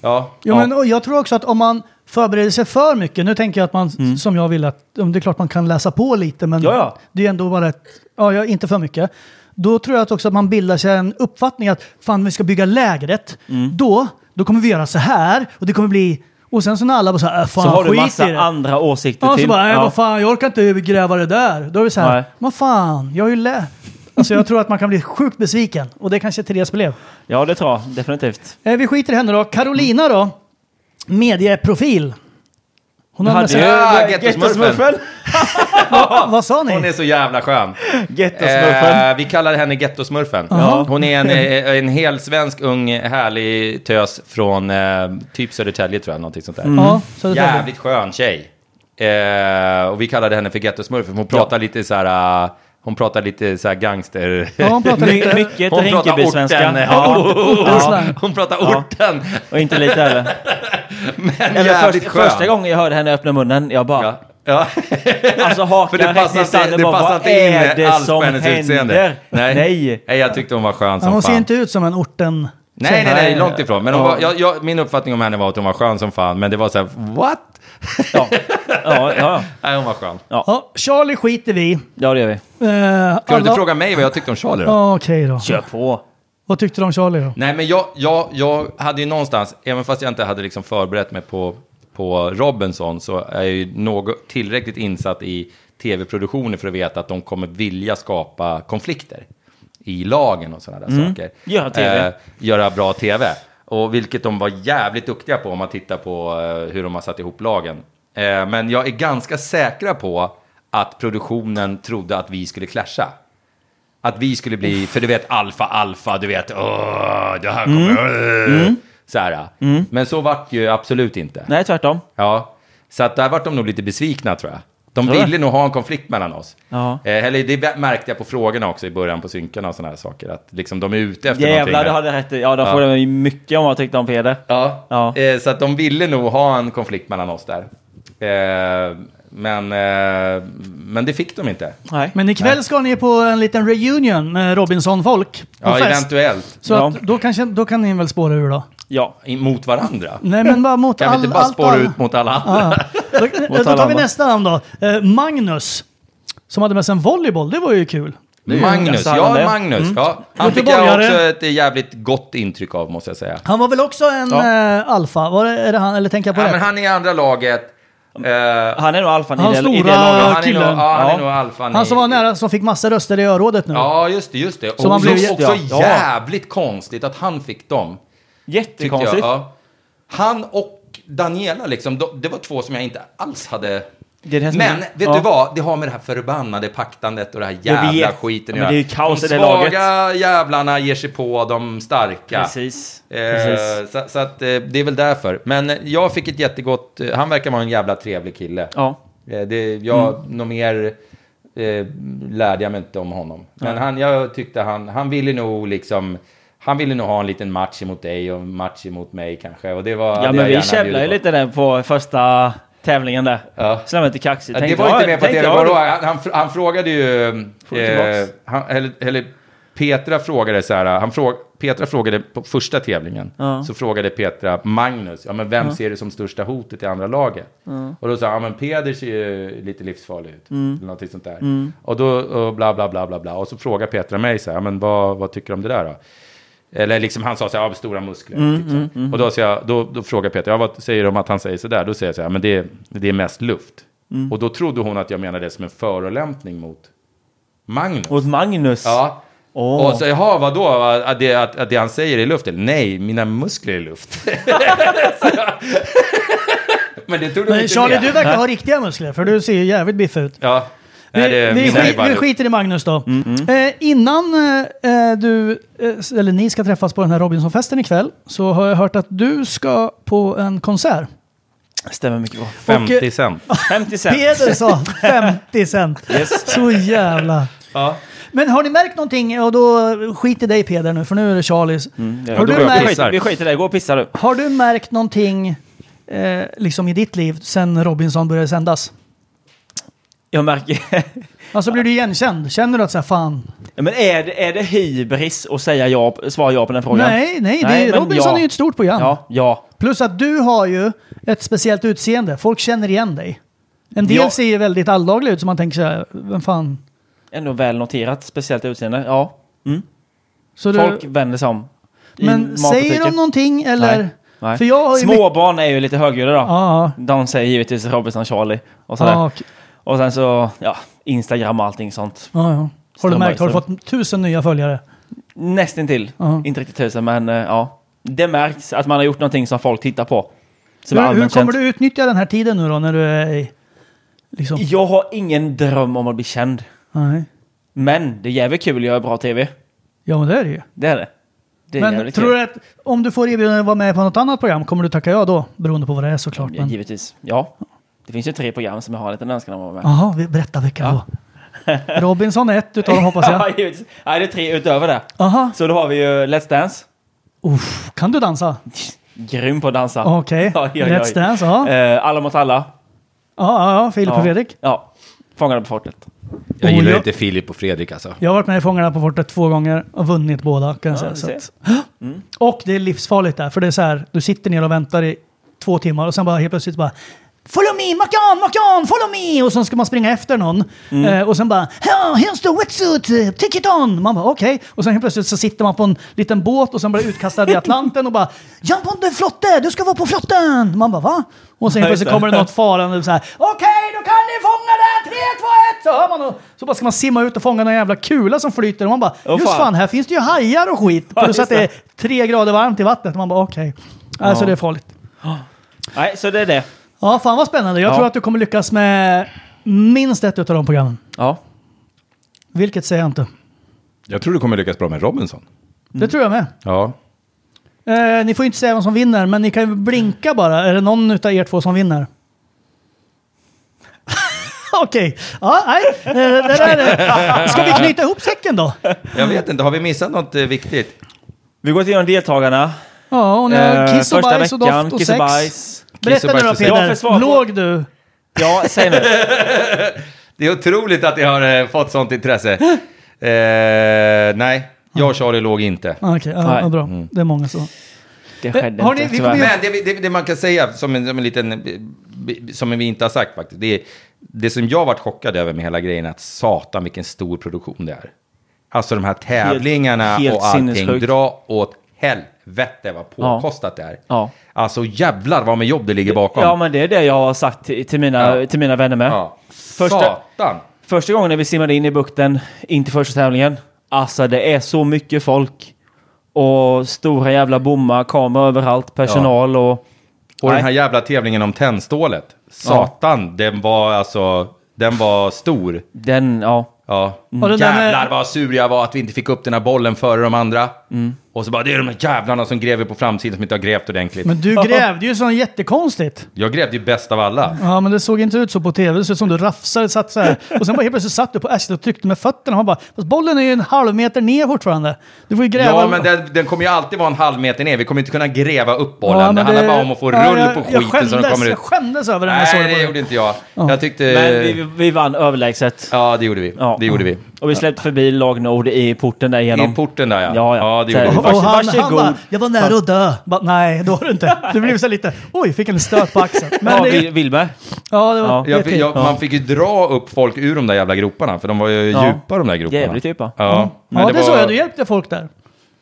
Speaker 2: Ja,
Speaker 1: Jo,
Speaker 2: ja.
Speaker 1: men och jag tror också att om man förbereder sig för mycket, nu tänker jag att man, som jag vill, att om det är klart man kan läsa på lite, men
Speaker 3: Mm. Ja, ja.
Speaker 1: det är ändå bara ett, ja, ja, inte för mycket. Då tror jag att också att man bildar sig en uppfattning att fan, vi ska bygga lägret,
Speaker 3: Mm.
Speaker 1: då, då kommer vi göra så här och det kommer bli... Och sen så när alla bara så här, äh, fan,
Speaker 3: så har du
Speaker 1: skit
Speaker 3: massa
Speaker 1: i det.
Speaker 3: andra åsikter
Speaker 1: Ja,
Speaker 3: till.
Speaker 1: så bara, äh,
Speaker 3: Ja.
Speaker 1: vad fan, jag orkar inte gräva det där. Då är det så
Speaker 3: Nej.
Speaker 1: här, vad fan, jag har ju lä... Alltså jag tror att man kan bli sjukt besviken. Och det kanske Therese blev.
Speaker 3: ja, det tror jag definitivt.
Speaker 1: Eh, vi skiter i henne då. Carolina då, medieprofil. Hon
Speaker 3: Du
Speaker 1: har med
Speaker 3: hade
Speaker 1: sig,
Speaker 2: Ja,
Speaker 3: ju
Speaker 2: gettosmurfen.
Speaker 1: Vad sa ni?
Speaker 2: Hon är så jävla skön.
Speaker 3: Gettosmurfen.
Speaker 2: Eh, vi kallar henne Gettosmurfen.
Speaker 1: Jaha.
Speaker 2: Hon är en, eh, en hel svensk ung härlig tös från eh, typ Södertälje tror jag, någonting sånt där.
Speaker 3: Mm.
Speaker 1: Ja, så det
Speaker 2: Jävligt skön tjej. Eh, och vi kallade henne för Gettosmurfen, hon pratar lite så här... eh, hon pratar lite så här gangster...
Speaker 1: Ja, hon pratar
Speaker 3: My,
Speaker 1: lite.
Speaker 3: mycket
Speaker 2: Hon pratar orten.
Speaker 3: Rinkeby-svenska.
Speaker 2: Ja,
Speaker 1: slang.
Speaker 2: hon pratar
Speaker 3: Ja.
Speaker 2: orten.
Speaker 3: eh, Och inte lite heller.
Speaker 2: Men
Speaker 3: Eller
Speaker 2: jävligt
Speaker 3: först,
Speaker 2: skön.
Speaker 3: första gången jag hörde henne öppna munnen, jag bara...
Speaker 2: Ja. Ja.
Speaker 3: Alltså hakan
Speaker 2: För det passar
Speaker 3: rätt i
Speaker 2: inte,
Speaker 3: sanden
Speaker 2: det
Speaker 3: bara,
Speaker 2: passar
Speaker 3: vad
Speaker 2: inte in
Speaker 3: är det
Speaker 2: alls
Speaker 3: som
Speaker 2: på hennes
Speaker 3: händer?
Speaker 2: utseende.
Speaker 3: Nej.
Speaker 2: Nej. Nej, jag tyckte hon var skön
Speaker 1: Ja,
Speaker 2: som
Speaker 1: hon ser
Speaker 2: fan.
Speaker 1: inte ut som en orten...
Speaker 2: Nej, nej, nej,
Speaker 3: Nej.
Speaker 2: långt ifrån. Men hon
Speaker 3: Ja.
Speaker 2: var, jag, jag, min uppfattning om henne var att hon var skön som fan, men det var så här, what?
Speaker 3: Ja. Ja, ja,
Speaker 2: Nej, hon var skön.
Speaker 1: Ja, Charlie skiter vi i. Eh,
Speaker 3: ja, det gör vi.
Speaker 2: Ska du inte
Speaker 1: alla-
Speaker 2: fråga mig vad jag tyckte om Charlie då?
Speaker 1: Ja, Okej då.
Speaker 3: Kör på.
Speaker 1: Vad tyckte du om Charlie då?
Speaker 2: Nej, men jag, jag, jag hade ju någonstans, även fast jag inte hade liksom förberett mig på, på Robinson, så är jag ju något, tillräckligt insatt i tv-produktioner för att veta att de kommer vilja skapa konflikter i lagen och sådana där saker.
Speaker 3: Mm.
Speaker 2: Eh,
Speaker 3: Göra TV.
Speaker 2: göra bra tv. Och vilket de var jävligt duktiga på om man tittar på eh, hur de har satt ihop lagen. Eh, men jag är ganska säkra på att produktionen trodde att vi skulle clasha. Att vi skulle bli, för du vet alfa, alfa, du vet, åh, det här kommer, mm. så här. Men så vart ju absolut inte.
Speaker 3: Nej, tvärtom.
Speaker 2: Ja, så att där vart de nog lite besvikna tror jag. De
Speaker 3: Tror du?
Speaker 2: ville nog ha en konflikt mellan oss.
Speaker 3: Ja.
Speaker 2: Eh, eller det märkte jag på frågorna också i början på synkarna och sådana här saker. Att liksom de är ute efter
Speaker 3: Jävlar, du
Speaker 2: någonting.
Speaker 3: hade rätt i. Ja, de
Speaker 2: Ja.
Speaker 3: frågade mig mycket om vad jag tyckte om Peder.
Speaker 2: Ja,
Speaker 3: Ja.
Speaker 2: Eh, så att de ville nog ha en konflikt mellan oss där. Eh, men, eh, men det fick de inte.
Speaker 3: Nej.
Speaker 1: Men ikväll ska ni på en liten reunion med Robinson-folk. På
Speaker 2: Ja,
Speaker 1: fest.
Speaker 2: eventuellt.
Speaker 1: Så
Speaker 3: Ja.
Speaker 1: att, då, kanske, då kan ni väl spåra ur då?
Speaker 3: Ja.
Speaker 2: I- Mot varandra.
Speaker 1: Nej, men bara mot
Speaker 2: Kan vi inte
Speaker 1: all,
Speaker 2: bara
Speaker 1: allt
Speaker 2: spåra
Speaker 1: all-
Speaker 2: ut mot alla andra?
Speaker 1: Ja. Då, då
Speaker 3: alla
Speaker 1: tar vi
Speaker 3: andra.
Speaker 1: nästa namn då. Eh, Magnus, som hade med sig en volleyboll. Det var ju kul.
Speaker 2: Magnus,
Speaker 3: Alltså, han
Speaker 2: ja
Speaker 3: är-
Speaker 2: Magnus. Ja. Han fick jag
Speaker 1: Göteborgare.
Speaker 2: också ett jävligt gott intryck av måste jag säga.
Speaker 1: Han var väl också en
Speaker 3: Ja.
Speaker 1: eh, alfa? Var det, är det han, eller tänker jag på
Speaker 2: Ja,
Speaker 1: rätt?
Speaker 2: men han är i andra laget. Eh,
Speaker 3: Han är nog alfan
Speaker 1: Han
Speaker 3: i det, i
Speaker 1: stora-
Speaker 3: det laget.
Speaker 2: han är nog,
Speaker 1: killen.
Speaker 2: ja, han
Speaker 3: Ja.
Speaker 2: är nog alfan.
Speaker 1: Han
Speaker 2: i-
Speaker 1: som var nära, som fick massa röster i örådet nu.
Speaker 2: Ja, just det, just det. Och
Speaker 1: Som han
Speaker 2: också,
Speaker 1: blev-
Speaker 2: också
Speaker 3: ja.
Speaker 2: jävligt konstigt att han fick dem. tyckte jag.
Speaker 3: Jättekonstigt.
Speaker 2: Ja. Han och Daniela, liksom, de, det var två som jag inte alls hade...
Speaker 3: Det är det som
Speaker 2: men
Speaker 3: är-
Speaker 2: vet
Speaker 3: ja.
Speaker 2: du vad? Det har med det här förbannade paktandet och det här jävla
Speaker 3: vet.
Speaker 2: skiten
Speaker 3: Ja, men det är ju kaos
Speaker 2: De
Speaker 3: i det laget.
Speaker 2: svaga jävlarna ger sig på de starka.
Speaker 3: Precis.
Speaker 2: Eh,
Speaker 3: Precis.
Speaker 2: så, så att eh, det är väl därför. Men eh, jag fick ett jättegott... eh, Han verkar vara en jävla trevlig kille.
Speaker 3: Ja. Mm.
Speaker 2: Eh, det, jag, Något mer eh, lärde jag mig inte om honom. Men han, jag tyckte han, han ville nog liksom... Han ville nog ha en liten match emot dig och en match emot mig kanske. Och det var...
Speaker 3: Ja,
Speaker 2: hade
Speaker 3: men
Speaker 2: jag
Speaker 3: vi
Speaker 2: gärna
Speaker 3: käbblade
Speaker 2: bjudit på.
Speaker 3: ju lite där på första tävlingen där.
Speaker 2: Ja.
Speaker 3: Så det var inte kaxigt.
Speaker 2: Ja, det
Speaker 3: Tänkte,
Speaker 2: var
Speaker 3: ja,
Speaker 2: inte med på
Speaker 3: tänkte,
Speaker 2: tv.
Speaker 3: ja,
Speaker 2: Vadå? Han, han, fr- han frågade ju...
Speaker 3: Får du tillbaks?
Speaker 2: Eh, han, eller, eller Petra frågade så här... Han fråg, Petra frågade på första tävlingen.
Speaker 3: Ja.
Speaker 2: Så frågade Petra Magnus, ja men vem ser du som största hotet i andra laget? Och då sa han, ja men Peder ser ju lite livsfarlig ut.
Speaker 3: Mm.
Speaker 2: Eller någonting sånt där. Och då och bla bla bla bla bla. Och så frågar Petra mig så här, ja men vad, vad tycker du om det där då? Eller liksom han sa så här, ja, stora muskler.
Speaker 1: Mm,
Speaker 2: typ så. Och då, sa jag, då, då frågar Peter, ja, vad säger de att han säger så där? Då säger jag så här, men det, det är mest luft.
Speaker 1: Mm.
Speaker 2: Och då trodde hon att jag menade det som en förolämpning mot Magnus.
Speaker 3: Mot Magnus.
Speaker 2: Ja.
Speaker 3: Åh.
Speaker 2: Och så, jaha, vadå? Att det, att, att det han säger är luft? Eller, nej, mina muskler är luft. Så jag- men det trodde hon
Speaker 1: Men
Speaker 2: inte
Speaker 1: Charlie,
Speaker 2: med.
Speaker 1: du verkar ha riktiga muskler, för du ser ju jävligt biffig ut.
Speaker 2: Ja.
Speaker 1: Vi,
Speaker 2: Nej, det,
Speaker 1: vi,
Speaker 2: mina är
Speaker 1: skit,
Speaker 2: bara
Speaker 1: vi
Speaker 2: luft.
Speaker 1: skiter i Magnus då.
Speaker 2: Mm,
Speaker 1: Eh, innan eh, eh, du, eh, s- eller ni ska träffas på den här Robinsonfesten ikväll, så har jag hört att du ska på en konsert. eh,
Speaker 3: Stämmer mycket bra.
Speaker 2: 50 cent.
Speaker 3: 50 cent.
Speaker 1: Peder sa 50 cent. Så jävla.
Speaker 2: Ja.
Speaker 1: Men har ni märkt någonting, och då skit i dig Peder nu, för nu är det Charlies.
Speaker 3: Ja,
Speaker 1: har,
Speaker 3: då
Speaker 1: du
Speaker 3: går jag och
Speaker 1: märkt,
Speaker 3: skiter- vi skiter i det, gå och pissa du.
Speaker 1: har du märkt någonting eh, liksom i ditt liv sen Robinson började sändas?
Speaker 3: Jag märker...
Speaker 1: Alltså blir du igenkänd? Känner du att så här, fan,
Speaker 3: Ja, men är det, är det hybris att säga ja, svara ja på den frågan?
Speaker 1: nej, nej, det,
Speaker 3: men
Speaker 1: Robinson är ju ett stort program.
Speaker 3: Ja, ja.
Speaker 1: Plus att du har ju ett speciellt utseende, folk känner igen dig. En del
Speaker 3: Ja.
Speaker 1: ser ju väldigt alldagliga ut, så man tänker så här, vem fan?
Speaker 3: Ändå väl noterat, speciellt utseende. Ja,
Speaker 1: Så du-
Speaker 3: folk vänder sig om. i
Speaker 1: Men säger
Speaker 3: matbutiken.
Speaker 1: de någonting eller?
Speaker 3: Nej, Nej.
Speaker 1: För jag har ju
Speaker 3: Småbarn är ju lite högljudda då.
Speaker 1: Ja,
Speaker 3: De säger givetvis Robinson Charlie och
Speaker 1: ja,
Speaker 3: sådär.
Speaker 1: ja, okej.
Speaker 3: Och sen så, ja, Instagram och allting sånt.
Speaker 1: ja, ja. Har du
Speaker 3: Strömberg,
Speaker 1: märkt? Har du fått tusen nya följare?
Speaker 3: Nästintill.
Speaker 1: Ja.
Speaker 3: liksom. Inte riktigt tusen, men eh, ja. Det märks att man har gjort någonting som folk tittar på. Som är
Speaker 1: Hur, hur
Speaker 3: allmänt
Speaker 1: kommer
Speaker 3: känt.
Speaker 1: du utnyttja den här tiden nu då när du är i- liksom?
Speaker 3: Jag har ingen dröm om att bli känd.
Speaker 1: Nej.
Speaker 3: Men det är jävligt kul att göra bra tv.
Speaker 1: Ja, men det är det ju.
Speaker 3: Det är det. Det är
Speaker 1: Men
Speaker 3: jävligt
Speaker 1: tror
Speaker 3: kul.
Speaker 1: du att om du får erbjudande att vara med på något annat program, kommer du tacka ja då? Beroende på vad det är såklart.
Speaker 3: Ja,
Speaker 1: Men...
Speaker 3: givetvis. Ja. Det finns ju tre program som jag har en liten önskan om att vara med.
Speaker 1: Jaha, vi- berätta vilka då. Robinson är ett utav dem hoppas jag.
Speaker 3: Ja, givetvis. Nej, det är tre utöver det.
Speaker 1: Aha.
Speaker 3: Så då har vi ju Let's Dance.
Speaker 1: Uff, kan du dansa?
Speaker 3: Grym på att dansa.
Speaker 1: Okej.
Speaker 3: Oj, oj, oj.
Speaker 1: Let's Dance, ja.
Speaker 3: Eh, alla mot alla.
Speaker 1: Ja, ja, ja. Filip och
Speaker 3: Ja.
Speaker 1: Fredrik.
Speaker 3: Ja. Fångade på fortet.
Speaker 2: Jag
Speaker 1: Oh,
Speaker 2: gillar
Speaker 1: ja.
Speaker 2: inte Filip och Fredrik alltså.
Speaker 1: Jag har varit med i Fångarna på fortet två gånger och vunnit båda kan jag
Speaker 3: Ja,
Speaker 1: säga. Så
Speaker 3: du
Speaker 1: att, Och det är livsfarligt där, för det är så här, du sitter ner och väntar i två timmar och sen bara helt plötsligt bara Follow me, Makan, Makan, follow me! Och sen ska man springa efter någon. Eh, och sen bara, ja, here's the wetsuit, take it on! Man bara, okej. Och sen helt plötsligt så sitter man på en liten båt och sen blir utkastad i Atlanten och bara, jump on the flotte, du ska vara på flotten! Man bara, va? Och sen helt plötsligt kommer det något farande så här, okej, då kan ni fånga den! 3, 2, 1! Så hör man och, Så bara ska man simma ut och fånga någon jävla kula som flyter och man bara,
Speaker 3: Åh,
Speaker 1: just fan.
Speaker 3: fan.
Speaker 1: här finns det ju hajar och skit.
Speaker 3: Ja,
Speaker 1: Plus att
Speaker 3: just
Speaker 1: det är
Speaker 3: det.
Speaker 1: tre grader varmt i vattnet. Man bara, okej. Alltså
Speaker 3: Ja.
Speaker 1: det är farligt.
Speaker 3: Nej, så det är det.
Speaker 1: Ja, fan vad spännande. Jag
Speaker 3: Ja.
Speaker 1: tror att du kommer lyckas med minst ett av de programmen.
Speaker 3: Ja.
Speaker 1: Vilket säger jag inte.
Speaker 2: Jag tror du kommer lyckas bra med Robinson.
Speaker 3: Mm.
Speaker 1: Det tror jag med.
Speaker 2: Ja.
Speaker 1: Eh, ni får ju inte säga vem som vinner, men ni kan ju blinka bara. Är det någon utav er två som vinner? Okej. Ja, nej. Eh, Det där är... Ska vi knyta ihop säcken då?
Speaker 2: Jag vet inte, har vi missat något eh, viktigt?
Speaker 3: Vi går igenom deltagarna.
Speaker 1: Ja, och ni har
Speaker 3: Eh,
Speaker 1: kiss och
Speaker 3: första
Speaker 1: bajs och
Speaker 3: veckan,
Speaker 1: doft och
Speaker 3: kiss och
Speaker 1: sex.
Speaker 3: bajs.
Speaker 2: Kiss
Speaker 1: Berätta
Speaker 2: och
Speaker 1: nu
Speaker 2: bajs
Speaker 1: då
Speaker 2: och sex.
Speaker 3: Jag får
Speaker 1: Peder,
Speaker 3: svar på-
Speaker 1: låg du?
Speaker 3: Ja, säg nu.
Speaker 2: Det är otroligt att jag har eh, fått sånt intresse. Eh, nej, jag och Charlie låg inte.
Speaker 1: Ah, Okej, ja,
Speaker 3: Nej.
Speaker 1: ja, bra.
Speaker 2: Mm.
Speaker 1: Det är många så.
Speaker 3: Det skedde
Speaker 1: har ni-
Speaker 3: inte,
Speaker 1: vi
Speaker 3: tyvärr.
Speaker 1: kommer ju-
Speaker 2: Men det, vi- det, det man kan säga, som en, som en liten, eh, som vi inte har sagt faktiskt, det, är, det som jag varit chockad över med hela grejen är att satan vilken stor produktion det är. Alltså de här tävlingarna
Speaker 3: helt
Speaker 2: och allting,
Speaker 3: sinnessjukt.
Speaker 2: dra åt helvete vad påkostat det är.
Speaker 3: Ja.
Speaker 2: Alltså jävlar vad med jobb det ligger bakom.
Speaker 3: Ja, men det är det jag har sagt till till mina,
Speaker 2: Ja.
Speaker 3: till mina vänner med.
Speaker 2: Ja.
Speaker 3: Första-
Speaker 2: Satan!
Speaker 3: Första gången när vi simmade in i bukten, inte första tävlingen. Alltså det är så mycket folk. Och stora jävla bommar, kameror överallt, personal och...
Speaker 2: Och den
Speaker 3: Nej.
Speaker 2: här jävla tävlingen om tändstålet. Satan, den var alltså, den var stor.
Speaker 3: Den, ja.
Speaker 2: Ja.
Speaker 1: Mm. Och den där med-
Speaker 2: Jävlar vad sur jag var att vi inte fick upp den här bollen före de andra.
Speaker 1: Mm.
Speaker 2: Och så bara, det är de här jävlarna som gräver på framsidan som inte har grävt ordentligt.
Speaker 1: Men du grävde ju så jättekonstigt.
Speaker 2: Jag grävde ju bäst av alla.
Speaker 1: Ja, men det såg inte ut så på tv. Det såg ut som du rafsade, satt så här. Och sen bara helt plötsligt satt du på arslet och tryckte med fötterna. Man bara, fast bollen är ju en halv meter ner fortfarande. Du får ju gräva...
Speaker 2: Ja, men den, den kommer ju alltid vara en halv meter ner. Vi kommer inte kunna gräva upp bollen.
Speaker 1: Ja, men
Speaker 2: det handlar bara om att få rull
Speaker 1: Ja, jag-
Speaker 2: på
Speaker 1: jag
Speaker 2: skiten så den
Speaker 1: skämdes-
Speaker 2: kommer ut.
Speaker 1: Jag skämdes över den här
Speaker 2: Nej, det
Speaker 1: sorgen.
Speaker 2: gjorde inte jag. Jag tyckte...
Speaker 3: Men vi, vi vann överlägset.
Speaker 2: Eh. Ja, det gjorde vi.
Speaker 3: Ja.
Speaker 2: Det gjorde vi.
Speaker 3: Och vi släppte förbi lag Nord i porten där igenom.
Speaker 2: I porten där ja.
Speaker 3: Ja, ja.
Speaker 2: det gjorde
Speaker 3: Så-
Speaker 2: vi.
Speaker 1: Och han, han
Speaker 3: Varsågod.
Speaker 1: bara, jag var nära att dö. Bara, Nej, det var du inte. Du blev så här lite, oj, fick en stöt på axeln. Men
Speaker 3: ja,
Speaker 1: det,
Speaker 3: Vil- Wilmer.
Speaker 1: ja, det var
Speaker 3: Ja.
Speaker 1: det är
Speaker 2: Jag,
Speaker 1: till.
Speaker 2: jag, man fick ju dra upp folk ur de där jävla groparna, för de var ju
Speaker 3: Ja.
Speaker 2: djupa de där groparna.
Speaker 3: Jävligt djupa.
Speaker 2: Ja, men
Speaker 1: Ja, det, såg
Speaker 2: var-
Speaker 1: jag. Du hjälpte folk där.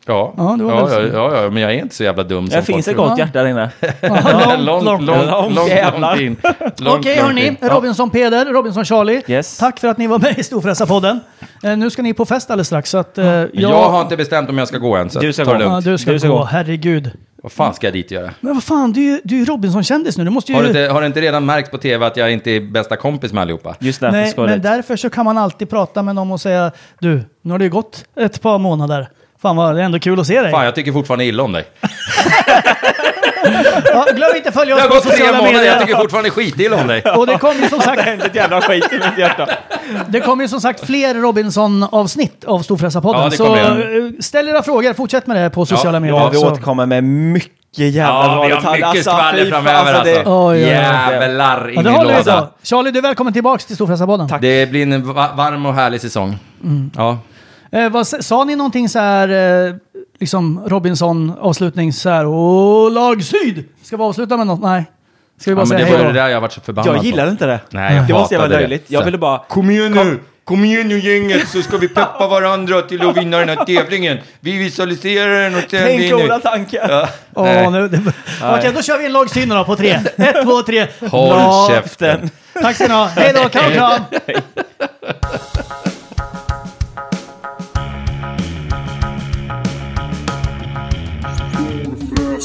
Speaker 2: Ja,
Speaker 1: Ja,
Speaker 2: ja,
Speaker 1: det var
Speaker 2: ja,
Speaker 1: väl så.
Speaker 2: ja, ja, men jag är inte så jävla dum som
Speaker 3: Det finns
Speaker 2: folk
Speaker 3: ett
Speaker 2: tror.
Speaker 3: gott hjärta där inne.
Speaker 2: Ja,
Speaker 1: Långt,
Speaker 2: långt, långt, långt, långt, långt,
Speaker 3: jävlar.
Speaker 2: in. Långt,
Speaker 1: Okej
Speaker 2: långt
Speaker 1: hörni,
Speaker 2: in.
Speaker 1: Robinson Peder, Robinson Charlie.
Speaker 3: Yes.
Speaker 1: Tack för att ni var med i Storfräsarpodden. Eh, nu ska ni på fest alldeles strax. Så att, eh, jag,
Speaker 2: Ja. Jag har inte bestämt om jag ska gå än, så
Speaker 3: Du ska
Speaker 2: ta det
Speaker 3: gå.
Speaker 1: ja,
Speaker 2: lugnt.
Speaker 1: du ska,
Speaker 3: Du ska
Speaker 1: gå,
Speaker 3: gå.
Speaker 1: herregud.
Speaker 2: Vad fan ska jag dit göra?
Speaker 1: Men vad fan, du är ju du är ju Robinson-kändis nu. Du måste ju...
Speaker 2: Har du, inte, har du inte redan märkt på tv att jag inte är bästa kompis med allihopa?
Speaker 3: Just därför
Speaker 1: Nej,
Speaker 3: ska
Speaker 1: men
Speaker 3: det.
Speaker 1: därför så kan man alltid prata med dem och säga du, nu har det ju gått ett par månader. Fan vad det är ändå kul att se dig.
Speaker 2: Fan, jag tycker fortfarande illa om dig.
Speaker 1: Ja, glöm inte att följa
Speaker 2: Det
Speaker 1: oss
Speaker 2: har
Speaker 1: på
Speaker 2: gått tre
Speaker 1: sociala
Speaker 2: månader, jag
Speaker 1: medier.
Speaker 2: tycker fortfarande skitilla om dig.
Speaker 1: Och det kommer ju som sagt...
Speaker 3: Ett jävla skit i mitt hjärta.
Speaker 1: Det kommer ju som sagt fler Robinson-avsnitt av Storfräsarpodden.
Speaker 2: Ja, det
Speaker 1: så
Speaker 2: kommer
Speaker 1: eh, ställ era frågor, fortsätt med det här på sociala medier.
Speaker 3: Ja, vi
Speaker 1: så-
Speaker 3: återkommer med mycket jävla
Speaker 2: Ja,
Speaker 3: bra
Speaker 2: vi har
Speaker 3: detaljer.
Speaker 1: alltså,
Speaker 2: mycket
Speaker 3: fy
Speaker 2: skvaller
Speaker 3: fan,
Speaker 2: framöver
Speaker 3: det-
Speaker 2: alltså.
Speaker 1: Oj, oj, oj.
Speaker 2: Jävlar
Speaker 1: ja,
Speaker 2: in
Speaker 1: det
Speaker 2: i
Speaker 1: håller vi
Speaker 2: lådan.
Speaker 1: på. Charlie, du är välkommen tillbaka till Storfräsarpodden. Tack.
Speaker 2: Det blir en va- varm och härlig säsong. Ja.
Speaker 1: Eh, vad, s- sa ni någonting så här, eh, liksom Robinson-avslutning så här, åh, lag syd! Ska vi avsluta med något? Nej. Ska vi bara
Speaker 2: ja, men
Speaker 1: säga
Speaker 2: det
Speaker 1: hej
Speaker 2: var
Speaker 1: då?
Speaker 2: det där jag varit så förbannad
Speaker 3: Jag gillade
Speaker 2: på.
Speaker 3: inte det.
Speaker 2: Nej, jag
Speaker 3: det var så jävla
Speaker 2: hatade det.
Speaker 3: löjligt. Jag ville bara...
Speaker 2: Kom igen nu! Kom igen nu gänget så ska vi peppa varandra till att vinna den här tävlingen. Vi visualiserar den och sen
Speaker 3: Tänk
Speaker 2: vinner
Speaker 3: coola tankar.
Speaker 1: Åh, nu, det, okej, då kör vi en lag syd nu då på tre. Ett, två, tre.
Speaker 2: Håll
Speaker 1: Bra.
Speaker 2: käften!
Speaker 1: Tack ska ni ha. Hej då, kram, kram.